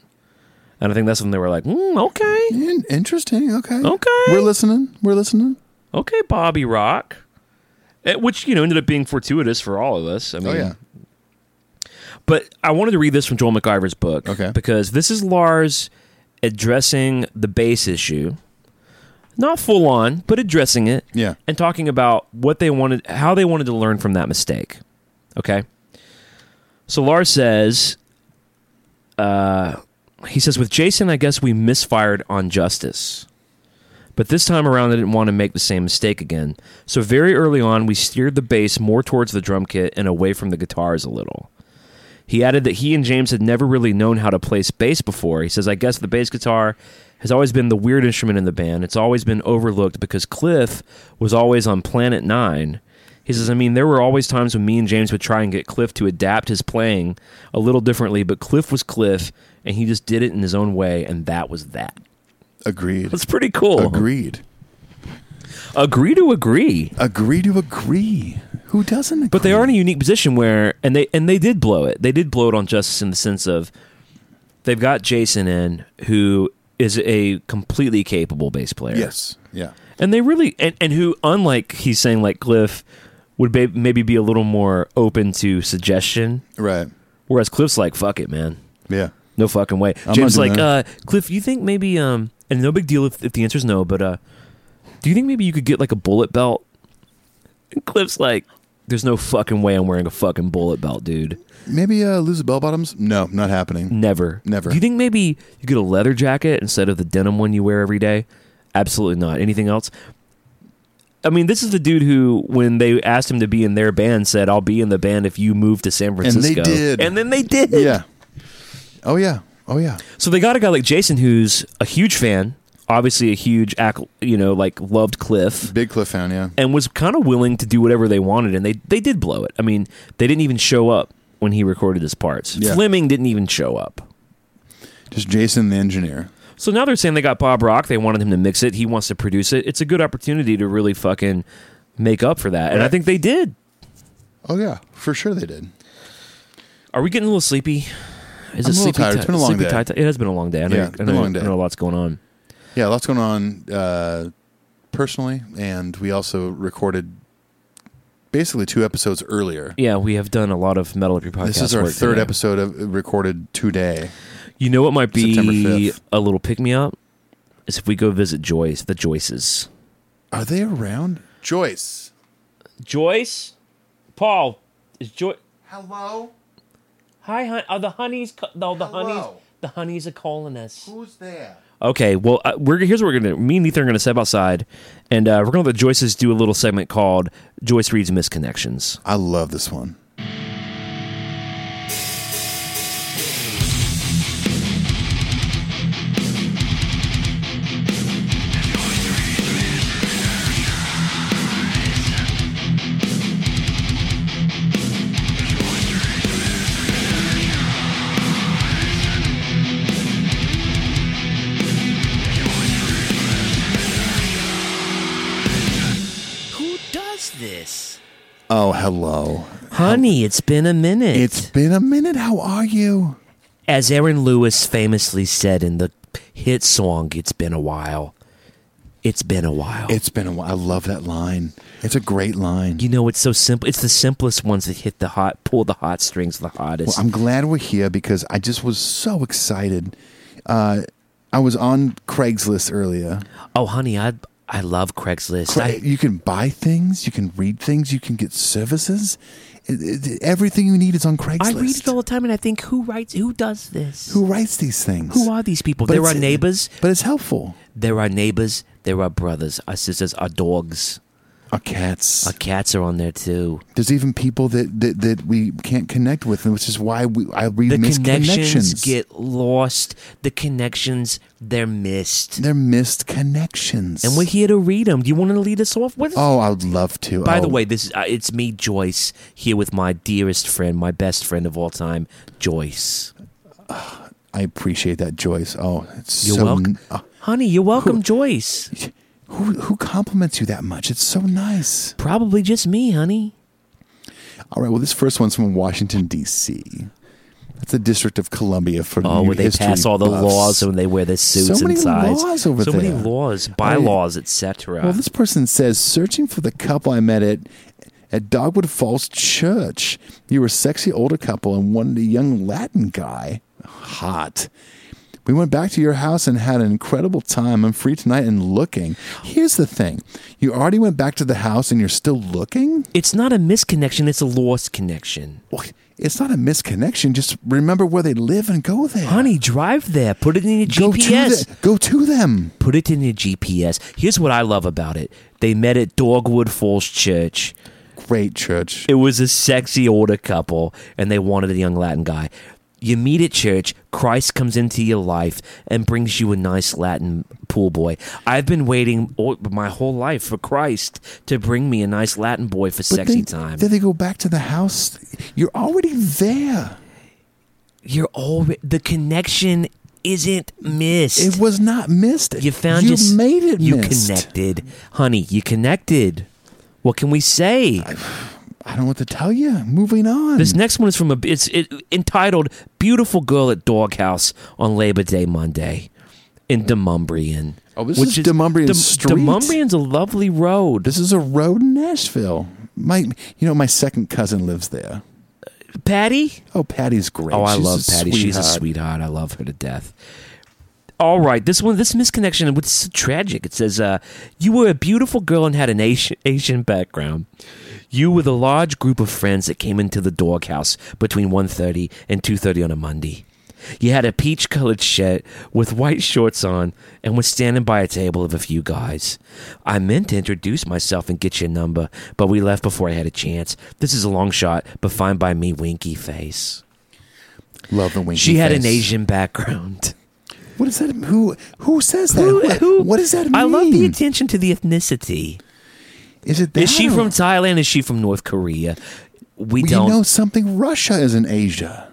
[SPEAKER 5] And I think that's when they were like, mm, "Okay,
[SPEAKER 4] In- interesting. Okay.
[SPEAKER 5] Okay.
[SPEAKER 4] We're listening. We're listening.
[SPEAKER 5] okay, Bobby Rock," Eh, which you know ended up being fortuitous for all of us. I mean,
[SPEAKER 4] Oh yeah.
[SPEAKER 5] but I wanted to read this from Joel McIver's book,
[SPEAKER 4] Okay.
[SPEAKER 5] because this is Lars addressing the bass issue, not full on, but addressing it,
[SPEAKER 4] Yeah.
[SPEAKER 5] and talking about what they wanted, how they wanted to learn from that mistake. Okay. So Lars says, uh, he says, with Jason, I guess we misfired on justice. But this time around, I didn't want to make the same mistake again. So very early on, we steered the bass more towards the drum kit and away from the guitars a little. He added that he and James had never really known how to play bass before. He says, I guess the bass guitar has always been the weird instrument in the band. It's always been overlooked because Cliff was always on Planet Nine. He says, I mean, there were always times when me and James would try and get Cliff to adapt his playing a little differently, but Cliff was Cliff, and he just did it in his own way, and that was that.
[SPEAKER 4] Agreed.
[SPEAKER 5] That's pretty cool.
[SPEAKER 4] Agreed.
[SPEAKER 5] Agree to agree.
[SPEAKER 4] Agree to agree. Who doesn't? Agree?
[SPEAKER 5] But they are in a unique position where, and they and they did blow it. They did blow it on justice in the sense of they've got Jason in, who is a completely capable bass player.
[SPEAKER 4] Yes. Yeah.
[SPEAKER 5] and they really and, and who, unlike he's saying, like Cliff would ba- maybe be a little more open to suggestion,
[SPEAKER 4] Right.
[SPEAKER 5] whereas Cliff's like, "Fuck it, man,
[SPEAKER 4] Yeah.
[SPEAKER 5] no fucking way."
[SPEAKER 4] not
[SPEAKER 5] James is
[SPEAKER 4] doing
[SPEAKER 5] like, uh,
[SPEAKER 4] that.
[SPEAKER 5] Cliff, you think maybe um, and no big deal if, if the answer's no, but uh, do you think maybe you could get like a bullet belt? And Cliff's like, "There's no fucking way I'm wearing a fucking bullet belt, dude."
[SPEAKER 4] Maybe uh, lose the bell bottoms. No, not happening.
[SPEAKER 5] Never.
[SPEAKER 4] Never.
[SPEAKER 5] Do you think maybe you get a leather jacket instead of the denim one you wear every day? Absolutely not. Anything else? I mean, this is the dude who, when they asked him to be in their band, said, I'll be in the band if you move to San
[SPEAKER 4] they
[SPEAKER 5] Francisco.
[SPEAKER 4] did.
[SPEAKER 5] And then they did.
[SPEAKER 4] Yeah. Oh yeah. Oh yeah.
[SPEAKER 5] So they got a guy like Jason, who's a huge fan, obviously a huge, acc- you know, like loved Cliff.
[SPEAKER 4] Big Cliff fan. Yeah.
[SPEAKER 5] and was kind of willing to do whatever they wanted, and they they did blow it. I mean, they didn't even show up when he recorded his parts.
[SPEAKER 4] Yeah.
[SPEAKER 5] Fleming didn't even show up.
[SPEAKER 4] Just Jason the engineer.
[SPEAKER 5] So now they're saying they got Bob Rock. They wanted him to mix it. He wants to produce it. It's a good opportunity to really fucking make up for that, and I
[SPEAKER 4] Right.
[SPEAKER 5] think they did.
[SPEAKER 4] Oh yeah. For sure they did.
[SPEAKER 5] Are we getting a little sleepy? Is
[SPEAKER 4] I'm a little
[SPEAKER 5] sleepy
[SPEAKER 4] tired. It's
[SPEAKER 5] ti-
[SPEAKER 4] been a long
[SPEAKER 5] sleepy
[SPEAKER 4] day.
[SPEAKER 5] tired ti- it has been a long day. I know,
[SPEAKER 4] Yeah,
[SPEAKER 5] you-
[SPEAKER 4] it's
[SPEAKER 5] I
[SPEAKER 4] been a
[SPEAKER 5] know-
[SPEAKER 4] long day.
[SPEAKER 5] I know a lot's going on.
[SPEAKER 4] Yeah. Lots going on uh, personally, and we also recorded basically two episodes earlier.
[SPEAKER 5] Yeah, we have done a lot of metal up your podcast.
[SPEAKER 4] This is our
[SPEAKER 5] work
[SPEAKER 4] third
[SPEAKER 5] today.
[SPEAKER 4] episode of, uh, recorded today.
[SPEAKER 5] You know what might
[SPEAKER 4] September
[SPEAKER 5] be
[SPEAKER 4] 5th.
[SPEAKER 5] a little pick me up is if we go visit Joyce, the Joyces.
[SPEAKER 4] Are they around? Joyce.
[SPEAKER 5] Joyce, Paul, is Joyce?
[SPEAKER 10] Hello?
[SPEAKER 5] Hi, hon- are the honeys? co- No, the
[SPEAKER 10] Hello.
[SPEAKER 5] honeys. The honeys are calling us.
[SPEAKER 10] Who's there?
[SPEAKER 5] Okay, well, uh, we're here's what we're gonna. Me and Ethan are gonna step outside, and uh, we're gonna let Joyce's do a little segment called Joyce reads misconnections.
[SPEAKER 4] I love this one.
[SPEAKER 2] Who does this?
[SPEAKER 4] Oh, hello.
[SPEAKER 5] Honey, it's been a minute.
[SPEAKER 4] It's been a minute. How are you?
[SPEAKER 5] as Aaron Lewis famously said in the hit song "It's Been a While." It's been a while.
[SPEAKER 4] It's been a while. I love that line. It's a great line.
[SPEAKER 5] you know, it's so simple. It's the simplest ones that hit the hot, pull the hot strings the
[SPEAKER 4] Well,
[SPEAKER 5] hottest.
[SPEAKER 4] I'm glad we're here because I just was so excited. Uh, I was on Craigslist earlier.
[SPEAKER 5] oh, honey, I I love Craigslist.
[SPEAKER 4] Cra-
[SPEAKER 5] I,
[SPEAKER 4] you can buy things, you can read things, you can get services. It- it- everything you need is on Craigslist.
[SPEAKER 5] I read it all the time, and I think, who writes? Who does this?
[SPEAKER 4] Who writes these things?
[SPEAKER 5] Who are these people? They're our
[SPEAKER 4] it's- uh,
[SPEAKER 5] neighbors.
[SPEAKER 4] But it's helpful.
[SPEAKER 5] They're our neighbors. They're our brothers, our sisters, our dogs.
[SPEAKER 4] Our cats.
[SPEAKER 5] Our cats are on there too.
[SPEAKER 4] There's even people that, that, that we can't connect with, which is why we I read
[SPEAKER 5] The
[SPEAKER 4] missed
[SPEAKER 5] connections get lost. The connections they're missed,
[SPEAKER 4] They're missed connections.
[SPEAKER 5] and we're here to read them. Do you want to lead us off? What is
[SPEAKER 4] Oh, I would love to.
[SPEAKER 5] By
[SPEAKER 4] Oh,
[SPEAKER 5] the way, this is uh, it's me, Joyce, here with my dearest friend, my best friend of all time, Joyce.
[SPEAKER 4] I appreciate that, Joyce. Oh, it's
[SPEAKER 5] You're
[SPEAKER 4] so
[SPEAKER 5] welcome,
[SPEAKER 4] n- uh,
[SPEAKER 5] honey. You're welcome, Joyce.
[SPEAKER 4] Who who compliments you that much? It's so nice.
[SPEAKER 5] Probably just me, honey.
[SPEAKER 4] All right. Well, this first one's from Washington D.C. That's the District of Columbia for
[SPEAKER 5] Oh,
[SPEAKER 4] you
[SPEAKER 5] where they
[SPEAKER 4] history
[SPEAKER 5] pass all the
[SPEAKER 4] buffs.
[SPEAKER 5] laws and they wear their suits
[SPEAKER 4] many
[SPEAKER 5] and ties.
[SPEAKER 4] laws over
[SPEAKER 5] so many
[SPEAKER 4] there.
[SPEAKER 5] laws, bylaws, etc.
[SPEAKER 4] Well, this person says searching for the couple I met at at Dogwood Falls Church. You were a sexy older couple and wanted a young Latin guy. Hot. We went back to your house and had an incredible time. I'm free tonight and looking. Here's the thing. You already went back to the house and you're still looking?
[SPEAKER 5] it's not a misconnection; it's a lost connection.
[SPEAKER 4] Well, It's not a misconnection. Just remember where they live and go there.
[SPEAKER 5] Honey, drive there. Put it in your
[SPEAKER 4] go
[SPEAKER 5] GPS.
[SPEAKER 4] to the, go to them.
[SPEAKER 5] Put it in your GPS. Here's what I love about it: they met at Dogwood Falls Church.
[SPEAKER 4] Great church.
[SPEAKER 5] It was a sexy older couple, and they wanted a young Latin guy. You meet at church, Christ comes into your life and brings you a nice Latin pool boy. I've been waiting all, my whole life for Christ to bring me a nice Latin boy for
[SPEAKER 4] But
[SPEAKER 5] sexy
[SPEAKER 4] then-
[SPEAKER 5] time.
[SPEAKER 4] Then they go back to the house. You're already there.
[SPEAKER 5] You're already the connection isn't missed.
[SPEAKER 4] It was not missed.
[SPEAKER 5] you found
[SPEAKER 4] you
[SPEAKER 5] your s-
[SPEAKER 4] made it.
[SPEAKER 5] You
[SPEAKER 4] missed.
[SPEAKER 5] connected, honey. You connected. What can we say?
[SPEAKER 4] I don't know what to tell you. Moving on.
[SPEAKER 5] This next one is from a it's it, entitled "Beautiful Girl at Doghouse" on Labor Day Monday in Demumbrian.
[SPEAKER 4] Oh, this is Demumbrian Street.
[SPEAKER 5] Demumbrian's a lovely road.
[SPEAKER 4] this is a road in Nashville. My, you know, my second cousin lives there.
[SPEAKER 5] Patty.
[SPEAKER 4] Oh, Patty's great.
[SPEAKER 5] Oh, I
[SPEAKER 4] She's
[SPEAKER 5] love
[SPEAKER 4] a
[SPEAKER 5] Patty. She's a
[SPEAKER 4] sweetheart.
[SPEAKER 5] sweetheart. I love her to death. All right, this one, this misconnection, which is tragic. It says, uh, "You were a beautiful girl and had an Asian, Asian background. You with a large group of friends that came into the doghouse between 1.30 and two thirty on a Monday. You had a peach-colored shirt with white shorts on, and was standing by a table of a few guys. I meant to introduce myself and get your number, but we left before I had a chance. This is a long shot, but fine by me, winky face."
[SPEAKER 4] Love the winky.
[SPEAKER 5] She had an
[SPEAKER 4] face.
[SPEAKER 5] Asian [laughs] background.
[SPEAKER 4] What is that? Who who says that? what, what does that mean?
[SPEAKER 5] I love the attention to the ethnicity.
[SPEAKER 4] Is it? That
[SPEAKER 5] Is she
[SPEAKER 4] or-
[SPEAKER 5] from Thailand? Is she from North Korea? We
[SPEAKER 4] Well,
[SPEAKER 5] don't.
[SPEAKER 4] You know something? Russia is in Asia.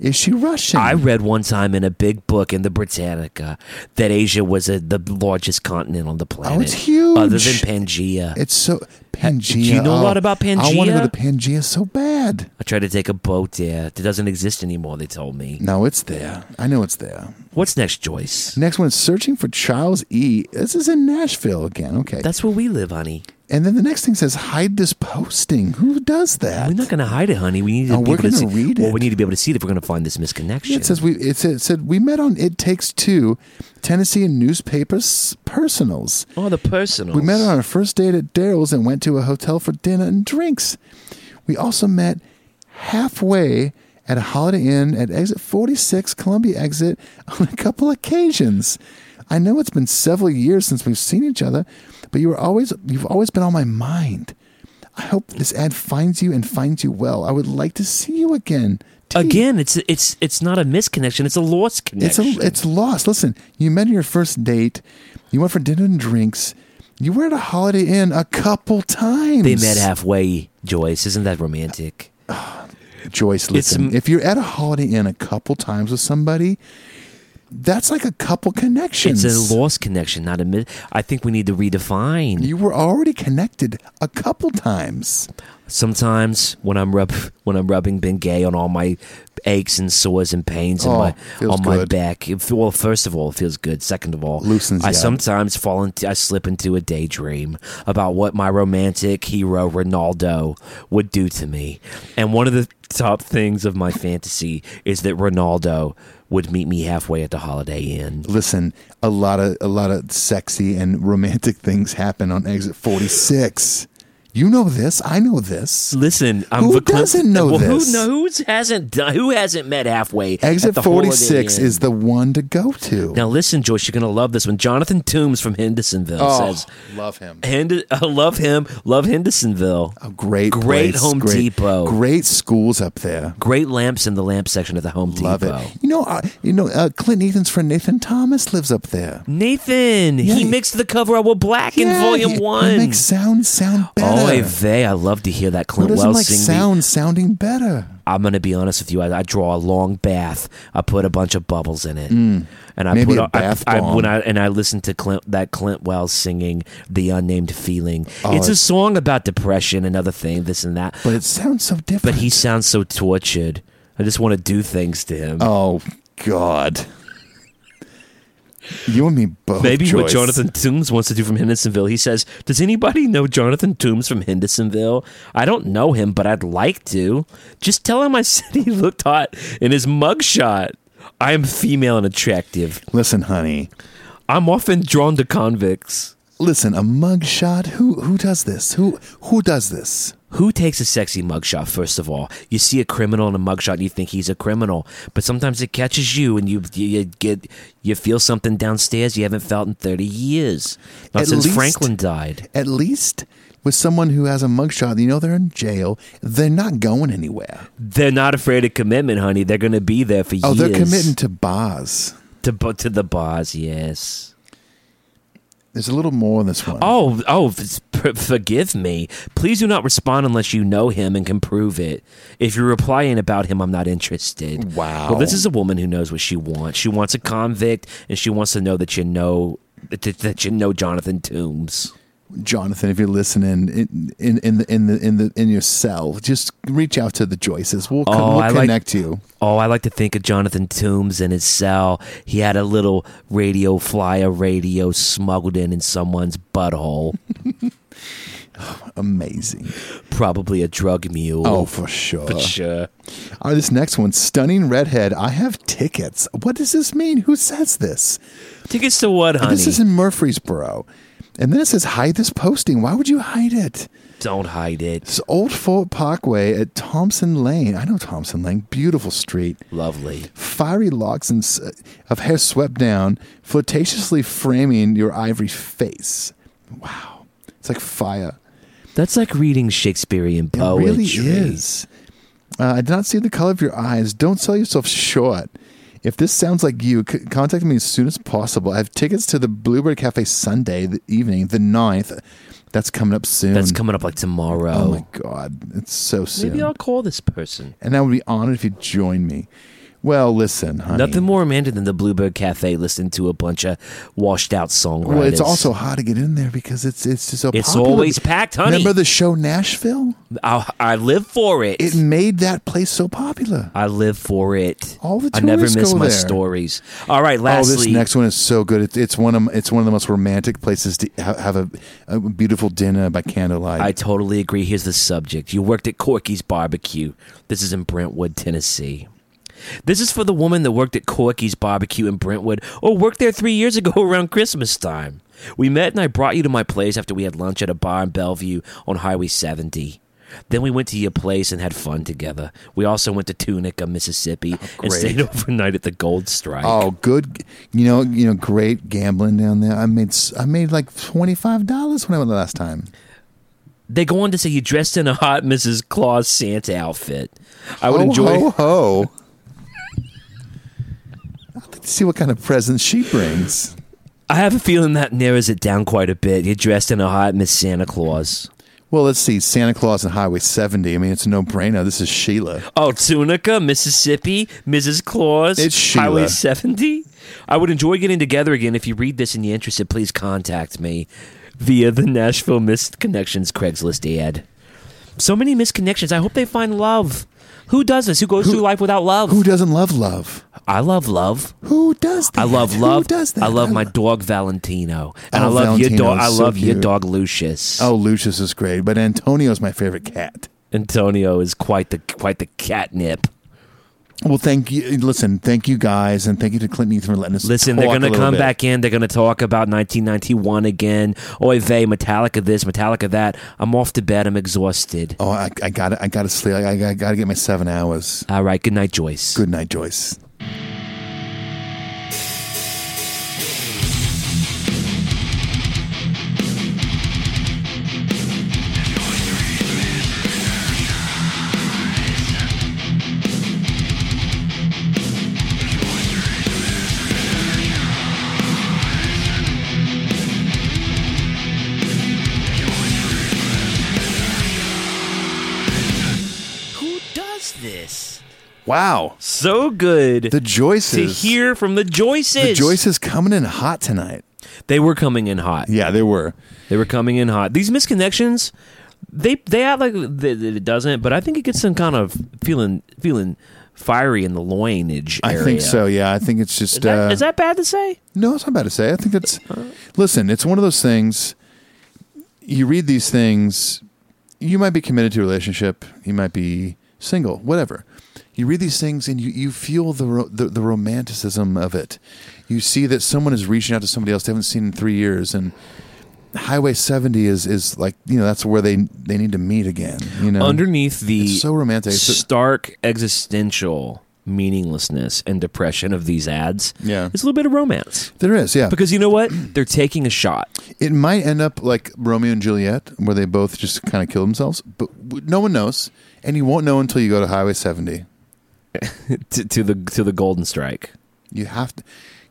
[SPEAKER 4] Is she Russian?
[SPEAKER 5] I read one time in a big book in the Britannica that Asia was a, the largest continent on the planet.
[SPEAKER 4] Oh, it's huge.
[SPEAKER 5] Other than Pangea.
[SPEAKER 4] It's so Pangea. Oh,
[SPEAKER 5] do you know a lot about
[SPEAKER 4] I want to go
[SPEAKER 5] Pangea?
[SPEAKER 4] to Pangea so bad.
[SPEAKER 5] I tried to take a boat there. It doesn't exist anymore, they told me.
[SPEAKER 4] No, it's there. I know it's there.
[SPEAKER 5] What's next, Joyce?
[SPEAKER 4] Next one is searching for Charles E. This is in Nashville again. Okay.
[SPEAKER 5] That's where we live, honey.
[SPEAKER 4] and then the next thing says hide this posting. Who does that?
[SPEAKER 5] We're not going to hide it, honey. We need to
[SPEAKER 4] No, Oh,
[SPEAKER 5] be
[SPEAKER 4] we're
[SPEAKER 5] able to see.
[SPEAKER 4] gonna read
[SPEAKER 5] Well,
[SPEAKER 4] it.
[SPEAKER 5] we need to be able to see it if we're going to find this misconnection.
[SPEAKER 4] it says we. It said, it said we met on It Takes Two, Tennessee newspapers personals.
[SPEAKER 5] oh, the personal.
[SPEAKER 4] We met on our first date at Daryl's and went to a hotel for dinner and drinks. We also met halfway at a Holiday Inn at exit 46, Columbia exit, [laughs] on a couple occasions. I know it's been several years since we've seen each other, but you were always you've always been on my mind. I hope this ad finds you and finds you well. I would like to see you again. T.
[SPEAKER 5] Again, it's it's it's not a misconnection; it's a lost
[SPEAKER 4] Hmm. It's a,
[SPEAKER 5] connection.
[SPEAKER 4] it's lost. Listen, you met on your first date. You went for dinner and drinks. You were at a Holiday Inn a couple times.
[SPEAKER 5] they met halfway. Joyce, isn't that romantic?
[SPEAKER 4] Joyce, listen.
[SPEAKER 5] m-
[SPEAKER 4] if you're at a Holiday Inn a couple times with somebody, that's like a couple connections.
[SPEAKER 5] It's a lost connection, not a mi- I think we need to redefine.
[SPEAKER 4] You were already connected a couple times.
[SPEAKER 5] Sometimes when I'm rub when I'm rubbing Bengay on all my aches and sores and pains and
[SPEAKER 4] Oh,
[SPEAKER 5] my
[SPEAKER 4] feels
[SPEAKER 5] on my
[SPEAKER 4] good.
[SPEAKER 5] back. It, fe- well, first of all, it feels good. Second of all,
[SPEAKER 4] Loosens
[SPEAKER 5] I
[SPEAKER 4] you up.
[SPEAKER 5] sometimes fall into I slip into a daydream about what my romantic hero Ronaldo would do to me. And one of the top things of my fantasy is that Ronaldo would meet me halfway at the Holiday Inn.
[SPEAKER 4] Listen, a lot of a lot of sexy and romantic things happen on exit 46. You know this. I know this.
[SPEAKER 5] Listen, I'm
[SPEAKER 4] Who
[SPEAKER 5] the Clin-
[SPEAKER 4] doesn't know
[SPEAKER 5] well,
[SPEAKER 4] this?
[SPEAKER 5] Who knows? Who hasn't done- who hasn't met halfway? at
[SPEAKER 4] Exit
[SPEAKER 5] the Holiday
[SPEAKER 4] 46
[SPEAKER 5] Inn?
[SPEAKER 4] is the one to go to.
[SPEAKER 5] Now listen, Joyce, you're gonna love this one. Jonathan Toombs from Hendersonville says,
[SPEAKER 4] Oh, love him.
[SPEAKER 5] [laughs] Hend- I love him, love Hendersonville.
[SPEAKER 4] A great,
[SPEAKER 5] Great
[SPEAKER 4] place,
[SPEAKER 5] Home
[SPEAKER 4] great-
[SPEAKER 5] Depot.
[SPEAKER 4] Great schools up there.
[SPEAKER 5] Great lamps in the lamp section at the Home
[SPEAKER 4] Love
[SPEAKER 5] Depot.
[SPEAKER 4] it. You know, uh, you know, uh, Clint Nathan's friend Nathan Thomas lives up there.
[SPEAKER 5] Nathan,
[SPEAKER 4] Yeah,
[SPEAKER 5] he
[SPEAKER 4] he-
[SPEAKER 5] mixed the cover up with black in
[SPEAKER 4] Yeah,
[SPEAKER 5] Volume
[SPEAKER 4] he-
[SPEAKER 5] One.
[SPEAKER 4] He makes sound sound better.
[SPEAKER 5] Oh, hey, they! I love to hear that
[SPEAKER 4] Who
[SPEAKER 5] Clint
[SPEAKER 4] doesn't
[SPEAKER 5] Wells
[SPEAKER 4] like
[SPEAKER 5] sing. the-
[SPEAKER 4] sound sounding better?
[SPEAKER 5] I'm gonna be honest with you. I, I draw a long bath. I put a bunch of bubbles in it, and I
[SPEAKER 4] Mm. Maybe
[SPEAKER 5] put
[SPEAKER 4] a
[SPEAKER 5] on- I-
[SPEAKER 4] bath
[SPEAKER 5] I,
[SPEAKER 4] bomb.
[SPEAKER 5] when I and I listen to Clint, that Clint Wells singing "The Unnamed Feeling."
[SPEAKER 4] Oh,
[SPEAKER 5] it's a
[SPEAKER 4] it's-
[SPEAKER 5] song about depression and other thing, this and that.
[SPEAKER 4] But it sounds so different.
[SPEAKER 5] But he sounds so tortured. I just want to do things to him.
[SPEAKER 4] Oh God. You and me both.
[SPEAKER 5] Maybe what
[SPEAKER 4] Joyce.
[SPEAKER 5] Jonathan Toombs wants to do from Hendersonville. He says, "Does anybody know Jonathan Toombs from Hendersonville? I don't know him, but I'd like to. Just tell him I [laughs] said he looked hot in his mugshot. I am female and attractive.
[SPEAKER 4] Listen, honey.
[SPEAKER 5] I'm often drawn to convicts.
[SPEAKER 4] Listen, a mugshot. Who who does this? Who who does this?
[SPEAKER 5] Who takes a sexy mugshot, first of all? You see a criminal in a mugshot and you think he's a criminal, but sometimes it catches you and you, you, you get you feel something downstairs you haven't felt in 30 years. Not
[SPEAKER 4] At
[SPEAKER 5] since
[SPEAKER 4] least-
[SPEAKER 5] Franklin died.
[SPEAKER 4] At least with someone who has a mugshot, you know they're in jail. They're not going anywhere.
[SPEAKER 5] They're not afraid of commitment, honey. They're going to be there for
[SPEAKER 4] Oh,
[SPEAKER 5] years.
[SPEAKER 4] they're committing to bars.
[SPEAKER 5] to, bu- to the bars, yes.
[SPEAKER 4] There's a little more in this one.
[SPEAKER 5] Oh, oh, f- f- forgive me. Please do not respond unless you know him and can prove it. If you're replying about him, I'm not interested.
[SPEAKER 4] Wow.
[SPEAKER 5] Well, this is a woman who knows what she wants. She wants a convict, and she wants to know that you know that, that you know Jonathan Toombs.
[SPEAKER 4] Jonathan, if you're listening in in in the in the in, the, in your cell, just reach out to the Joyces. We'll,
[SPEAKER 5] Oh,
[SPEAKER 4] con-
[SPEAKER 5] I
[SPEAKER 4] we'll
[SPEAKER 5] like-
[SPEAKER 4] connect you.
[SPEAKER 5] Oh, I like to think of Jonathan Toombs in his cell. He had a little radio flyer radio smuggled in in someone's butthole,
[SPEAKER 4] Amazing.
[SPEAKER 5] probably a drug mule. uh,
[SPEAKER 4] Oh, for sure.
[SPEAKER 5] for sure.
[SPEAKER 4] All right, this next one, stunning redhead. I have tickets. What does this mean? Who says this?
[SPEAKER 5] Tickets to what,
[SPEAKER 4] And
[SPEAKER 5] honey?
[SPEAKER 4] This is in Murfreesboro. And then it says hide this posting. Why would you hide it?
[SPEAKER 5] Don't hide it.
[SPEAKER 4] It's Old Fort Parkway at Thompson Lane. I know Thompson Lane. Beautiful street.
[SPEAKER 5] Lovely.
[SPEAKER 4] Fiery locks and s- of hair swept down, flirtatiously framing your ivory face. Wow. It's like fire.
[SPEAKER 5] That's like reading Shakespearean
[SPEAKER 4] It
[SPEAKER 5] poetry.
[SPEAKER 4] really is. Uh, I did not see the color of your eyes. Don't sell yourself short. If this sounds like you, c- contact me as soon as possible. I have tickets to the Bluebird Cafe Sunday the evening, the 9th. That's coming up soon.
[SPEAKER 5] That's coming up like tomorrow.
[SPEAKER 4] Um, Oh my God. It's so soon.
[SPEAKER 5] Maybe I'll call this person.
[SPEAKER 4] and I would be honored if you join me. Well, listen, honey.
[SPEAKER 5] Nothing more romantic than the Bluebird Cafe listening to a bunch of washed out songwriters.
[SPEAKER 4] Well, it's also hard to get in there because it's it's just so
[SPEAKER 5] It's
[SPEAKER 4] popular.
[SPEAKER 5] always packed, honey.
[SPEAKER 4] Remember the show Nashville?
[SPEAKER 5] I, I live for it.
[SPEAKER 4] It made that place so popular.
[SPEAKER 5] I live for it.
[SPEAKER 4] All the
[SPEAKER 5] I never
[SPEAKER 4] tourists
[SPEAKER 5] miss
[SPEAKER 4] go
[SPEAKER 5] my
[SPEAKER 4] there.
[SPEAKER 5] stories. All right,
[SPEAKER 4] Oh, this
[SPEAKER 5] lastly,
[SPEAKER 4] next one is so good. It's, it's one of it's one of the most romantic places to ha- have a, a beautiful dinner by candlelight.
[SPEAKER 5] I totally agree. Here's the subject. You worked at Corky's Barbecue. This is in Brentwood, Tennessee. This is for the woman that worked at Corky's Barbecue in Brentwood or worked there three years ago [laughs] around Christmas time. We met and I brought you to my place after we had lunch at a bar in Bellevue on Highway 70. Then we went to your place and had fun together. We also went to Tunica, Mississippi, and stayed [laughs] overnight at the Gold Strike.
[SPEAKER 4] Oh, good. You know, you know, great gambling down there. I made s- I made like twenty five dollars when I went the last time.
[SPEAKER 5] They go on to say you dressed in a hot Mrs. Claus Santa outfit. I would
[SPEAKER 4] Ho,
[SPEAKER 5] enjoy.
[SPEAKER 4] ho
[SPEAKER 5] [laughs]
[SPEAKER 4] ho. I'd like to see what kind of presents she brings.
[SPEAKER 5] I have a feeling that narrows it down quite a bit. You're dressed in a hot Miss Santa Claus.
[SPEAKER 4] Well, let's see. Santa Claus and Highway 70. I mean, it's a no brainer. This is Sheila.
[SPEAKER 5] Oh, Tunica, Mississippi, Mrs. Claus,
[SPEAKER 4] It's Sheila.
[SPEAKER 5] Highway 70. I would enjoy getting together again. If you read this and you're interested, please contact me via the Nashville Missed Connections Craigslist ad. So many missed connections. I hope they find love. Who does this? Who goes through life without love?
[SPEAKER 4] Who doesn't love love?
[SPEAKER 5] I love love.
[SPEAKER 4] Who does that?
[SPEAKER 5] I love
[SPEAKER 4] Who
[SPEAKER 5] love.
[SPEAKER 4] does that?
[SPEAKER 5] I love my
[SPEAKER 4] lo-
[SPEAKER 5] dog Valentino, and
[SPEAKER 4] Oh,
[SPEAKER 5] I love your dog.
[SPEAKER 4] Valentino's
[SPEAKER 5] I
[SPEAKER 4] so
[SPEAKER 5] love your
[SPEAKER 4] cute.
[SPEAKER 5] dog Lucius.
[SPEAKER 4] Oh, Lucius is great, but Antonio's my favorite cat.
[SPEAKER 5] Antonio is quite the quite the catnip.
[SPEAKER 4] Well, thank you. Listen, thank you guys, and thank you to Clint Ethan for letting us
[SPEAKER 5] Listen,
[SPEAKER 4] talk
[SPEAKER 5] they're
[SPEAKER 4] a
[SPEAKER 5] gonna
[SPEAKER 4] little
[SPEAKER 5] come
[SPEAKER 4] bit.
[SPEAKER 5] back in. They're gonna talk about 1991 again. Oy vey, Metallica this, Metallica that. I'm off to bed. I'm exhausted.
[SPEAKER 4] Oh, I, I got to I got to sleep. I, I, I got to get my seven hours.
[SPEAKER 5] All right, good night, Joyce.
[SPEAKER 4] Good night, Joyce.
[SPEAKER 2] Who does this?
[SPEAKER 4] Wow,
[SPEAKER 5] So good
[SPEAKER 4] the
[SPEAKER 5] to
[SPEAKER 4] Joyces.
[SPEAKER 5] hear from the Joyces.
[SPEAKER 4] the Joyces coming in hot tonight.
[SPEAKER 5] They were coming in hot.
[SPEAKER 4] Yeah, they were.
[SPEAKER 5] They were coming in hot. These misconnections, they they act like that that it doesn't, but I think it gets some kind of feeling feeling fiery in the loinage.
[SPEAKER 4] I
[SPEAKER 5] area.
[SPEAKER 4] think so. Yeah, I think it's just.
[SPEAKER 5] Is that,
[SPEAKER 4] uh,
[SPEAKER 5] is that bad to say?
[SPEAKER 4] No, that's what I'm about to say. I think that's. Listen, it's one of those things. You read these things. You might be committed to a relationship. You might be single. Whatever. You read these things and you, you feel the, ro- the the romanticism of it. You see that someone is reaching out to somebody else they haven't seen in three years, and Highway 70 is is like you know that's where they they need to meet again. You know,
[SPEAKER 5] Underneath the
[SPEAKER 4] It's so romantic. It's so-
[SPEAKER 5] stark existential meaninglessness and depression of these ads,
[SPEAKER 4] Yeah.
[SPEAKER 5] it's a little bit of romance.
[SPEAKER 4] there is yeah.
[SPEAKER 5] Because you know what? They're taking
[SPEAKER 4] [laughs]
[SPEAKER 5] a shot.
[SPEAKER 4] It might end up like Romeo and Juliet, where they both just kind of kill themselves, but w- no one knows, and you won't know until you go to Highway 70.
[SPEAKER 5] to, to the to the Golden Strike.
[SPEAKER 4] You have to.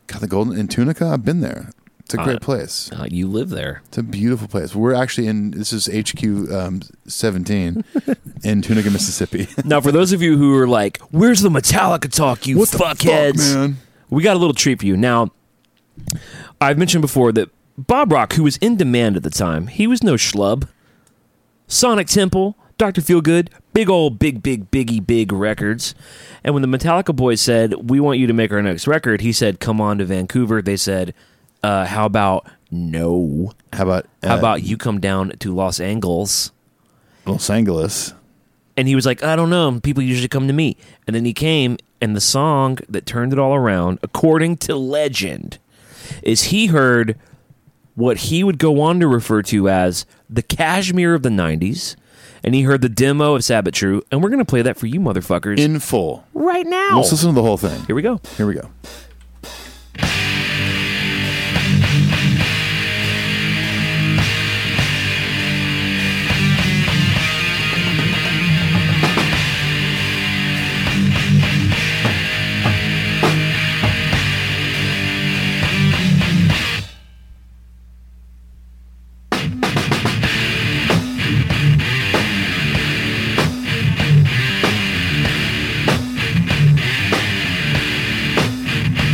[SPEAKER 4] God, the Golden in Tunica. I've been there. It's a great
[SPEAKER 5] Uh,
[SPEAKER 4] place.
[SPEAKER 5] Uh, you live there.
[SPEAKER 4] It's a beautiful place. We're actually in. This is HQ um, [laughs] 17 in Tunica, Mississippi. [laughs]
[SPEAKER 5] Now, for those of you who are like, "Where's the Metallica talk, you
[SPEAKER 4] What the fuck,
[SPEAKER 5] fuckheads?"
[SPEAKER 4] man?
[SPEAKER 5] We got a little treat for you. Now, I've mentioned before that Bob Rock, who was in demand at the time, he was no schlub. Sonic Temple, Dr. Feelgood, big old, big, big, biggie, big records. And when the Metallica boys said, We want you to make our next record, he said, Come on to Vancouver. They said, uh, How about no?
[SPEAKER 4] How about uh,
[SPEAKER 5] How about you come down to Los Angeles?
[SPEAKER 4] Los Angeles?
[SPEAKER 5] And he was like, I don't know. People usually come to me. And then he came, and the song that turned it all around, according to legend, is he heard what he would go on to refer to as the cashmere of the 90s. And he heard the demo of Sabbath True. And we're going to play that for you motherfuckers
[SPEAKER 4] In full.
[SPEAKER 5] right now.
[SPEAKER 4] Let's listen to the whole thing.
[SPEAKER 5] Here we go.
[SPEAKER 4] Here we go.
[SPEAKER 5] Whoa,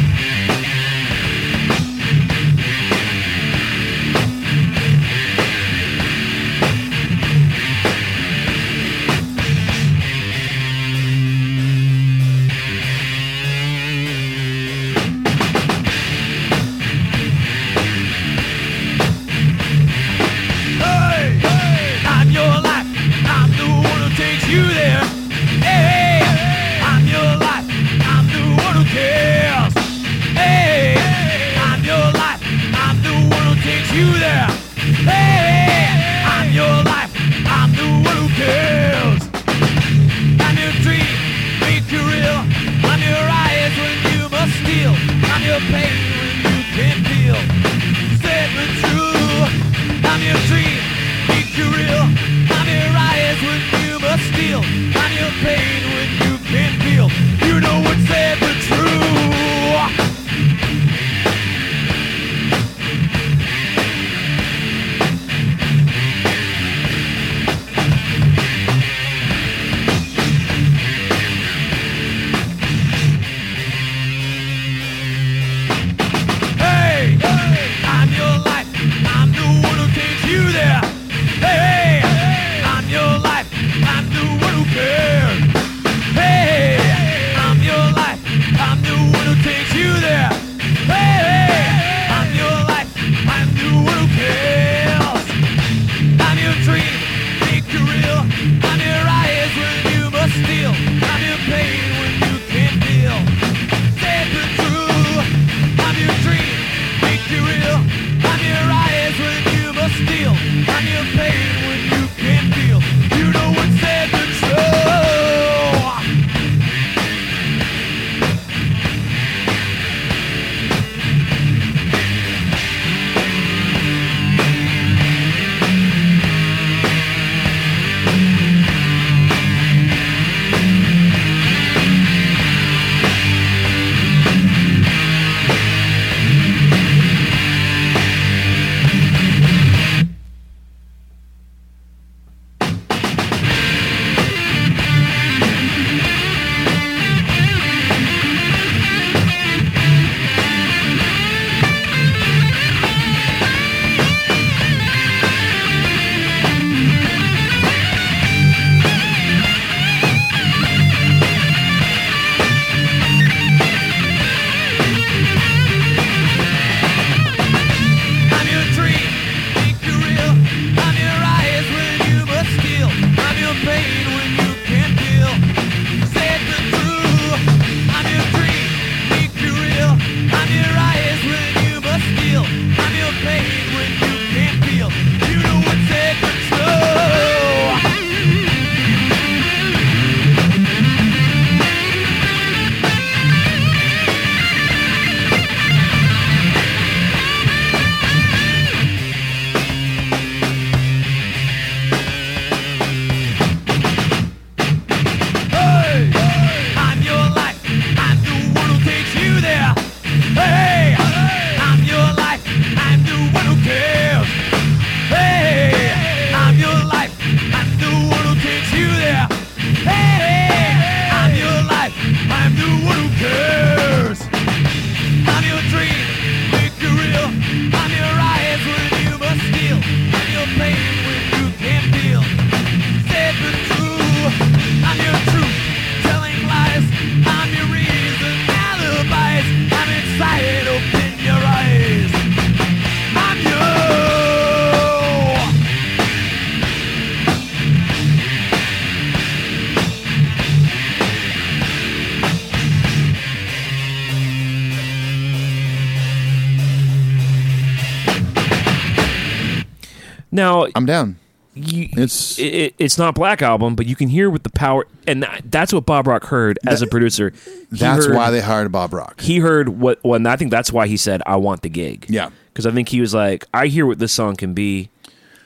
[SPEAKER 5] Now,
[SPEAKER 4] I'm down.
[SPEAKER 5] you,
[SPEAKER 4] It's-
[SPEAKER 5] it's it, it's not Black Album, but you can hear with the power, and that, that's what Bob Rock heard as a producer. He
[SPEAKER 4] That's
[SPEAKER 5] heard-
[SPEAKER 4] why they hired Bob Rock.
[SPEAKER 5] he heard what. Well, and I think that's why he said, "I want the gig."
[SPEAKER 4] Yeah.
[SPEAKER 5] because I think he was like, "I hear what this song can be.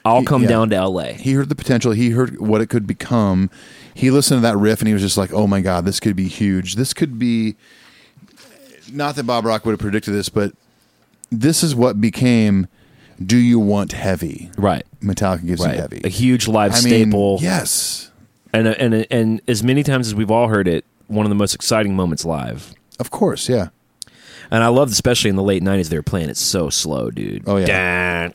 [SPEAKER 5] I'll
[SPEAKER 4] He-
[SPEAKER 5] come
[SPEAKER 4] yeah.
[SPEAKER 5] down to L.A."
[SPEAKER 4] He heard the potential. He heard what it could become. He listened to that riff and he was just like, "Oh my god, this could be huge. This could be." Not that Bob Rock would have predicted this, but this is what became. Do you want heavy?
[SPEAKER 5] right,
[SPEAKER 4] Metallica gives
[SPEAKER 5] right.
[SPEAKER 4] you heavy.
[SPEAKER 5] A huge live
[SPEAKER 4] I mean,
[SPEAKER 5] staple.
[SPEAKER 4] Yes,
[SPEAKER 5] and and and as many times as we've all heard it, one of the most exciting moments live.
[SPEAKER 4] of course. Yeah.
[SPEAKER 5] And I loved, especially in the late '90s, they were playing it so slow, dude.
[SPEAKER 4] Oh, yeah.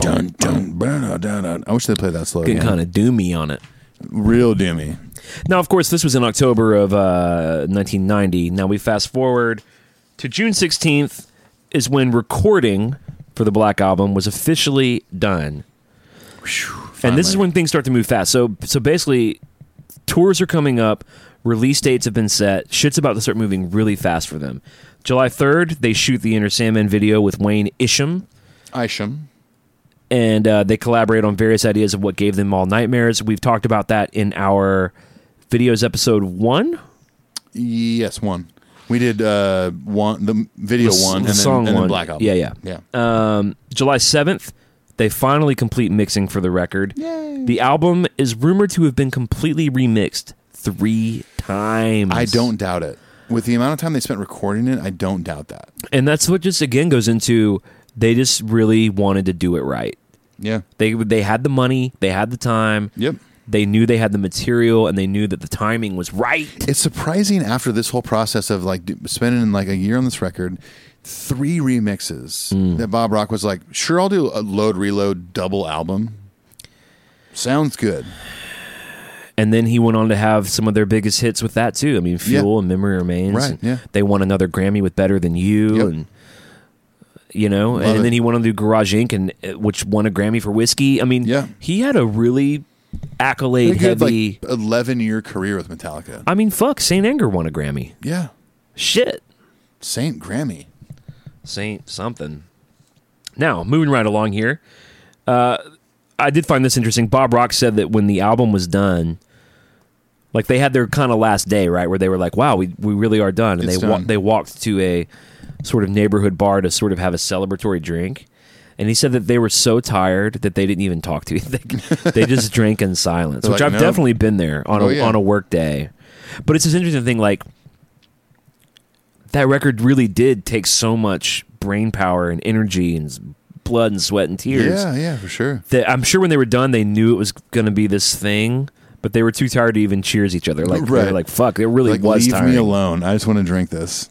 [SPEAKER 5] Dun.
[SPEAKER 4] Dun, dun, dun, dun, dun. I wish they played that slow.
[SPEAKER 5] getting
[SPEAKER 4] again.
[SPEAKER 5] kind of doomy on it.
[SPEAKER 4] real dimmy.
[SPEAKER 5] Now, of course, this was in October of uh, 1990. Now we fast forward to June 16th, is when recording for the Black Album was officially done. and this is when things start to move fast. So, so basically, tours are coming up, release dates have been set, shit's about to start moving really fast for them. July 3rd, they shoot the Inner Sandman video with Wayne Isham
[SPEAKER 4] Isham.
[SPEAKER 5] and uh, they collaborate on various ideas of what gave them all nightmares. We've talked about that in our videos episode one.
[SPEAKER 4] Yes, one. We did uh one the video
[SPEAKER 5] The s-
[SPEAKER 4] one and
[SPEAKER 5] the
[SPEAKER 4] then,
[SPEAKER 5] song
[SPEAKER 4] and then
[SPEAKER 5] one.
[SPEAKER 4] Black Album.
[SPEAKER 5] Yeah, yeah.
[SPEAKER 4] yeah.
[SPEAKER 5] Um, July 7th, they finally complete mixing for the record. The album is rumored to have been completely remixed three times.
[SPEAKER 4] I don't doubt it. With the amount of time they spent recording it, I don't doubt that.
[SPEAKER 5] And that's what just again goes into they just really wanted to do it right.
[SPEAKER 4] Yeah.
[SPEAKER 5] They, they had the money, they had the time.
[SPEAKER 4] Yep.
[SPEAKER 5] They knew they had the material and they knew that the timing was right.
[SPEAKER 4] It's surprising after this whole process of like d- spending like a year on this record, three remixes
[SPEAKER 5] Mm.
[SPEAKER 4] that Bob Rock was like, "Sure, I'll do a load reload double album." Sounds good.
[SPEAKER 5] and then he went on to have some of their biggest hits with that too. I mean, Fuel
[SPEAKER 4] Yeah.
[SPEAKER 5] and Memory Remains.
[SPEAKER 4] Right,
[SPEAKER 5] and
[SPEAKER 4] yeah.
[SPEAKER 5] They won another Grammy with Better Than You,
[SPEAKER 4] Yep.
[SPEAKER 5] and you know, and
[SPEAKER 4] it.
[SPEAKER 5] then he went on to do Garage Inc. and uh, which won a Grammy for Whiskey. I mean,
[SPEAKER 4] Yeah.
[SPEAKER 5] he had a really
[SPEAKER 4] Pretty
[SPEAKER 5] accolade
[SPEAKER 4] good,
[SPEAKER 5] heavy.
[SPEAKER 4] like eleven year career with Metallica.
[SPEAKER 5] I mean, fuck, Saint Anger won a Grammy.
[SPEAKER 4] Yeah,
[SPEAKER 5] Shit,
[SPEAKER 4] Saint Grammy.
[SPEAKER 5] Saint something. Now moving right along here, uh, I did find this interesting. Bob Rock said that when the album was done. Like they had their kind of last day, right, where they were like, "Wow, we, we really are done," and
[SPEAKER 4] It's
[SPEAKER 5] they wa-
[SPEAKER 4] done.
[SPEAKER 5] they walked to a sort of neighborhood bar to sort of have a celebratory drink. And he said that they were so tired that they didn't even talk to [laughs] you. They, they just drank in silence,
[SPEAKER 4] They're
[SPEAKER 5] which
[SPEAKER 4] like,
[SPEAKER 5] I've
[SPEAKER 4] "No."
[SPEAKER 5] definitely been there on
[SPEAKER 4] Oh,
[SPEAKER 5] a
[SPEAKER 4] yeah.
[SPEAKER 5] on a work day. But it's this interesting thing, like that record really did take so much brain power and energy and s- blood and sweat and tears
[SPEAKER 4] Yeah, yeah, for sure.
[SPEAKER 5] that I'm sure when they were done, they knew it was going to be this thing, but they were too tired to even cheers each other. Like, they
[SPEAKER 4] Right.
[SPEAKER 5] were like, fuck, it really
[SPEAKER 4] Like,
[SPEAKER 5] was
[SPEAKER 4] leave
[SPEAKER 5] tiring.
[SPEAKER 4] me alone. I just want to drink this.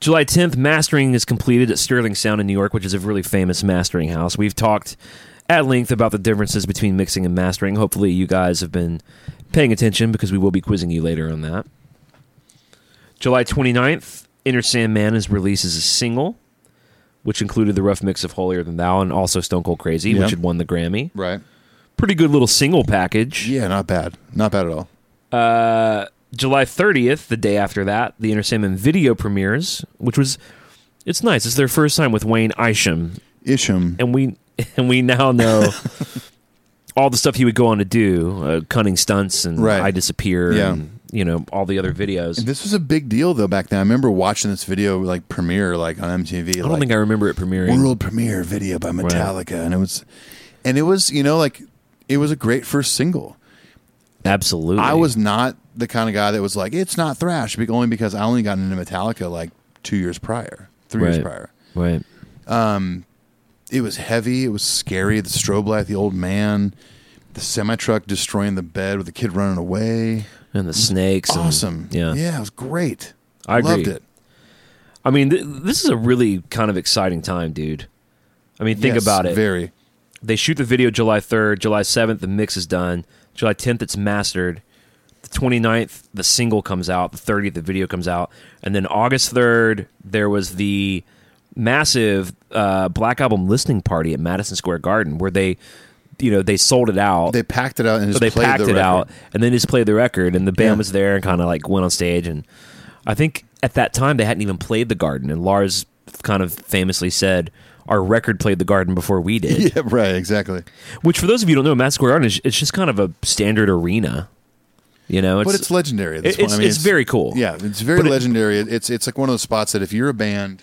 [SPEAKER 5] July 10th, mastering is completed at Sterling Sound in New York, which is a really famous mastering house. We've talked at length about the differences between mixing and mastering. Hopefully, you guys have been paying attention because we will be quizzing you later on that. July 29th, Inner Sandman is released as a single, which included the rough mix of Holier Than Thou and also Stone Cold Crazy,
[SPEAKER 4] Yeah.
[SPEAKER 5] which had won the Grammy.
[SPEAKER 4] Right.
[SPEAKER 5] Pretty good little single package.
[SPEAKER 4] Yeah, not bad. Not bad at all.
[SPEAKER 5] July 30th, the day after that, the Inner Sandman video premieres, which was it's nice. It's their first time with Wayne Isham,
[SPEAKER 4] Isham.
[SPEAKER 5] and we [laughs] and we
[SPEAKER 4] [laughs]
[SPEAKER 5] now know all the stuff he would go on to do, uh, cunning stunts and
[SPEAKER 4] Right.
[SPEAKER 5] I disappear,
[SPEAKER 4] Yeah.
[SPEAKER 5] and you know all the other videos.
[SPEAKER 4] This was a big deal though back then. I remember watching this video like premiere like on MTV.
[SPEAKER 5] I don't think I remember it premiering.
[SPEAKER 4] world premiere video by Metallica, and it was, and it was you know like it was a great first single.
[SPEAKER 5] Absolutely,
[SPEAKER 4] I was not the kind of guy that was like it's not thrash, be- only because I only got into Metallica like two years prior, three years
[SPEAKER 5] Right.
[SPEAKER 4] prior.
[SPEAKER 5] right.
[SPEAKER 4] It was heavy. It was scary. The strobe light, the old man, the semi truck destroying the bed with the kid running away.
[SPEAKER 5] And the snakes, and-
[SPEAKER 4] Awesome.
[SPEAKER 5] yeah,
[SPEAKER 4] yeah, it was great.
[SPEAKER 5] I agree.
[SPEAKER 4] loved it.
[SPEAKER 5] I mean, th- this is a really kind of exciting time, dude. I mean, think
[SPEAKER 4] Yes,
[SPEAKER 5] about it.
[SPEAKER 4] Very.
[SPEAKER 5] they shoot the video July 3rd, July 7th, the mix is done. July 10th, it's mastered. The 29th, the single comes out. The 30th, the video comes out. And then August 3rd, there was the massive uh, Black Album listening party at Madison Square Garden where they, you know, they sold it out.
[SPEAKER 4] They packed it out and just
[SPEAKER 5] so they
[SPEAKER 4] played
[SPEAKER 5] packed
[SPEAKER 4] the
[SPEAKER 5] it
[SPEAKER 4] record.
[SPEAKER 5] out and then just played the record. And the band
[SPEAKER 4] Yeah.
[SPEAKER 5] was there and kind of like went on stage. And I think at that time, they hadn't even played the Garden. And Lars kind of famously said, our record played the garden before we
[SPEAKER 4] [laughs]
[SPEAKER 5] did.
[SPEAKER 4] Yeah, right, exactly.
[SPEAKER 5] Which, for those of you who don't know, Madison Square Garden is it's just kind of a standard arena. You know, it's,
[SPEAKER 4] but it's legendary. At this
[SPEAKER 5] it-
[SPEAKER 4] point. I
[SPEAKER 5] it's-
[SPEAKER 4] mean,
[SPEAKER 5] it's very cool.
[SPEAKER 4] Yeah, it's very
[SPEAKER 5] But it-
[SPEAKER 4] legendary. It, it's it's like one of those spots that if you're a band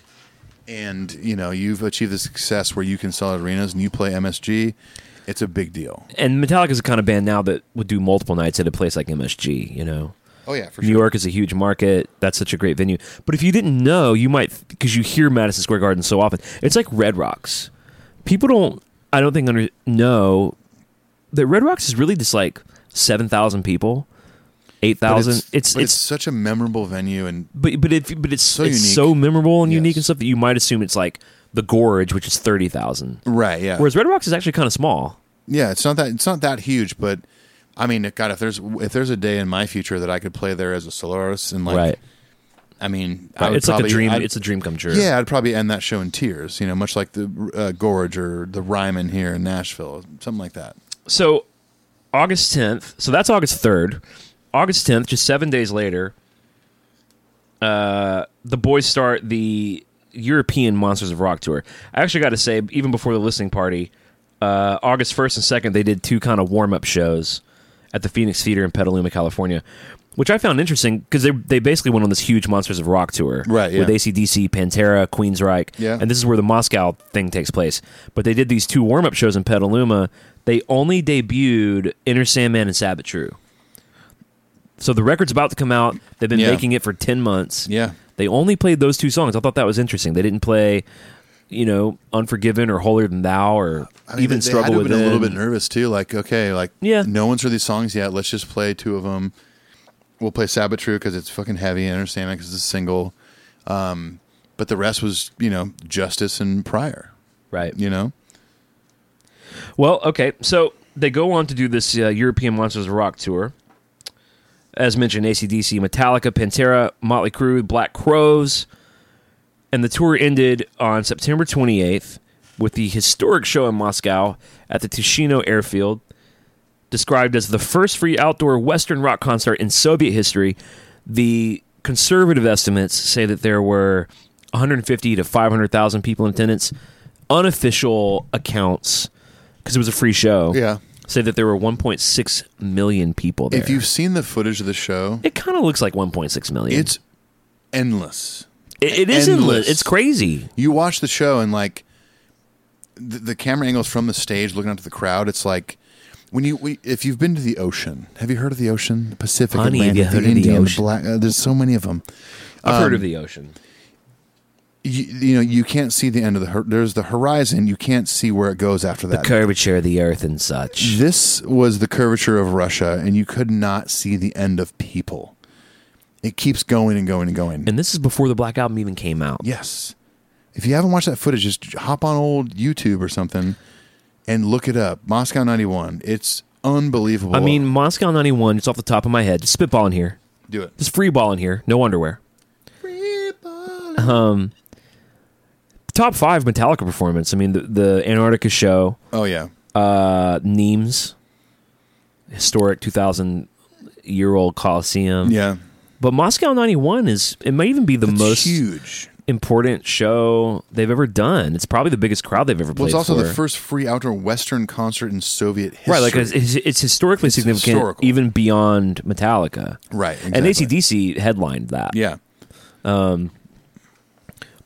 [SPEAKER 4] and you know you've achieved the success where you can sell at arenas and you play MSG, it's a big deal.
[SPEAKER 5] and Metallica's the kind of band now that would do multiple nights at a place like MSG. You know,
[SPEAKER 4] Oh yeah, for
[SPEAKER 5] New
[SPEAKER 4] sure.
[SPEAKER 5] York is a huge market. That's such a great venue. But if you didn't know, you might because you hear Madison Square Garden so often. It's like Red Rocks. People don't. I don't think under, know that Red Rocks is really just like seven thousand people, eight
[SPEAKER 4] But
[SPEAKER 5] thousand. It's
[SPEAKER 4] but
[SPEAKER 5] it's
[SPEAKER 4] such a memorable venue and
[SPEAKER 5] but but it but it's so it's
[SPEAKER 4] unique.
[SPEAKER 5] so memorable and unique
[SPEAKER 4] Yes.
[SPEAKER 5] and stuff that you might assume it's like the Gorge, which is thirty thousand.
[SPEAKER 4] right. Yeah,
[SPEAKER 5] Whereas Red Rocks is actually kind of small.
[SPEAKER 4] yeah, it's not that it's not that huge, but I mean, God, if there's if there's a day in my future that I could play there as a soloist and like,
[SPEAKER 5] right.
[SPEAKER 4] I mean, I
[SPEAKER 5] Right.
[SPEAKER 4] would
[SPEAKER 5] It's
[SPEAKER 4] probably,
[SPEAKER 5] like a dream.
[SPEAKER 4] I'd-
[SPEAKER 5] it's a dream come true.
[SPEAKER 4] Yeah, I'd probably end that show in tears. You know, much like the uh, Gorge or the Ryman here in Nashville, something like that.
[SPEAKER 5] So August tenth. So that's August third. August tenth, just seven days later. Uh, the boys start the European Monsters of Rock tour. I actually got to say, even before the listening party, uh, August first and second, they did two kind of warm up shows at the Phoenix Theater in Petaluma, California, which I found interesting because they they basically went on this huge Monsters of Rock tour,
[SPEAKER 4] Right, yeah.
[SPEAKER 5] With ACDC, Pantera, Queensryche,
[SPEAKER 4] Yeah.
[SPEAKER 5] and this is where the Moscow thing takes place. But they did these two warm up shows in Petaluma. They only debuted Inner Sandman and Sabbath True. So the record's about to come out. They've been
[SPEAKER 4] Yeah.
[SPEAKER 5] making it for ten months.
[SPEAKER 4] Yeah.
[SPEAKER 5] They only played those two songs. I thought that was interesting. They didn't play, you know, Unforgiven or Holier Than Thou or
[SPEAKER 4] I mean,
[SPEAKER 5] even
[SPEAKER 4] they, they
[SPEAKER 5] Struggle
[SPEAKER 4] had to
[SPEAKER 5] with
[SPEAKER 4] have been a little bit nervous too. Like, okay, like
[SPEAKER 5] Yeah.
[SPEAKER 4] no one's heard these songs yet. Let's just play two of them. We'll play Sabbath True because it's fucking heavy. I understand because it's a single. Um, but the rest was you know Justice and Prior.
[SPEAKER 5] Right.
[SPEAKER 4] You know,
[SPEAKER 5] Well, okay. So they go on to do this uh, European Monsters of Rock tour. As mentioned, ACDC, Metallica, Pantera, Motley Crue, Black Crows. And the tour ended on September 28th with the historic show in Moscow at the Tushino Airfield, described as the first free outdoor Western rock concert in Soviet history. The conservative estimates say that there were 150 to 500,000 people in attendance. Unofficial accounts, because it was a free show,
[SPEAKER 4] Yeah.
[SPEAKER 5] say that there were 1.6 million people there.
[SPEAKER 4] if you've seen the footage of the show,
[SPEAKER 5] it kind of looks like 1.6 million.
[SPEAKER 4] it's endless.
[SPEAKER 5] it, it
[SPEAKER 4] endless.
[SPEAKER 5] is endless. It's crazy.
[SPEAKER 4] You watch the show and like the, the camera angles from the stage looking out to the crowd. It's like when you we, if you've been to the ocean, have you heard of the ocean? The Pacific,
[SPEAKER 5] Honey, have you
[SPEAKER 4] Atlantic,
[SPEAKER 5] heard
[SPEAKER 4] the
[SPEAKER 5] of the
[SPEAKER 4] Indian, the
[SPEAKER 5] ocean?
[SPEAKER 4] Black. Uh, there's so many of them.
[SPEAKER 5] I've heard of
[SPEAKER 4] Um,
[SPEAKER 5] the ocean.
[SPEAKER 4] you, you know you can't see the end of the hor- there's the horizon you can't see where it goes after that
[SPEAKER 5] curvature of the earth and such.
[SPEAKER 4] this was the curvature of russia and you could not see the end of people it keeps going and going and going
[SPEAKER 5] And this is before the Black Album even came out.
[SPEAKER 4] yes if you haven't watched that footage just hop on old youtube or something and look it up moscow 91 it's unbelievable
[SPEAKER 5] I mean, Moscow 91, it's off the top of my head. Just spitballing here.
[SPEAKER 4] do it
[SPEAKER 5] Just freeballing here. No underwear. Um, Top five Metallica performance. I mean, the, the Antarctica show,
[SPEAKER 4] oh yeah
[SPEAKER 5] uh, Nimes, historic 2,000 year old Coliseum.
[SPEAKER 4] yeah
[SPEAKER 5] But Moscow 91 is, it might even be the
[SPEAKER 4] That's
[SPEAKER 5] most
[SPEAKER 4] huge
[SPEAKER 5] important show they've ever done. It's probably the biggest crowd they've ever played
[SPEAKER 4] well, it's also
[SPEAKER 5] for.
[SPEAKER 4] the first free outdoor Western concert in Soviet history.
[SPEAKER 5] Right, like it's, it's, it's historically significant,
[SPEAKER 4] historical.
[SPEAKER 5] even beyond Metallica.
[SPEAKER 4] Right,
[SPEAKER 5] and
[SPEAKER 4] exactly.
[SPEAKER 5] ACDC headlined that.
[SPEAKER 4] yeah,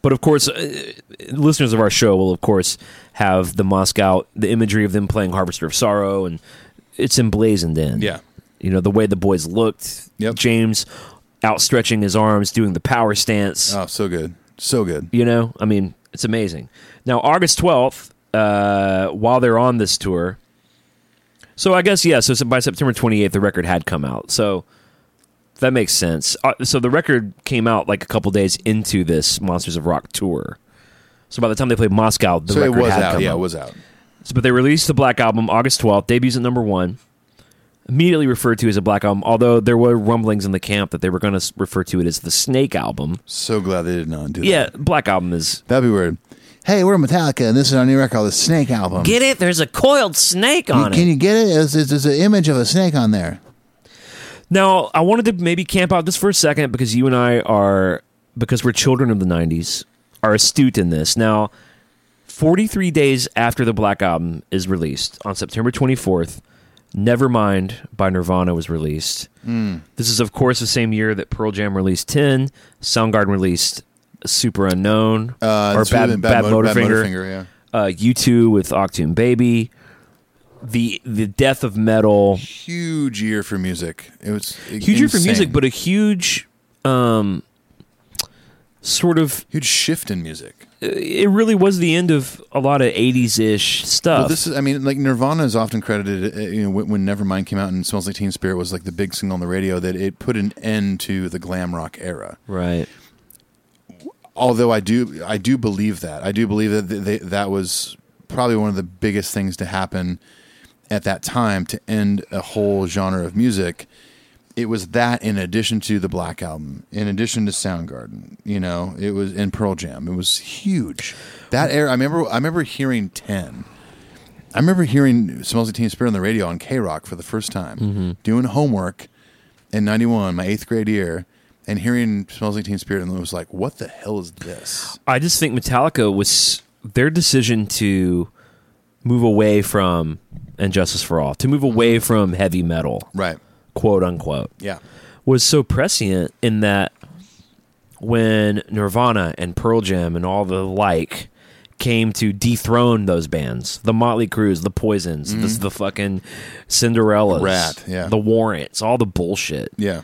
[SPEAKER 5] but of course, uh, listeners of our show will, of course, have the Moscow, the imagery of them playing "Harvester of Sorrow," and it's emblazoned in.
[SPEAKER 4] Yeah.
[SPEAKER 5] you know the way the boys looked.
[SPEAKER 4] Yep.
[SPEAKER 5] James outstretching his arms, doing the power stance.
[SPEAKER 4] oh, so good, so good.
[SPEAKER 5] You know, I mean, it's amazing. Now, August 12th, uh, while they're on this tour, so I guess, yeah, so s- by September 28th, the record had come out. So that makes sense. Uh, so the record came out like a couple days into this Monsters of Rock tour. So by the time they played Moscow, the
[SPEAKER 4] so it
[SPEAKER 5] record
[SPEAKER 4] was
[SPEAKER 5] had
[SPEAKER 4] out.
[SPEAKER 5] come
[SPEAKER 4] Yeah,
[SPEAKER 5] out.
[SPEAKER 4] it was out.
[SPEAKER 5] So, but they released the Black Album August 12th, debuts at number one. Immediately referred to as a Black Album, although there were rumblings in the camp that they were going to refer to it as the Snake Album.
[SPEAKER 4] So glad they did not do
[SPEAKER 5] Yeah,
[SPEAKER 4] that.
[SPEAKER 5] Black Album is
[SPEAKER 4] That'd be weird. Hey, we're Metallica, and this is our new record, the Snake album.
[SPEAKER 2] Get it? There's a coiled snake
[SPEAKER 4] You-
[SPEAKER 2] on
[SPEAKER 4] Can e-
[SPEAKER 2] it.
[SPEAKER 4] you get it? There's, there's- there's an image of a snake on there.
[SPEAKER 5] Now, I wanted to maybe camp out this for a second because you and I are, because we're children of the 90s, are astute in this. Now, 43 days after the Black Album is released, on September 24th, Nevermind by Nirvana was released.
[SPEAKER 4] Hmm.
[SPEAKER 5] This is, of course, the same year that Pearl Jam released 10, Soundgarden released Super Unknown,
[SPEAKER 4] Uh,
[SPEAKER 5] or
[SPEAKER 4] it's really
[SPEAKER 5] Bad,
[SPEAKER 4] been
[SPEAKER 5] Bad,
[SPEAKER 4] Motor-
[SPEAKER 5] Motorfinger,
[SPEAKER 4] Motorfinger, yeah.
[SPEAKER 5] uh, U2 with Octune Baby, the the death of metal.
[SPEAKER 4] Huge year for music. It was
[SPEAKER 5] Huge year for
[SPEAKER 4] insane.
[SPEAKER 5] music, but a huge um, sort of.
[SPEAKER 4] huge shift in music.
[SPEAKER 5] It really was the end of a lot of 80s ish stuff.
[SPEAKER 4] Well, this is, I mean, like Nirvana is often credited, uh, you know, when, when Nevermind came out and Smells Like Teen Spirit was like the big single on the radio that it put an end to the glam rock era.
[SPEAKER 5] right.
[SPEAKER 4] Although I do, I do believe that. I do believe that th- they, that was probably one of the biggest things to happen at that time to end a whole genre of music. It was that in addition to the Black Album, in addition to Soundgarden, you know, it was in Pearl Jam. It was huge. That era, I remember, I remember hearing 10. I remember hearing Smells Like Teen Spirit on the radio on K Rock for the first time, doing homework in 91, my eighth grade year, and hearing Smells Like Teen Spirit and it was like, what the hell is this?
[SPEAKER 5] I just think Metallica was their decision to move away from and Justice for All, to move away from heavy metal,
[SPEAKER 4] Mm-hmm. Right.
[SPEAKER 5] quote unquote,
[SPEAKER 4] Yeah.
[SPEAKER 5] was so prescient in that when Nirvana and Pearl Jam and all the like came to dethrone those bands, the Motley Crues, the Poisons, this the fucking Cinderellas,
[SPEAKER 4] Mm-hmm. Rat, yeah.
[SPEAKER 5] the Warrants, all the bullshit.
[SPEAKER 4] Yeah.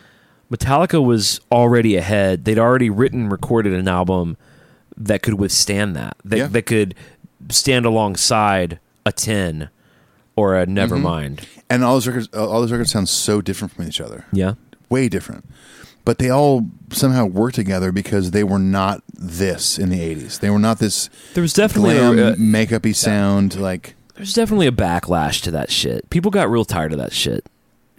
[SPEAKER 5] Metallica was already ahead. They'd already written, recorded an album that could withstand that. That,
[SPEAKER 4] Yeah.
[SPEAKER 5] that could stand alongside a Ten or a Nevermind.
[SPEAKER 4] And all those records, all those records sound so different from each other.
[SPEAKER 5] Yeah,
[SPEAKER 4] Way different. But they all somehow work together because they were not this in the 80s. They were not this
[SPEAKER 5] there was definitely
[SPEAKER 4] glam,
[SPEAKER 5] a, uh,
[SPEAKER 4] makeup-y sound. Like,
[SPEAKER 5] there's definitely a backlash to that shit. People got real tired of that shit,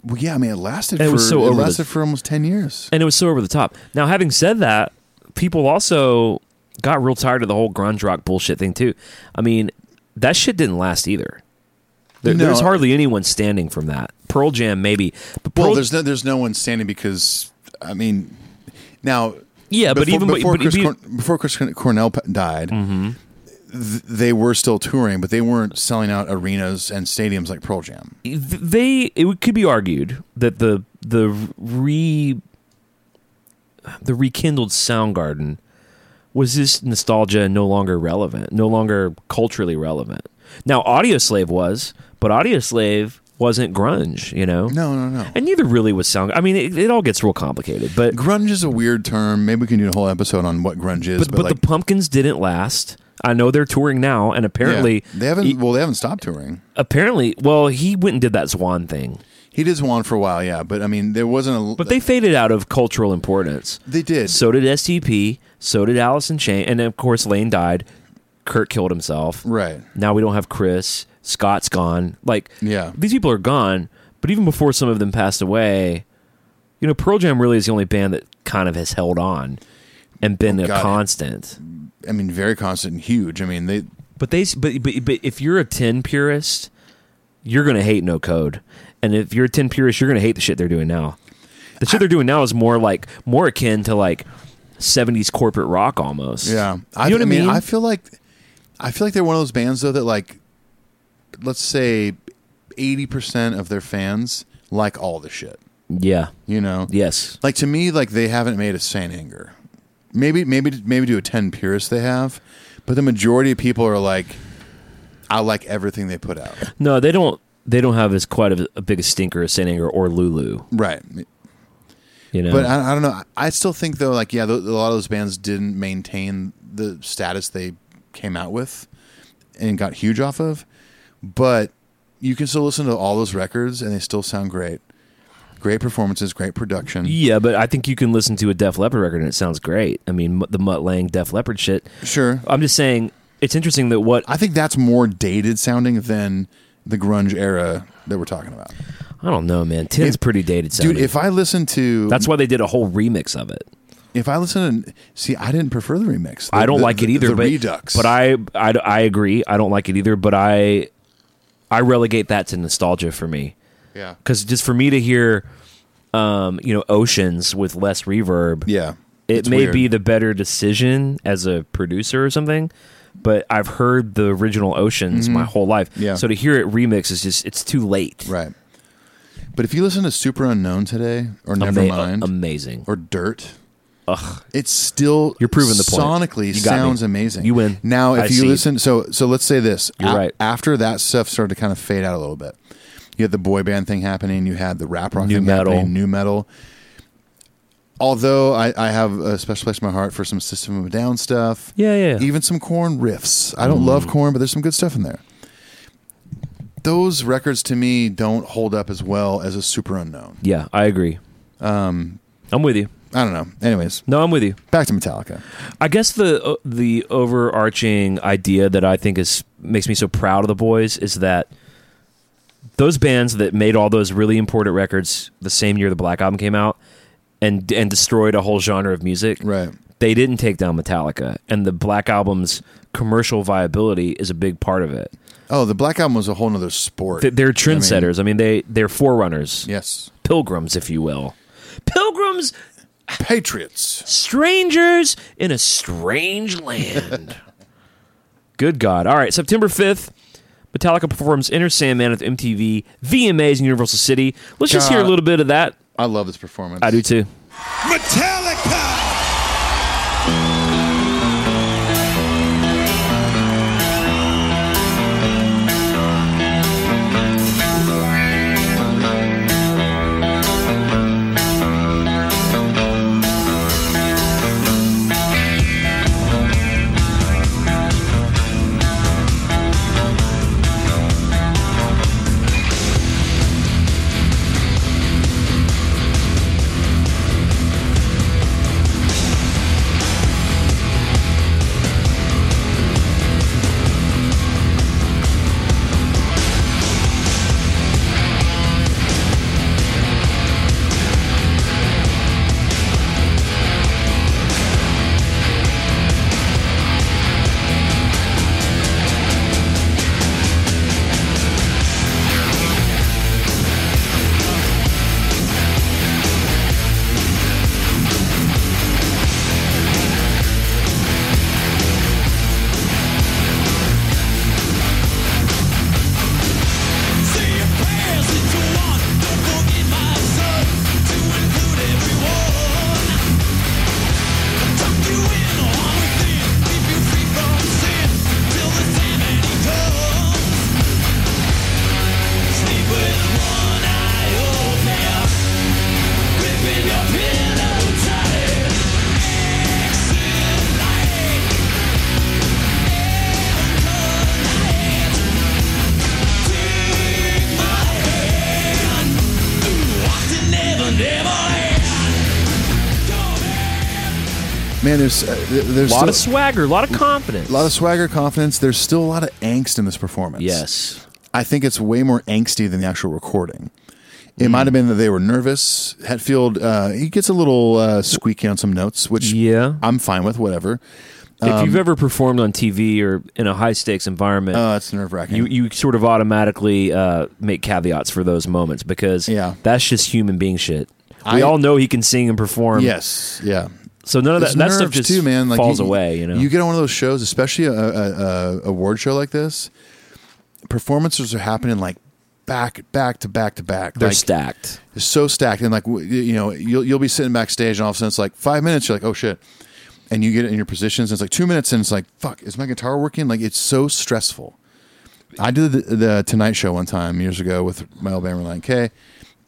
[SPEAKER 4] well, yeah, I mean, it lasted,
[SPEAKER 5] It
[SPEAKER 4] for,
[SPEAKER 5] was so
[SPEAKER 4] it
[SPEAKER 5] over the-
[SPEAKER 4] lasted for almost 10 years.
[SPEAKER 5] and it was so over the top. Now, having said that, people also got real tired of the whole grunge rock bullshit thing too. I mean, that shit didn't last either. There,
[SPEAKER 4] No.
[SPEAKER 5] There's hardly anyone standing from that. Pearl Jam, maybe, but Pearl
[SPEAKER 4] Well, there's no there's no one standing because I mean, now
[SPEAKER 5] Yeah, but even- but-
[SPEAKER 4] before
[SPEAKER 5] but
[SPEAKER 4] Chris
[SPEAKER 5] even- Mm-hmm.
[SPEAKER 4] Corn- before Chris Corn- Cornell p- died, th- they were still touring, but they weren't selling out arenas and stadiums like Pearl Jam.
[SPEAKER 5] they it could be argued that the the re the rekindled Soundgarden was this nostalgia no longer relevant, no longer culturally relevant. Now Audio Slave was, but Audio Slave wasn't grunge, you know.
[SPEAKER 4] No, no, no.
[SPEAKER 5] And neither really was sound. I mean, it, it all gets real complicated, but
[SPEAKER 4] Grunge is a weird term. Maybe we can do a whole episode on what grunge is.
[SPEAKER 5] but,
[SPEAKER 4] But,
[SPEAKER 5] but
[SPEAKER 4] like,
[SPEAKER 5] the Pumpkins didn't last. I know they're touring now, and
[SPEAKER 4] yeah,
[SPEAKER 5] apparently
[SPEAKER 4] they haven't.
[SPEAKER 5] he-
[SPEAKER 4] well, they haven't stopped touring.
[SPEAKER 5] apparently, well, he went and did that Swan thing,
[SPEAKER 4] He did Swan for a while, yeah. But I mean, there wasn't a.
[SPEAKER 5] but they faded out of cultural importance.
[SPEAKER 4] they did.
[SPEAKER 5] So did STP. So did Allison Chain. And then, of course, Lane died. Kurt killed himself.
[SPEAKER 4] right.
[SPEAKER 5] Now we don't have Chris. Scott's gone. Like,
[SPEAKER 4] Yeah.
[SPEAKER 5] these people are gone. But even before some of them passed away, you know, Pearl Jam really is the only band that kind of has held on and been
[SPEAKER 4] Oh,
[SPEAKER 5] a
[SPEAKER 4] God.
[SPEAKER 5] constant.
[SPEAKER 4] I mean, very constant and huge. I mean, they
[SPEAKER 5] But they, but, but but if you're a ten purist, you're gonna hate no code, and if you're a ten purist, you're gonna hate the shit they're doing now. The shit they're doing now is more like more akin to like '70s corporate rock almost.
[SPEAKER 4] Yeah,
[SPEAKER 5] you know what I mean.
[SPEAKER 4] I feel like I feel like they're one of those bands though that like, let's say, eighty percent of their fans like all the shit.
[SPEAKER 5] yeah.
[SPEAKER 4] You know,
[SPEAKER 5] Yes.
[SPEAKER 4] Like to me, like they haven't made a Saint Anger. Maybe, maybe, maybe to a ten purists they have, but the majority of people are like, I like everything they put out.
[SPEAKER 5] No, they don't. They don't have as quite a, a big a stinker as Saint Anger or Lulu.
[SPEAKER 4] Right.
[SPEAKER 5] You know.
[SPEAKER 4] But I, I don't know. I still think though, like yeah, th- a lot of those bands didn't maintain the status they came out with and got huge off of. But you can still listen to all those records, and they still sound great. Great performances, great production.
[SPEAKER 5] yeah, but I think you can listen to a Def Leppard record and it sounds great. I mean, the Mutt Lang Def Leppard shit.
[SPEAKER 4] Sure,
[SPEAKER 5] I'm just saying, it's interesting that what
[SPEAKER 4] I think that's more dated sounding than the grunge era that we're talking about.
[SPEAKER 5] I don't know, man. Ten's
[SPEAKER 4] If-
[SPEAKER 5] pretty dated.
[SPEAKER 4] Dude,
[SPEAKER 5] sounding.
[SPEAKER 4] if I listen to
[SPEAKER 5] That's why they did a whole remix of it.
[SPEAKER 4] if I listen to see, I didn't prefer the remix. The-
[SPEAKER 5] I don't
[SPEAKER 4] the-
[SPEAKER 5] like it
[SPEAKER 4] the-
[SPEAKER 5] either.
[SPEAKER 4] The
[SPEAKER 5] but,
[SPEAKER 4] Redux,
[SPEAKER 5] but I, I, I agree. I don't like it either. But I, I relegate that to nostalgia for me
[SPEAKER 4] yeah
[SPEAKER 5] because just for me to hear, um, you know, oceans with less reverb
[SPEAKER 4] yeah
[SPEAKER 5] It
[SPEAKER 4] It's
[SPEAKER 5] may
[SPEAKER 4] weird.
[SPEAKER 5] be the better decision as a producer or something, but I've heard the original Oceans my whole life.
[SPEAKER 4] Mm-hmm. Yeah.
[SPEAKER 5] So to hear it remixed is just it's too late.
[SPEAKER 4] Right. But if you listen to Super Unknown today or
[SPEAKER 5] Ama-
[SPEAKER 4] Nevermind
[SPEAKER 5] amazing.
[SPEAKER 4] or Dirt,
[SPEAKER 5] Ugh.
[SPEAKER 4] it's still
[SPEAKER 5] You're proving the point.
[SPEAKER 4] sonically
[SPEAKER 5] You got me.
[SPEAKER 4] sounds amazing.
[SPEAKER 5] You win.
[SPEAKER 4] Now, if
[SPEAKER 5] I
[SPEAKER 4] you
[SPEAKER 5] see.
[SPEAKER 4] listen, so so let's say this.
[SPEAKER 5] You're right.
[SPEAKER 4] After that stuff started to kind of fade out a little bit, you had the boy band thing happening. You had the rap rock
[SPEAKER 5] New
[SPEAKER 4] thing
[SPEAKER 5] metal.
[SPEAKER 4] happening. New metal. Although I, I have a special place in my heart for some System of a Down stuff.
[SPEAKER 5] Yeah, yeah.
[SPEAKER 4] Even some corn riffs. I don't love corn, but there's some good stuff in there. Those records to me don't hold up as well as a super unknown.
[SPEAKER 5] Yeah, I agree. Um, I'm with you.
[SPEAKER 4] I don't know. Anyways,
[SPEAKER 5] No, I'm with you.
[SPEAKER 4] back to Metallica.
[SPEAKER 5] I guess the uh, the overarching idea that I think is makes me so proud of the boys is that those bands that made all those really important records the same year the Black Album came out and and destroyed a whole genre of music.
[SPEAKER 4] Right.
[SPEAKER 5] They didn't take down Metallica, and the Black Album's commercial viability is a big part of it.
[SPEAKER 4] Oh, the Black Album was a whole nother sport.
[SPEAKER 5] Th- They're trendsetters. I mean, they they're forerunners,
[SPEAKER 4] Yes.
[SPEAKER 5] pilgrims, if you will. Pilgrims,
[SPEAKER 4] Patriots.
[SPEAKER 5] strangers in a strange land. Good God. All right, September 5th, Metallica performs Inner Sandman at the MTV VMAs in Universal City. Let's just hear a
[SPEAKER 4] God.
[SPEAKER 5] little bit of that.
[SPEAKER 4] I love this performance.
[SPEAKER 5] I do too.
[SPEAKER 10] Metallica!
[SPEAKER 4] Man, there's uh, th- there's
[SPEAKER 5] A lot of
[SPEAKER 4] still-
[SPEAKER 5] swagger, a lot of confidence.
[SPEAKER 4] a lot of swagger, confidence. There's still a lot of angst in this performance.
[SPEAKER 5] Yes.
[SPEAKER 4] I think it's way more angsty than the actual recording. It might have been that they were nervous. Hetfield, uh, he gets a little uh, squeaky on some notes, which
[SPEAKER 5] Yeah.
[SPEAKER 4] I'm fine with, whatever. Um,
[SPEAKER 5] if you've ever performed on TV or in a high stakes environment,
[SPEAKER 4] Uh, it's nerve wracking.
[SPEAKER 5] you, you sort of automatically uh, make caveats for those moments because
[SPEAKER 4] Yeah.
[SPEAKER 5] that's just human being shit.
[SPEAKER 4] I-
[SPEAKER 5] We all know he can sing and perform.
[SPEAKER 4] yes, yeah.
[SPEAKER 5] So none of
[SPEAKER 4] There's
[SPEAKER 5] that, that stuff
[SPEAKER 4] nerves,
[SPEAKER 5] just
[SPEAKER 4] too, man. Like,
[SPEAKER 5] falls away, you know?
[SPEAKER 4] You get on one of those shows, especially a, a, a award show like this. Performances are happening like back, back to back to back.
[SPEAKER 5] They're
[SPEAKER 4] like,
[SPEAKER 5] stacked.
[SPEAKER 4] It's so stacked, and like w- y- you know, you'll you'll be sitting backstage, and all of a sudden it's like five minutes. You're like, oh shit, and you get it in your positions. And it's like two minutes, and it's like, fuck, is my guitar working? Like it's so stressful. I did the, the Tonight Show one time years ago with my old band Reliant K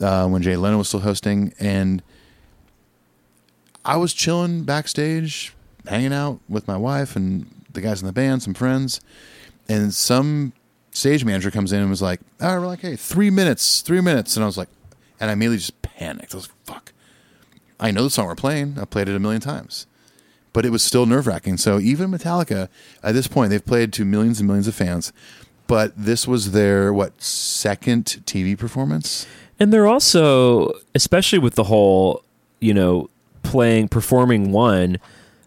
[SPEAKER 4] uh, when Jay Leno was still hosting, and I was chilling backstage, hanging out with my wife and the guys in the band, some friends, and some stage manager comes in and was like, "All right, we're like, hey, three minutes, three minutes," and I was like, and I immediately just panicked. I was like, "Fuck, I know the song we're playing. I played it a million times." But it was still nerve wracking. So even Metallica, at this point, they've played to millions and millions of fans. But this was their what second TV performance?
[SPEAKER 5] And they're also, especially with the whole, you know, playing, performing one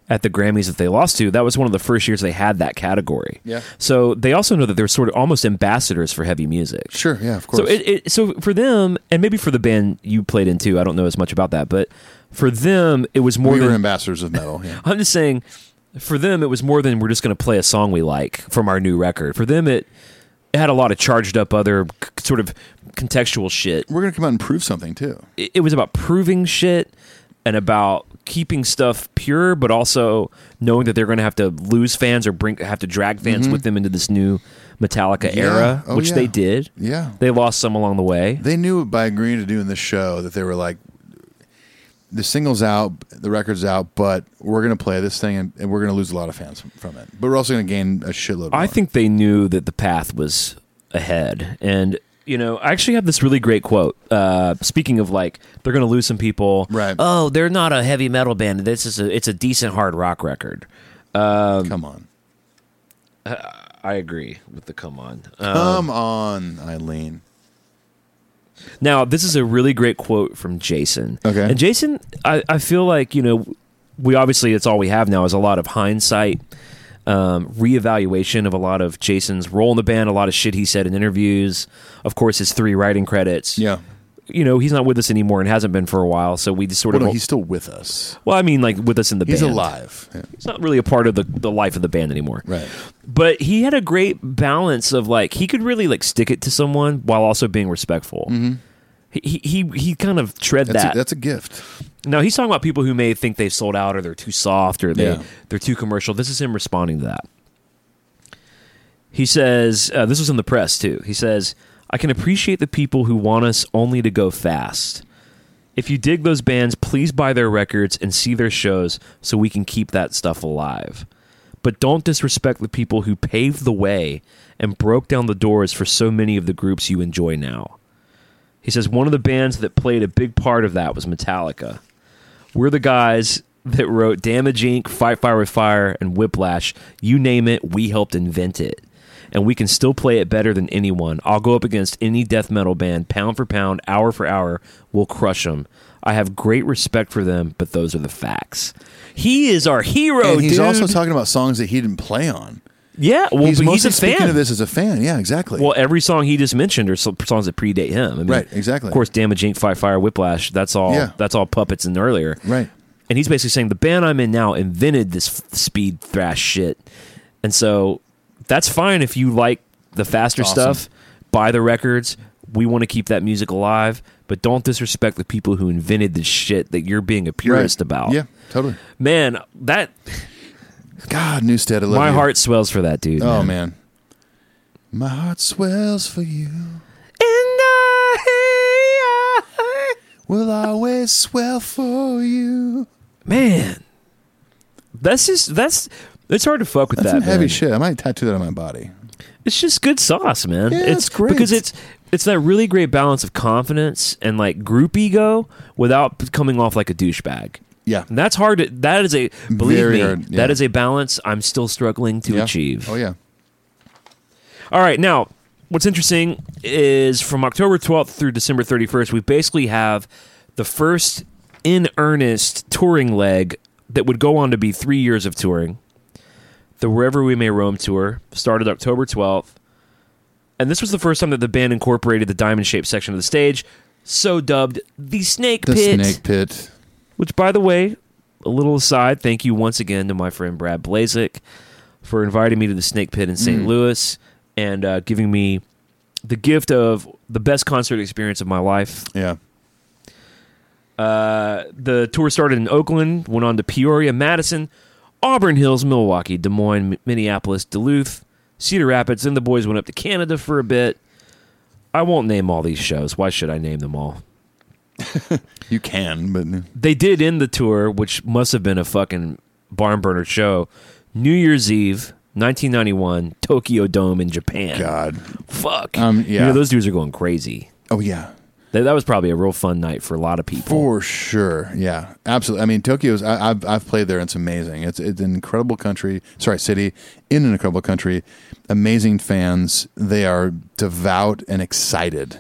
[SPEAKER 5] at the Grammys that they lost to, that was one of the first years they had that category.
[SPEAKER 4] Yeah.
[SPEAKER 5] So they also know that they're sort of almost ambassadors for heavy music.
[SPEAKER 4] Sure, yeah, of course.
[SPEAKER 5] So it, it so for them and maybe for the band you played in too, I don't know as much about that, but For them, it was more
[SPEAKER 4] we
[SPEAKER 5] than
[SPEAKER 4] were ambassadors of metal. Yeah.
[SPEAKER 5] I'm just saying, for them, it was more than we're just going to play a song we like from our new record. For them, it, it had a lot of charged up other c- sort of contextual shit.
[SPEAKER 4] [laughs] We're gonna come out and prove something too.
[SPEAKER 5] It, it was about proving shit and about keeping stuff pure, but also knowing that they're going to have to lose fans or bring have to drag fans with them into this new Metallica
[SPEAKER 4] Mm-hmm. Yeah.
[SPEAKER 5] era,
[SPEAKER 4] Oh,
[SPEAKER 5] which
[SPEAKER 4] yeah.
[SPEAKER 5] they did.
[SPEAKER 4] Yeah.
[SPEAKER 5] They lost some along the way.
[SPEAKER 4] They knew by agreeing to doing this show that they were like, the single's out, the record's out, but we're gonna play this thing and, and we're gonna lose a lot of fans from, from it. But we're also gonna gain a shitload. More.
[SPEAKER 5] I think they knew that the path was ahead. And, you know, I actually have this really great quote. Uh, speaking of like, they're going to lose some people.
[SPEAKER 4] Right.
[SPEAKER 2] Oh, they're not a heavy metal band. This is a it's a decent hard rock record.
[SPEAKER 4] come on,
[SPEAKER 5] I agree with the come on. Uh,
[SPEAKER 4] come on, Eileen.
[SPEAKER 5] Now, this is a really great quote from Jason.
[SPEAKER 4] Okay.
[SPEAKER 5] And Jason, I, I feel like, you know, we obviously, it's all we have now is a lot of hindsight, um, reevaluation of a lot of Jason's role in the band, a lot of shit he said in interviews, of course, his three writing credits.
[SPEAKER 4] Yeah.
[SPEAKER 5] You know, he's not with us anymore and hasn't been for a while. So we just sort
[SPEAKER 4] Well,
[SPEAKER 5] of.
[SPEAKER 4] no, he's still with us.
[SPEAKER 5] well, I mean, like with us in the
[SPEAKER 4] He's
[SPEAKER 5] band.
[SPEAKER 4] alive. Yeah.
[SPEAKER 5] He's not really a part of the, the life of the band anymore.
[SPEAKER 4] Right.
[SPEAKER 5] But he had a great balance of like, he could really like stick it to someone while also being respectful. He, he he kind of tread
[SPEAKER 4] Mm-hmm. That's
[SPEAKER 5] that.
[SPEAKER 4] a, that's a gift.
[SPEAKER 5] Now he's talking about people who may think they've sold out or they're too soft or they
[SPEAKER 4] Yeah.
[SPEAKER 5] they're too commercial. This is him responding to that. He says uh, this was in the press too. He says I can appreciate the people who want us only to go fast. If you dig those bands, please buy their records and see their shows so we can keep that stuff alive. But don't disrespect the people who paved the way and broke down the doors for so many of the groups you enjoy now. He says one of the bands that played a big part of that was Metallica. We're the guys that wrote Damage Inc., Fight Fire with Fire, and Whiplash. You name it, we helped invent it. And we can still play it better than anyone. I'll go up against any death metal band, pound for pound, hour for hour. We'll crush them. I have great respect for them, but those are the facts. He is our hero,
[SPEAKER 4] and he's
[SPEAKER 5] Oh, dude.
[SPEAKER 4] also talking about songs that he didn't play on.
[SPEAKER 5] yeah, well,
[SPEAKER 4] he's
[SPEAKER 5] but
[SPEAKER 4] mostly
[SPEAKER 5] he's a
[SPEAKER 4] speaking
[SPEAKER 5] fan
[SPEAKER 4] of this as a fan. Yeah, exactly.
[SPEAKER 5] Well, every song he just mentioned are so- songs that predate him. I mean,
[SPEAKER 4] Right, exactly.
[SPEAKER 5] Of course, Damage Inc., Fight Fire, Whiplash. That's all.
[SPEAKER 4] Yeah.
[SPEAKER 5] That's all puppets and earlier.
[SPEAKER 4] Right.
[SPEAKER 5] And he's basically saying the band I'm in now invented this f- speed thrash shit, and so that's fine if you like the faster
[SPEAKER 4] Awesome.
[SPEAKER 5] stuff. Buy the records. We want to keep that music alive, but don't disrespect the people who invented this shit that you're being a
[SPEAKER 4] Right.
[SPEAKER 5] purist about.
[SPEAKER 4] Yeah, totally.
[SPEAKER 5] Man, that
[SPEAKER 4] God, Newstead, I love
[SPEAKER 5] my
[SPEAKER 4] you.
[SPEAKER 5] heart swells for that dude. [laughs]
[SPEAKER 4] Oh man, my heart swells for you. Will always swell for you.
[SPEAKER 5] man that's just that's it's hard to fuck with
[SPEAKER 4] That's some
[SPEAKER 5] that
[SPEAKER 4] heavy
[SPEAKER 5] man.
[SPEAKER 4] shit. I might tattoo that on my body.
[SPEAKER 5] it's just good sauce man
[SPEAKER 4] Yeah,
[SPEAKER 5] it's
[SPEAKER 4] it's great.
[SPEAKER 5] because it's it's that really great balance of confidence and like group ego without coming off like a douchebag
[SPEAKER 4] Yeah.
[SPEAKER 5] and that's hard to, that is a believe
[SPEAKER 4] Very
[SPEAKER 5] me
[SPEAKER 4] hard, yeah.
[SPEAKER 5] that is a balance i'm still struggling to
[SPEAKER 4] Yeah.
[SPEAKER 5] achieve
[SPEAKER 4] Oh yeah.
[SPEAKER 5] all right, now what's interesting is from October 12th through December 31st, we basically have the first in earnest touring leg that would go on to be three years of touring. The Wherever We May Roam tour started October 12th. And this was the first time that the band incorporated the diamond shaped section of the stage, so dubbed the Snake
[SPEAKER 4] The
[SPEAKER 5] Pit.
[SPEAKER 4] snake pit.
[SPEAKER 5] Which, by the way, a little aside, thank you once again to my friend Brad Blazik for inviting me to the Snake Pit in St. Louis and uh, giving me the gift of the best concert experience of my life.
[SPEAKER 4] Yeah.
[SPEAKER 5] Uh, the tour started in Oakland, went on to Peoria, Madison, Auburn Hills, Milwaukee, Des Moines, M- Minneapolis, Duluth, Cedar Rapids. Then the boys went up to Canada for a bit. I won't name all these shows. Why should I name them all?
[SPEAKER 4] You can, but
[SPEAKER 5] they did end the tour, which must have been a fucking barn burner show. New Year's Eve, 1991, Tokyo Dome in Japan.
[SPEAKER 4] God.
[SPEAKER 5] Fuck.
[SPEAKER 4] Um,
[SPEAKER 5] You
[SPEAKER 4] yeah.
[SPEAKER 5] know, those dudes are going crazy.
[SPEAKER 4] Oh yeah.
[SPEAKER 5] That, that was probably a real fun night for a lot of people.
[SPEAKER 4] For sure, yeah, absolutely. I mean, Tokyo's. I, I've I've played there. and It's amazing. It's it's an incredible country. Sorry, city in an incredible country. Amazing fans. They are devout and excited.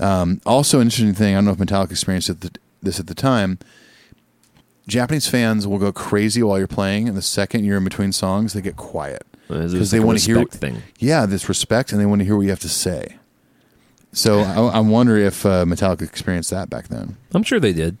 [SPEAKER 4] Um, also, an interesting thing. I don't know if Metallica experienced at the, this at the time. Japanese fans will go crazy while you're playing, and the second you're in between songs, they get quiet
[SPEAKER 5] It's like a
[SPEAKER 4] wanna
[SPEAKER 5] respect thing.
[SPEAKER 4] Yeah, this respect, and they want to hear what you have to say. So I, I wonder if uh, Metallica experienced that back then.
[SPEAKER 5] I'm sure they did.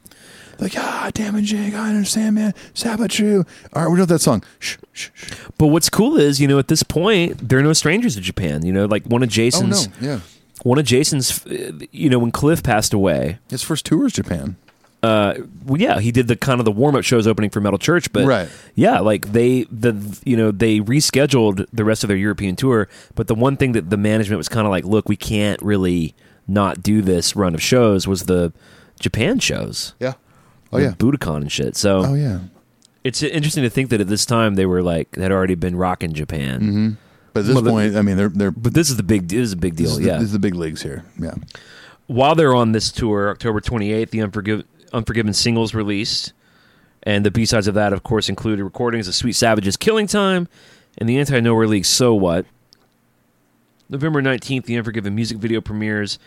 [SPEAKER 4] Like, ah, damn it, Jake, I understand, man. Sabatru. All right, we're done with that song. Shh, shh, shh.
[SPEAKER 5] But what's cool is, you know, at this point, they're no strangers to Japan. You know, like one
[SPEAKER 4] Oh,
[SPEAKER 5] of
[SPEAKER 4] no.
[SPEAKER 5] Jason's,
[SPEAKER 4] Yeah.
[SPEAKER 5] one of Jason's, uh, you know, when Cliff passed away,
[SPEAKER 4] His first tour is Japan.
[SPEAKER 5] well, yeah, he did the kind of the warm up shows opening for Metal Church, but
[SPEAKER 4] Right.
[SPEAKER 5] yeah, like they the you know they rescheduled the rest of their European tour, but the one thing that the management was kind of like, look, we can't really not do this run of shows was the Japan shows,
[SPEAKER 4] Yeah. Oh,
[SPEAKER 5] the
[SPEAKER 4] yeah.
[SPEAKER 5] Budokan and shit. So
[SPEAKER 4] Oh, yeah.
[SPEAKER 5] it's interesting to think that at this time they were like had already been rocking Japan,
[SPEAKER 4] Mm-hmm. But at this
[SPEAKER 5] Well, the-
[SPEAKER 4] point, I mean, they're, they're,
[SPEAKER 5] but this is the big this is a big
[SPEAKER 4] this
[SPEAKER 5] deal,
[SPEAKER 4] is the,
[SPEAKER 5] yeah.
[SPEAKER 4] this is the big leagues here. Yeah.
[SPEAKER 5] while they're on this tour, October 28th, the Unforgiv- Unforgiven singles released. And the B-sides of that, of course, included recordings of Sweet Savage's Killing Time and the Anti-Nowhere League So What. November 19th, the Unforgiven music video premieres.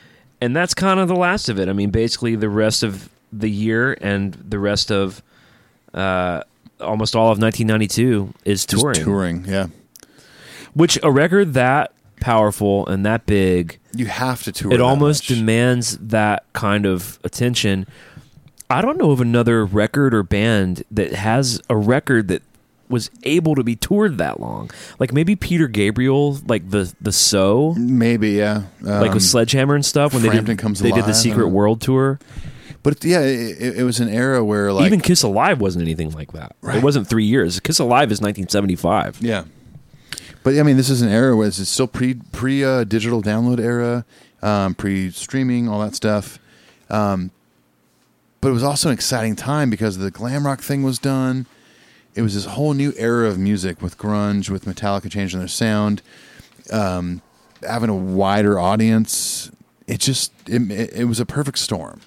[SPEAKER 5] And that's kind of the last of it. I mean, basically the rest of the year and the rest of uh, almost all of 1992 is
[SPEAKER 4] Just
[SPEAKER 5] touring.
[SPEAKER 4] touring. Yeah.
[SPEAKER 5] Which, a record that powerful and that big –
[SPEAKER 4] You have to tour.
[SPEAKER 5] it
[SPEAKER 4] that
[SPEAKER 5] almost
[SPEAKER 4] much.
[SPEAKER 5] demands that kind of attention. I don't know of another record or band that has a record that was able to be toured that long. Like maybe Peter Gabriel, like the the So,
[SPEAKER 4] Maybe, yeah.
[SPEAKER 5] like
[SPEAKER 4] Um,
[SPEAKER 5] with Sledgehammer and stuff when they
[SPEAKER 4] Frampton
[SPEAKER 5] did
[SPEAKER 4] Comes
[SPEAKER 5] they did the
[SPEAKER 4] Alive,
[SPEAKER 5] Secret
[SPEAKER 4] uh,
[SPEAKER 5] World tour.
[SPEAKER 4] Um, But it- yeah, it, it- it was an era where like
[SPEAKER 5] Even Kiss Alive wasn't anything like that.
[SPEAKER 4] Right.
[SPEAKER 5] It wasn't three years. Kiss Alive is 1975.
[SPEAKER 4] yeah. But I mean, this is an era where it's still pre pre uh, digital download era, um, pre streaming, all that stuff. Um, but it was also an exciting time because the glam rock thing was done. It was this whole new era of music with grunge, with Metallica changing their sound, um, having a wider audience. It just it, it, it was a perfect storm.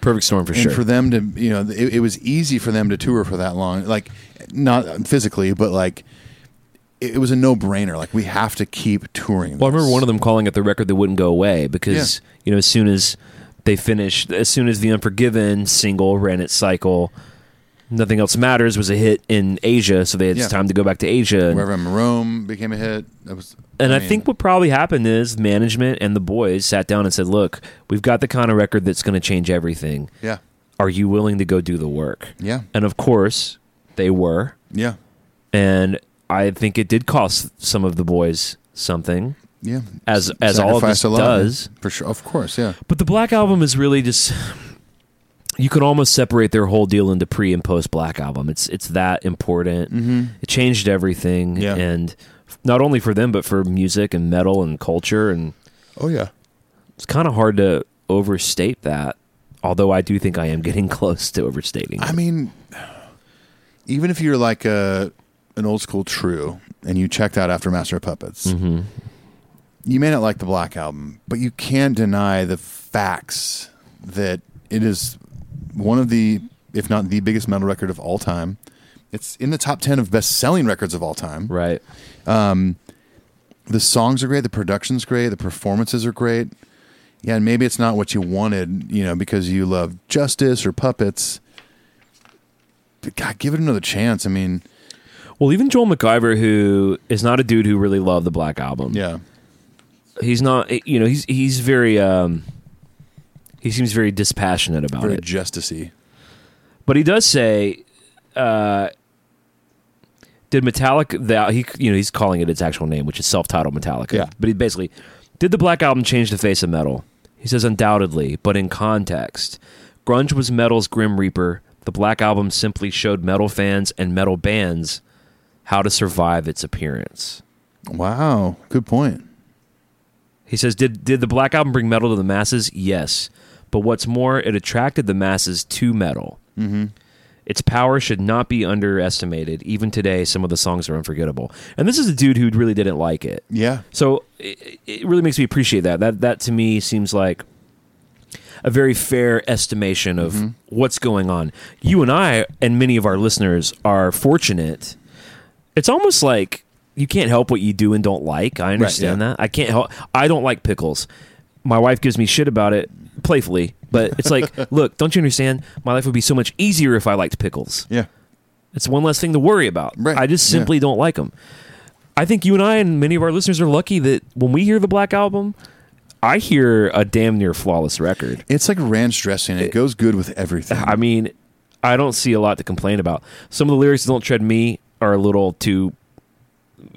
[SPEAKER 5] Perfect Storm for
[SPEAKER 4] and
[SPEAKER 5] sure.
[SPEAKER 4] for them to you know it, it was easy for them to tour for that long like not physically but like it, it was a no-brainer like we have to keep touring
[SPEAKER 5] Well, I remember one of them calling it the record that wouldn't go away because you know as soon as they finished, as soon as the Unforgiven single ran its cycle, nothing else matters was a hit in Asia, so they had
[SPEAKER 4] Yeah.
[SPEAKER 5] time to go back to Asia. And,
[SPEAKER 4] wherever i'm rome became a hit that was
[SPEAKER 5] and I,
[SPEAKER 4] mean,
[SPEAKER 5] think what probably happened is management and the boys sat down and said, "Look, we've got the kind of record that's going to change everything.
[SPEAKER 4] yeah
[SPEAKER 5] Are you willing to go do the work?"
[SPEAKER 4] Yeah.
[SPEAKER 5] and of course they were,
[SPEAKER 4] yeah
[SPEAKER 5] and I think it did cost some of the boys something.
[SPEAKER 4] yeah
[SPEAKER 5] As as all of
[SPEAKER 4] Sacrificed
[SPEAKER 5] this
[SPEAKER 4] a lot,
[SPEAKER 5] does,
[SPEAKER 4] for sure of course yeah
[SPEAKER 5] But the Black Album is really just you can almost separate their whole deal into pre and post Black Album. It's it's that important. It changed everything
[SPEAKER 4] Mm-hmm. Yeah.
[SPEAKER 5] and not only for them but for music and metal and culture and
[SPEAKER 4] oh yeah
[SPEAKER 5] it's kind of hard to overstate that. Although I do think I am getting [laughs] close to overstating. it.
[SPEAKER 4] I mean, even if you're like a an old school True and you checked out after Master of Puppets, you may not like the Black Album, but you can't deny the facts that it is one of the, if not the biggest metal record of all time. It's in the top ten of best selling records of all time.
[SPEAKER 5] right.
[SPEAKER 4] The songs are great, the production's great, the performances are great. Yeah, and maybe it's not what you wanted, you know, because you love Justice or Puppets. But God, give it another chance. I mean,
[SPEAKER 5] Well, even Joel McIver who is not a dude who really loved the Black Album.
[SPEAKER 4] Yeah.
[SPEAKER 5] He's not you know, he's he's very um he seems very dispassionate about
[SPEAKER 4] Very
[SPEAKER 5] it.
[SPEAKER 4] justicey.
[SPEAKER 5] But he does say, uh, "Did Metallica?" The, he you know he's calling it its actual name, which is self-titled Metallica.
[SPEAKER 4] Yeah.
[SPEAKER 5] But he basically, did the Black Album change the face of metal? He says, undoubtedly, but in context, grunge was metal's grim reaper. The Black Album simply showed metal fans and metal bands how to survive its appearance.
[SPEAKER 4] Wow. Good point.
[SPEAKER 5] He says, "Did did the Black Album bring metal to the masses? Yes, but what's more, it attracted the masses to metal. Mm-hmm. Its power should not be underestimated. Even today, some of the songs are unforgettable. And this is a dude who really didn't like it.
[SPEAKER 4] Yeah.
[SPEAKER 5] So it, it really makes me appreciate that. That that to me seems like a very fair estimation of
[SPEAKER 4] Mm-hmm.
[SPEAKER 5] what's going on. You and I and many of our listeners are fortunate. It's almost like you can't help what you do and don't like. I understand
[SPEAKER 4] yeah.
[SPEAKER 5] that. I can't help I don't like pickles. My wife gives me shit about it playfully, but it's like,
[SPEAKER 4] [laughs]
[SPEAKER 5] look, don't you understand? My life would be so much easier if I liked pickles.
[SPEAKER 4] Yeah.
[SPEAKER 5] It's one less thing to worry about.
[SPEAKER 4] Right,
[SPEAKER 5] I just
[SPEAKER 4] yeah.
[SPEAKER 5] simply don't like them. I think you and I and many of our listeners are lucky that when we hear the Black Album, I hear a damn near flawless record.
[SPEAKER 4] It's like ranch dressing. It, goes good with everything.
[SPEAKER 5] I mean, I don't see a lot to complain about. Some of the lyrics, "Don't Tread Me," are a little too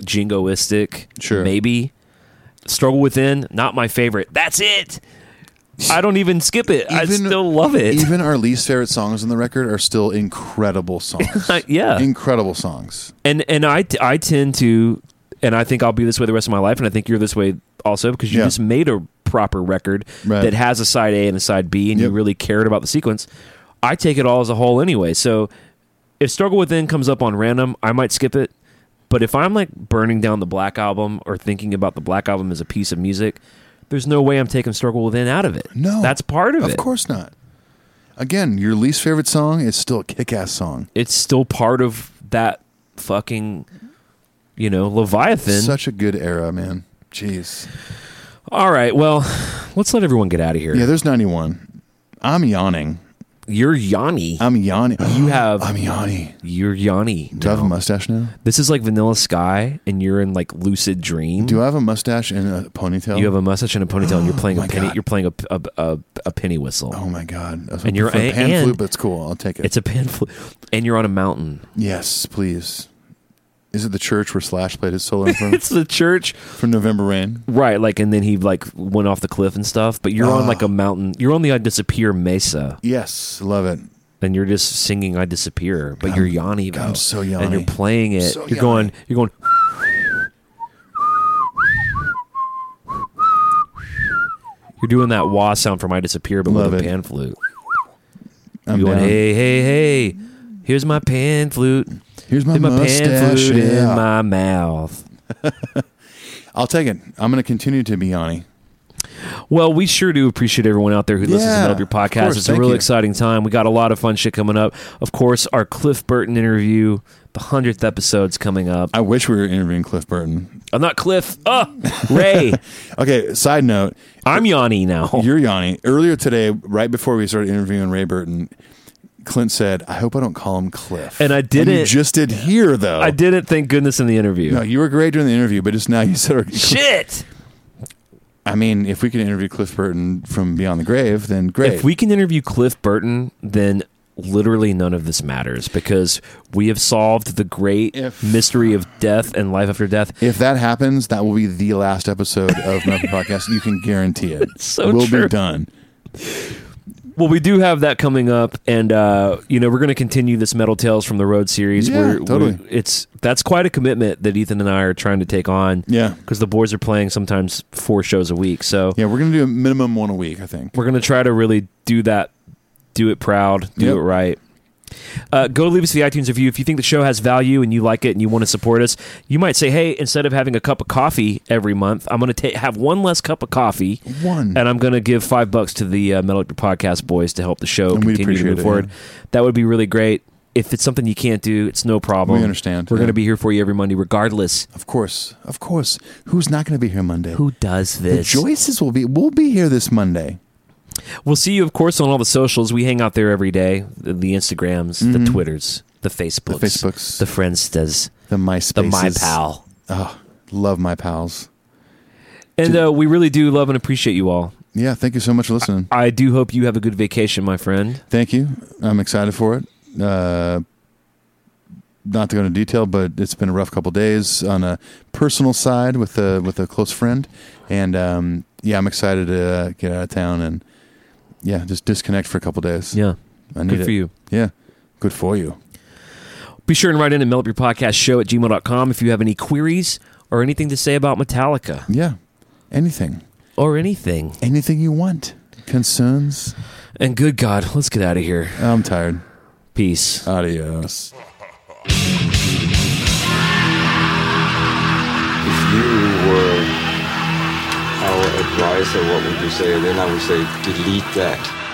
[SPEAKER 5] jingoistic.
[SPEAKER 4] Sure.
[SPEAKER 5] maybe. "Struggle Within," not my favorite. That's it. I don't even skip it. I
[SPEAKER 4] Even-
[SPEAKER 5] still love it.
[SPEAKER 4] Even our least favorite songs on the record are still
[SPEAKER 5] [laughs]
[SPEAKER 4] incredible songs.
[SPEAKER 5] yeah.
[SPEAKER 4] Incredible songs.
[SPEAKER 5] and and I t- I tend to, and I think I'll be this way the rest of my life, and I think you're this way also because you
[SPEAKER 4] Yeah.
[SPEAKER 5] just made a proper record
[SPEAKER 4] Right.
[SPEAKER 5] that has a side A and a side B, and you
[SPEAKER 4] Yep.
[SPEAKER 5] really cared about the sequence. I take it all as a whole anyway. So if Struggle Within comes up on random, I might skip it. But if I'm like burning down the Black Album or thinking about the Black Album as a piece of music, there's no way I'm taking Struggle Within out of it.
[SPEAKER 4] No.
[SPEAKER 5] that's part of, it.
[SPEAKER 4] Of course not. Again, your least favorite song is still a kick ass song.
[SPEAKER 5] it's still part of that fucking, you know, Leviathan.
[SPEAKER 4] Such a good era, man. Jeez.
[SPEAKER 5] All right. Well, let's let everyone get out of here.
[SPEAKER 4] Yeah, there's 91. I'm yawning.
[SPEAKER 5] You're Yanni.
[SPEAKER 4] I'm yawning.
[SPEAKER 5] [gasps] You have-
[SPEAKER 4] I'm yawning.
[SPEAKER 5] You're Yanni.
[SPEAKER 4] Do I have a mustache now?
[SPEAKER 5] This is like Vanilla Sky, and you're in like Lucid Dream.
[SPEAKER 4] Do I have a mustache and a ponytail?
[SPEAKER 5] you have a mustache and a
[SPEAKER 4] [gasps]
[SPEAKER 5] ponytail, and you're playing
[SPEAKER 4] My
[SPEAKER 5] a penny.
[SPEAKER 4] God.
[SPEAKER 5] You're playing a a, a, a penny whistle.
[SPEAKER 4] Oh my god! I was
[SPEAKER 5] And you're-
[SPEAKER 4] hoping for a pan
[SPEAKER 5] and-
[SPEAKER 4] flute, but it's cool. I'll take it.
[SPEAKER 5] It's a pan flute, and you're on a mountain. [laughs]
[SPEAKER 4] yes, please. Is it the church where Slash played his
[SPEAKER 5] [laughs]
[SPEAKER 4] solo from,
[SPEAKER 5] It's the church,
[SPEAKER 4] from November Rain?
[SPEAKER 5] right? Like, and then he like went off the cliff and stuff. But you're on
[SPEAKER 4] Ah.
[SPEAKER 5] like a mountain. You're on the I Disappear Mesa,
[SPEAKER 4] Yes, love it.
[SPEAKER 5] and you're just singing I Disappear. But you're Yanni. Though,
[SPEAKER 4] I'm so
[SPEAKER 5] And
[SPEAKER 4] Yanni.
[SPEAKER 5] you're playing it.
[SPEAKER 4] So
[SPEAKER 5] you're
[SPEAKER 4] Yanni.
[SPEAKER 5] going. You're going. You're doing that wah sound from I Disappear, but
[SPEAKER 4] Love
[SPEAKER 5] with a
[SPEAKER 4] it.
[SPEAKER 5] pan flute.
[SPEAKER 4] I'm
[SPEAKER 5] You're going,
[SPEAKER 4] down.
[SPEAKER 5] hey, hey, hey, here's my pan flute.
[SPEAKER 4] Here's my
[SPEAKER 5] Here's my pan
[SPEAKER 4] mustache.
[SPEAKER 5] flute
[SPEAKER 4] yeah.
[SPEAKER 5] in my mouth.
[SPEAKER 4] I'll take it. I'm going to continue to be Yanni.
[SPEAKER 5] Well, we sure do appreciate everyone out there who listens to
[SPEAKER 4] Yeah,
[SPEAKER 5] Metal Beer
[SPEAKER 4] of course,
[SPEAKER 5] Podcast. it's a
[SPEAKER 4] thank
[SPEAKER 5] really
[SPEAKER 4] you.
[SPEAKER 5] exciting time. We got a lot of fun shit coming up. Of course, our Cliff Burton interview, the 100th episode's coming up.
[SPEAKER 4] I wish we were interviewing Cliff Burton.
[SPEAKER 5] I'm not Cliff. Uh, Ray.
[SPEAKER 4] Okay, side note.
[SPEAKER 5] I'm Yanni now.
[SPEAKER 4] [laughs] You're Yanni. Earlier today, right before we started interviewing Ray Burton, Clint said, I hope I don't call him Cliff.
[SPEAKER 5] And I didn't.
[SPEAKER 4] you just did here, though.
[SPEAKER 5] I didn't, thank goodness, in the interview.
[SPEAKER 4] No, you were great during the interview, but just now you [laughs] said,
[SPEAKER 5] Shit.
[SPEAKER 4] I mean, if we could interview Cliff Burton from Beyond the Grave, then great.
[SPEAKER 5] If we can interview Cliff Burton, then literally none of this matters because we have solved the great
[SPEAKER 4] If-
[SPEAKER 5] mystery of death and life after death.
[SPEAKER 4] if that happens, that will be the last episode of
[SPEAKER 5] [laughs]
[SPEAKER 4] Muppet Podcast. You can guarantee it.
[SPEAKER 5] so
[SPEAKER 4] we'll
[SPEAKER 5] true.
[SPEAKER 4] be done.
[SPEAKER 5] Well, we do have that coming up, and uh, you know we're going to continue this Metal Tales from the Road series.
[SPEAKER 4] Yeah,
[SPEAKER 5] we're,
[SPEAKER 4] totally.
[SPEAKER 5] we're- it's that's quite a commitment that Ethan and I are trying to take on.
[SPEAKER 4] Yeah.
[SPEAKER 5] because the boys are playing sometimes four shows a week, so
[SPEAKER 4] Yeah, we're going to do a minimum one a week, I think.
[SPEAKER 5] we're going to try to really do that, do it proud, do
[SPEAKER 4] Yep.
[SPEAKER 5] it right. Uh, go leave us the iTunes review. If you think the show has value and you like it and you want to support us, you might say, hey, instead of having a cup of coffee every month, I'm going to ta- have one less cup of coffee.
[SPEAKER 4] One.
[SPEAKER 5] And I'm going to give five bucks to the uh, Metal Up Your Podcast boys to help the show
[SPEAKER 4] And we'd
[SPEAKER 5] continue to
[SPEAKER 4] appreciate
[SPEAKER 5] move
[SPEAKER 4] it,
[SPEAKER 5] forward.
[SPEAKER 4] yeah.
[SPEAKER 5] That would be really great. If it's something you can't do, it's no problem.
[SPEAKER 4] We understand,
[SPEAKER 5] We're
[SPEAKER 4] yeah.
[SPEAKER 5] going to be here for you every Monday, regardless.
[SPEAKER 4] Of course. Of course. Who's not going to be here Monday?
[SPEAKER 5] Who does
[SPEAKER 4] The
[SPEAKER 5] this?
[SPEAKER 4] Joyces will be will be here this Monday.
[SPEAKER 5] We'll see you, of course, on all the socials. We hang out there every day the, the Instagrams, the Twitters, the Facebooks,
[SPEAKER 4] Mm-hmm. The Facebooks.
[SPEAKER 5] the Friendstas,
[SPEAKER 4] The MySpace.
[SPEAKER 5] the My Pal.
[SPEAKER 4] Oh, love my pals.
[SPEAKER 5] And uh, we really do love and appreciate you all.
[SPEAKER 4] Yeah, thank you so much for listening.
[SPEAKER 5] I do hope you have a good vacation, my friend.
[SPEAKER 4] Thank you. I'm excited for it. Uh, not to go into detail, but it's been a rough couple days on a personal side with a with a close friend, and um, yeah, I'm excited to uh, get out of town and yeah, just disconnect for a couple days.
[SPEAKER 5] Yeah.
[SPEAKER 4] I need
[SPEAKER 5] Good
[SPEAKER 4] it.
[SPEAKER 5] for you.
[SPEAKER 4] Yeah, good for you.
[SPEAKER 5] Be sure and write in and mail up your podcast show at gmail.com if you have any queries or anything to say about Metallica
[SPEAKER 4] Yeah, anything,
[SPEAKER 5] or anything.
[SPEAKER 4] anything you want, concerns.
[SPEAKER 5] And good God, let's get out of here.
[SPEAKER 4] I'm tired.
[SPEAKER 5] Peace.
[SPEAKER 4] Adios.
[SPEAKER 11] If you were our advisor, what would you say? And then I would say, delete that.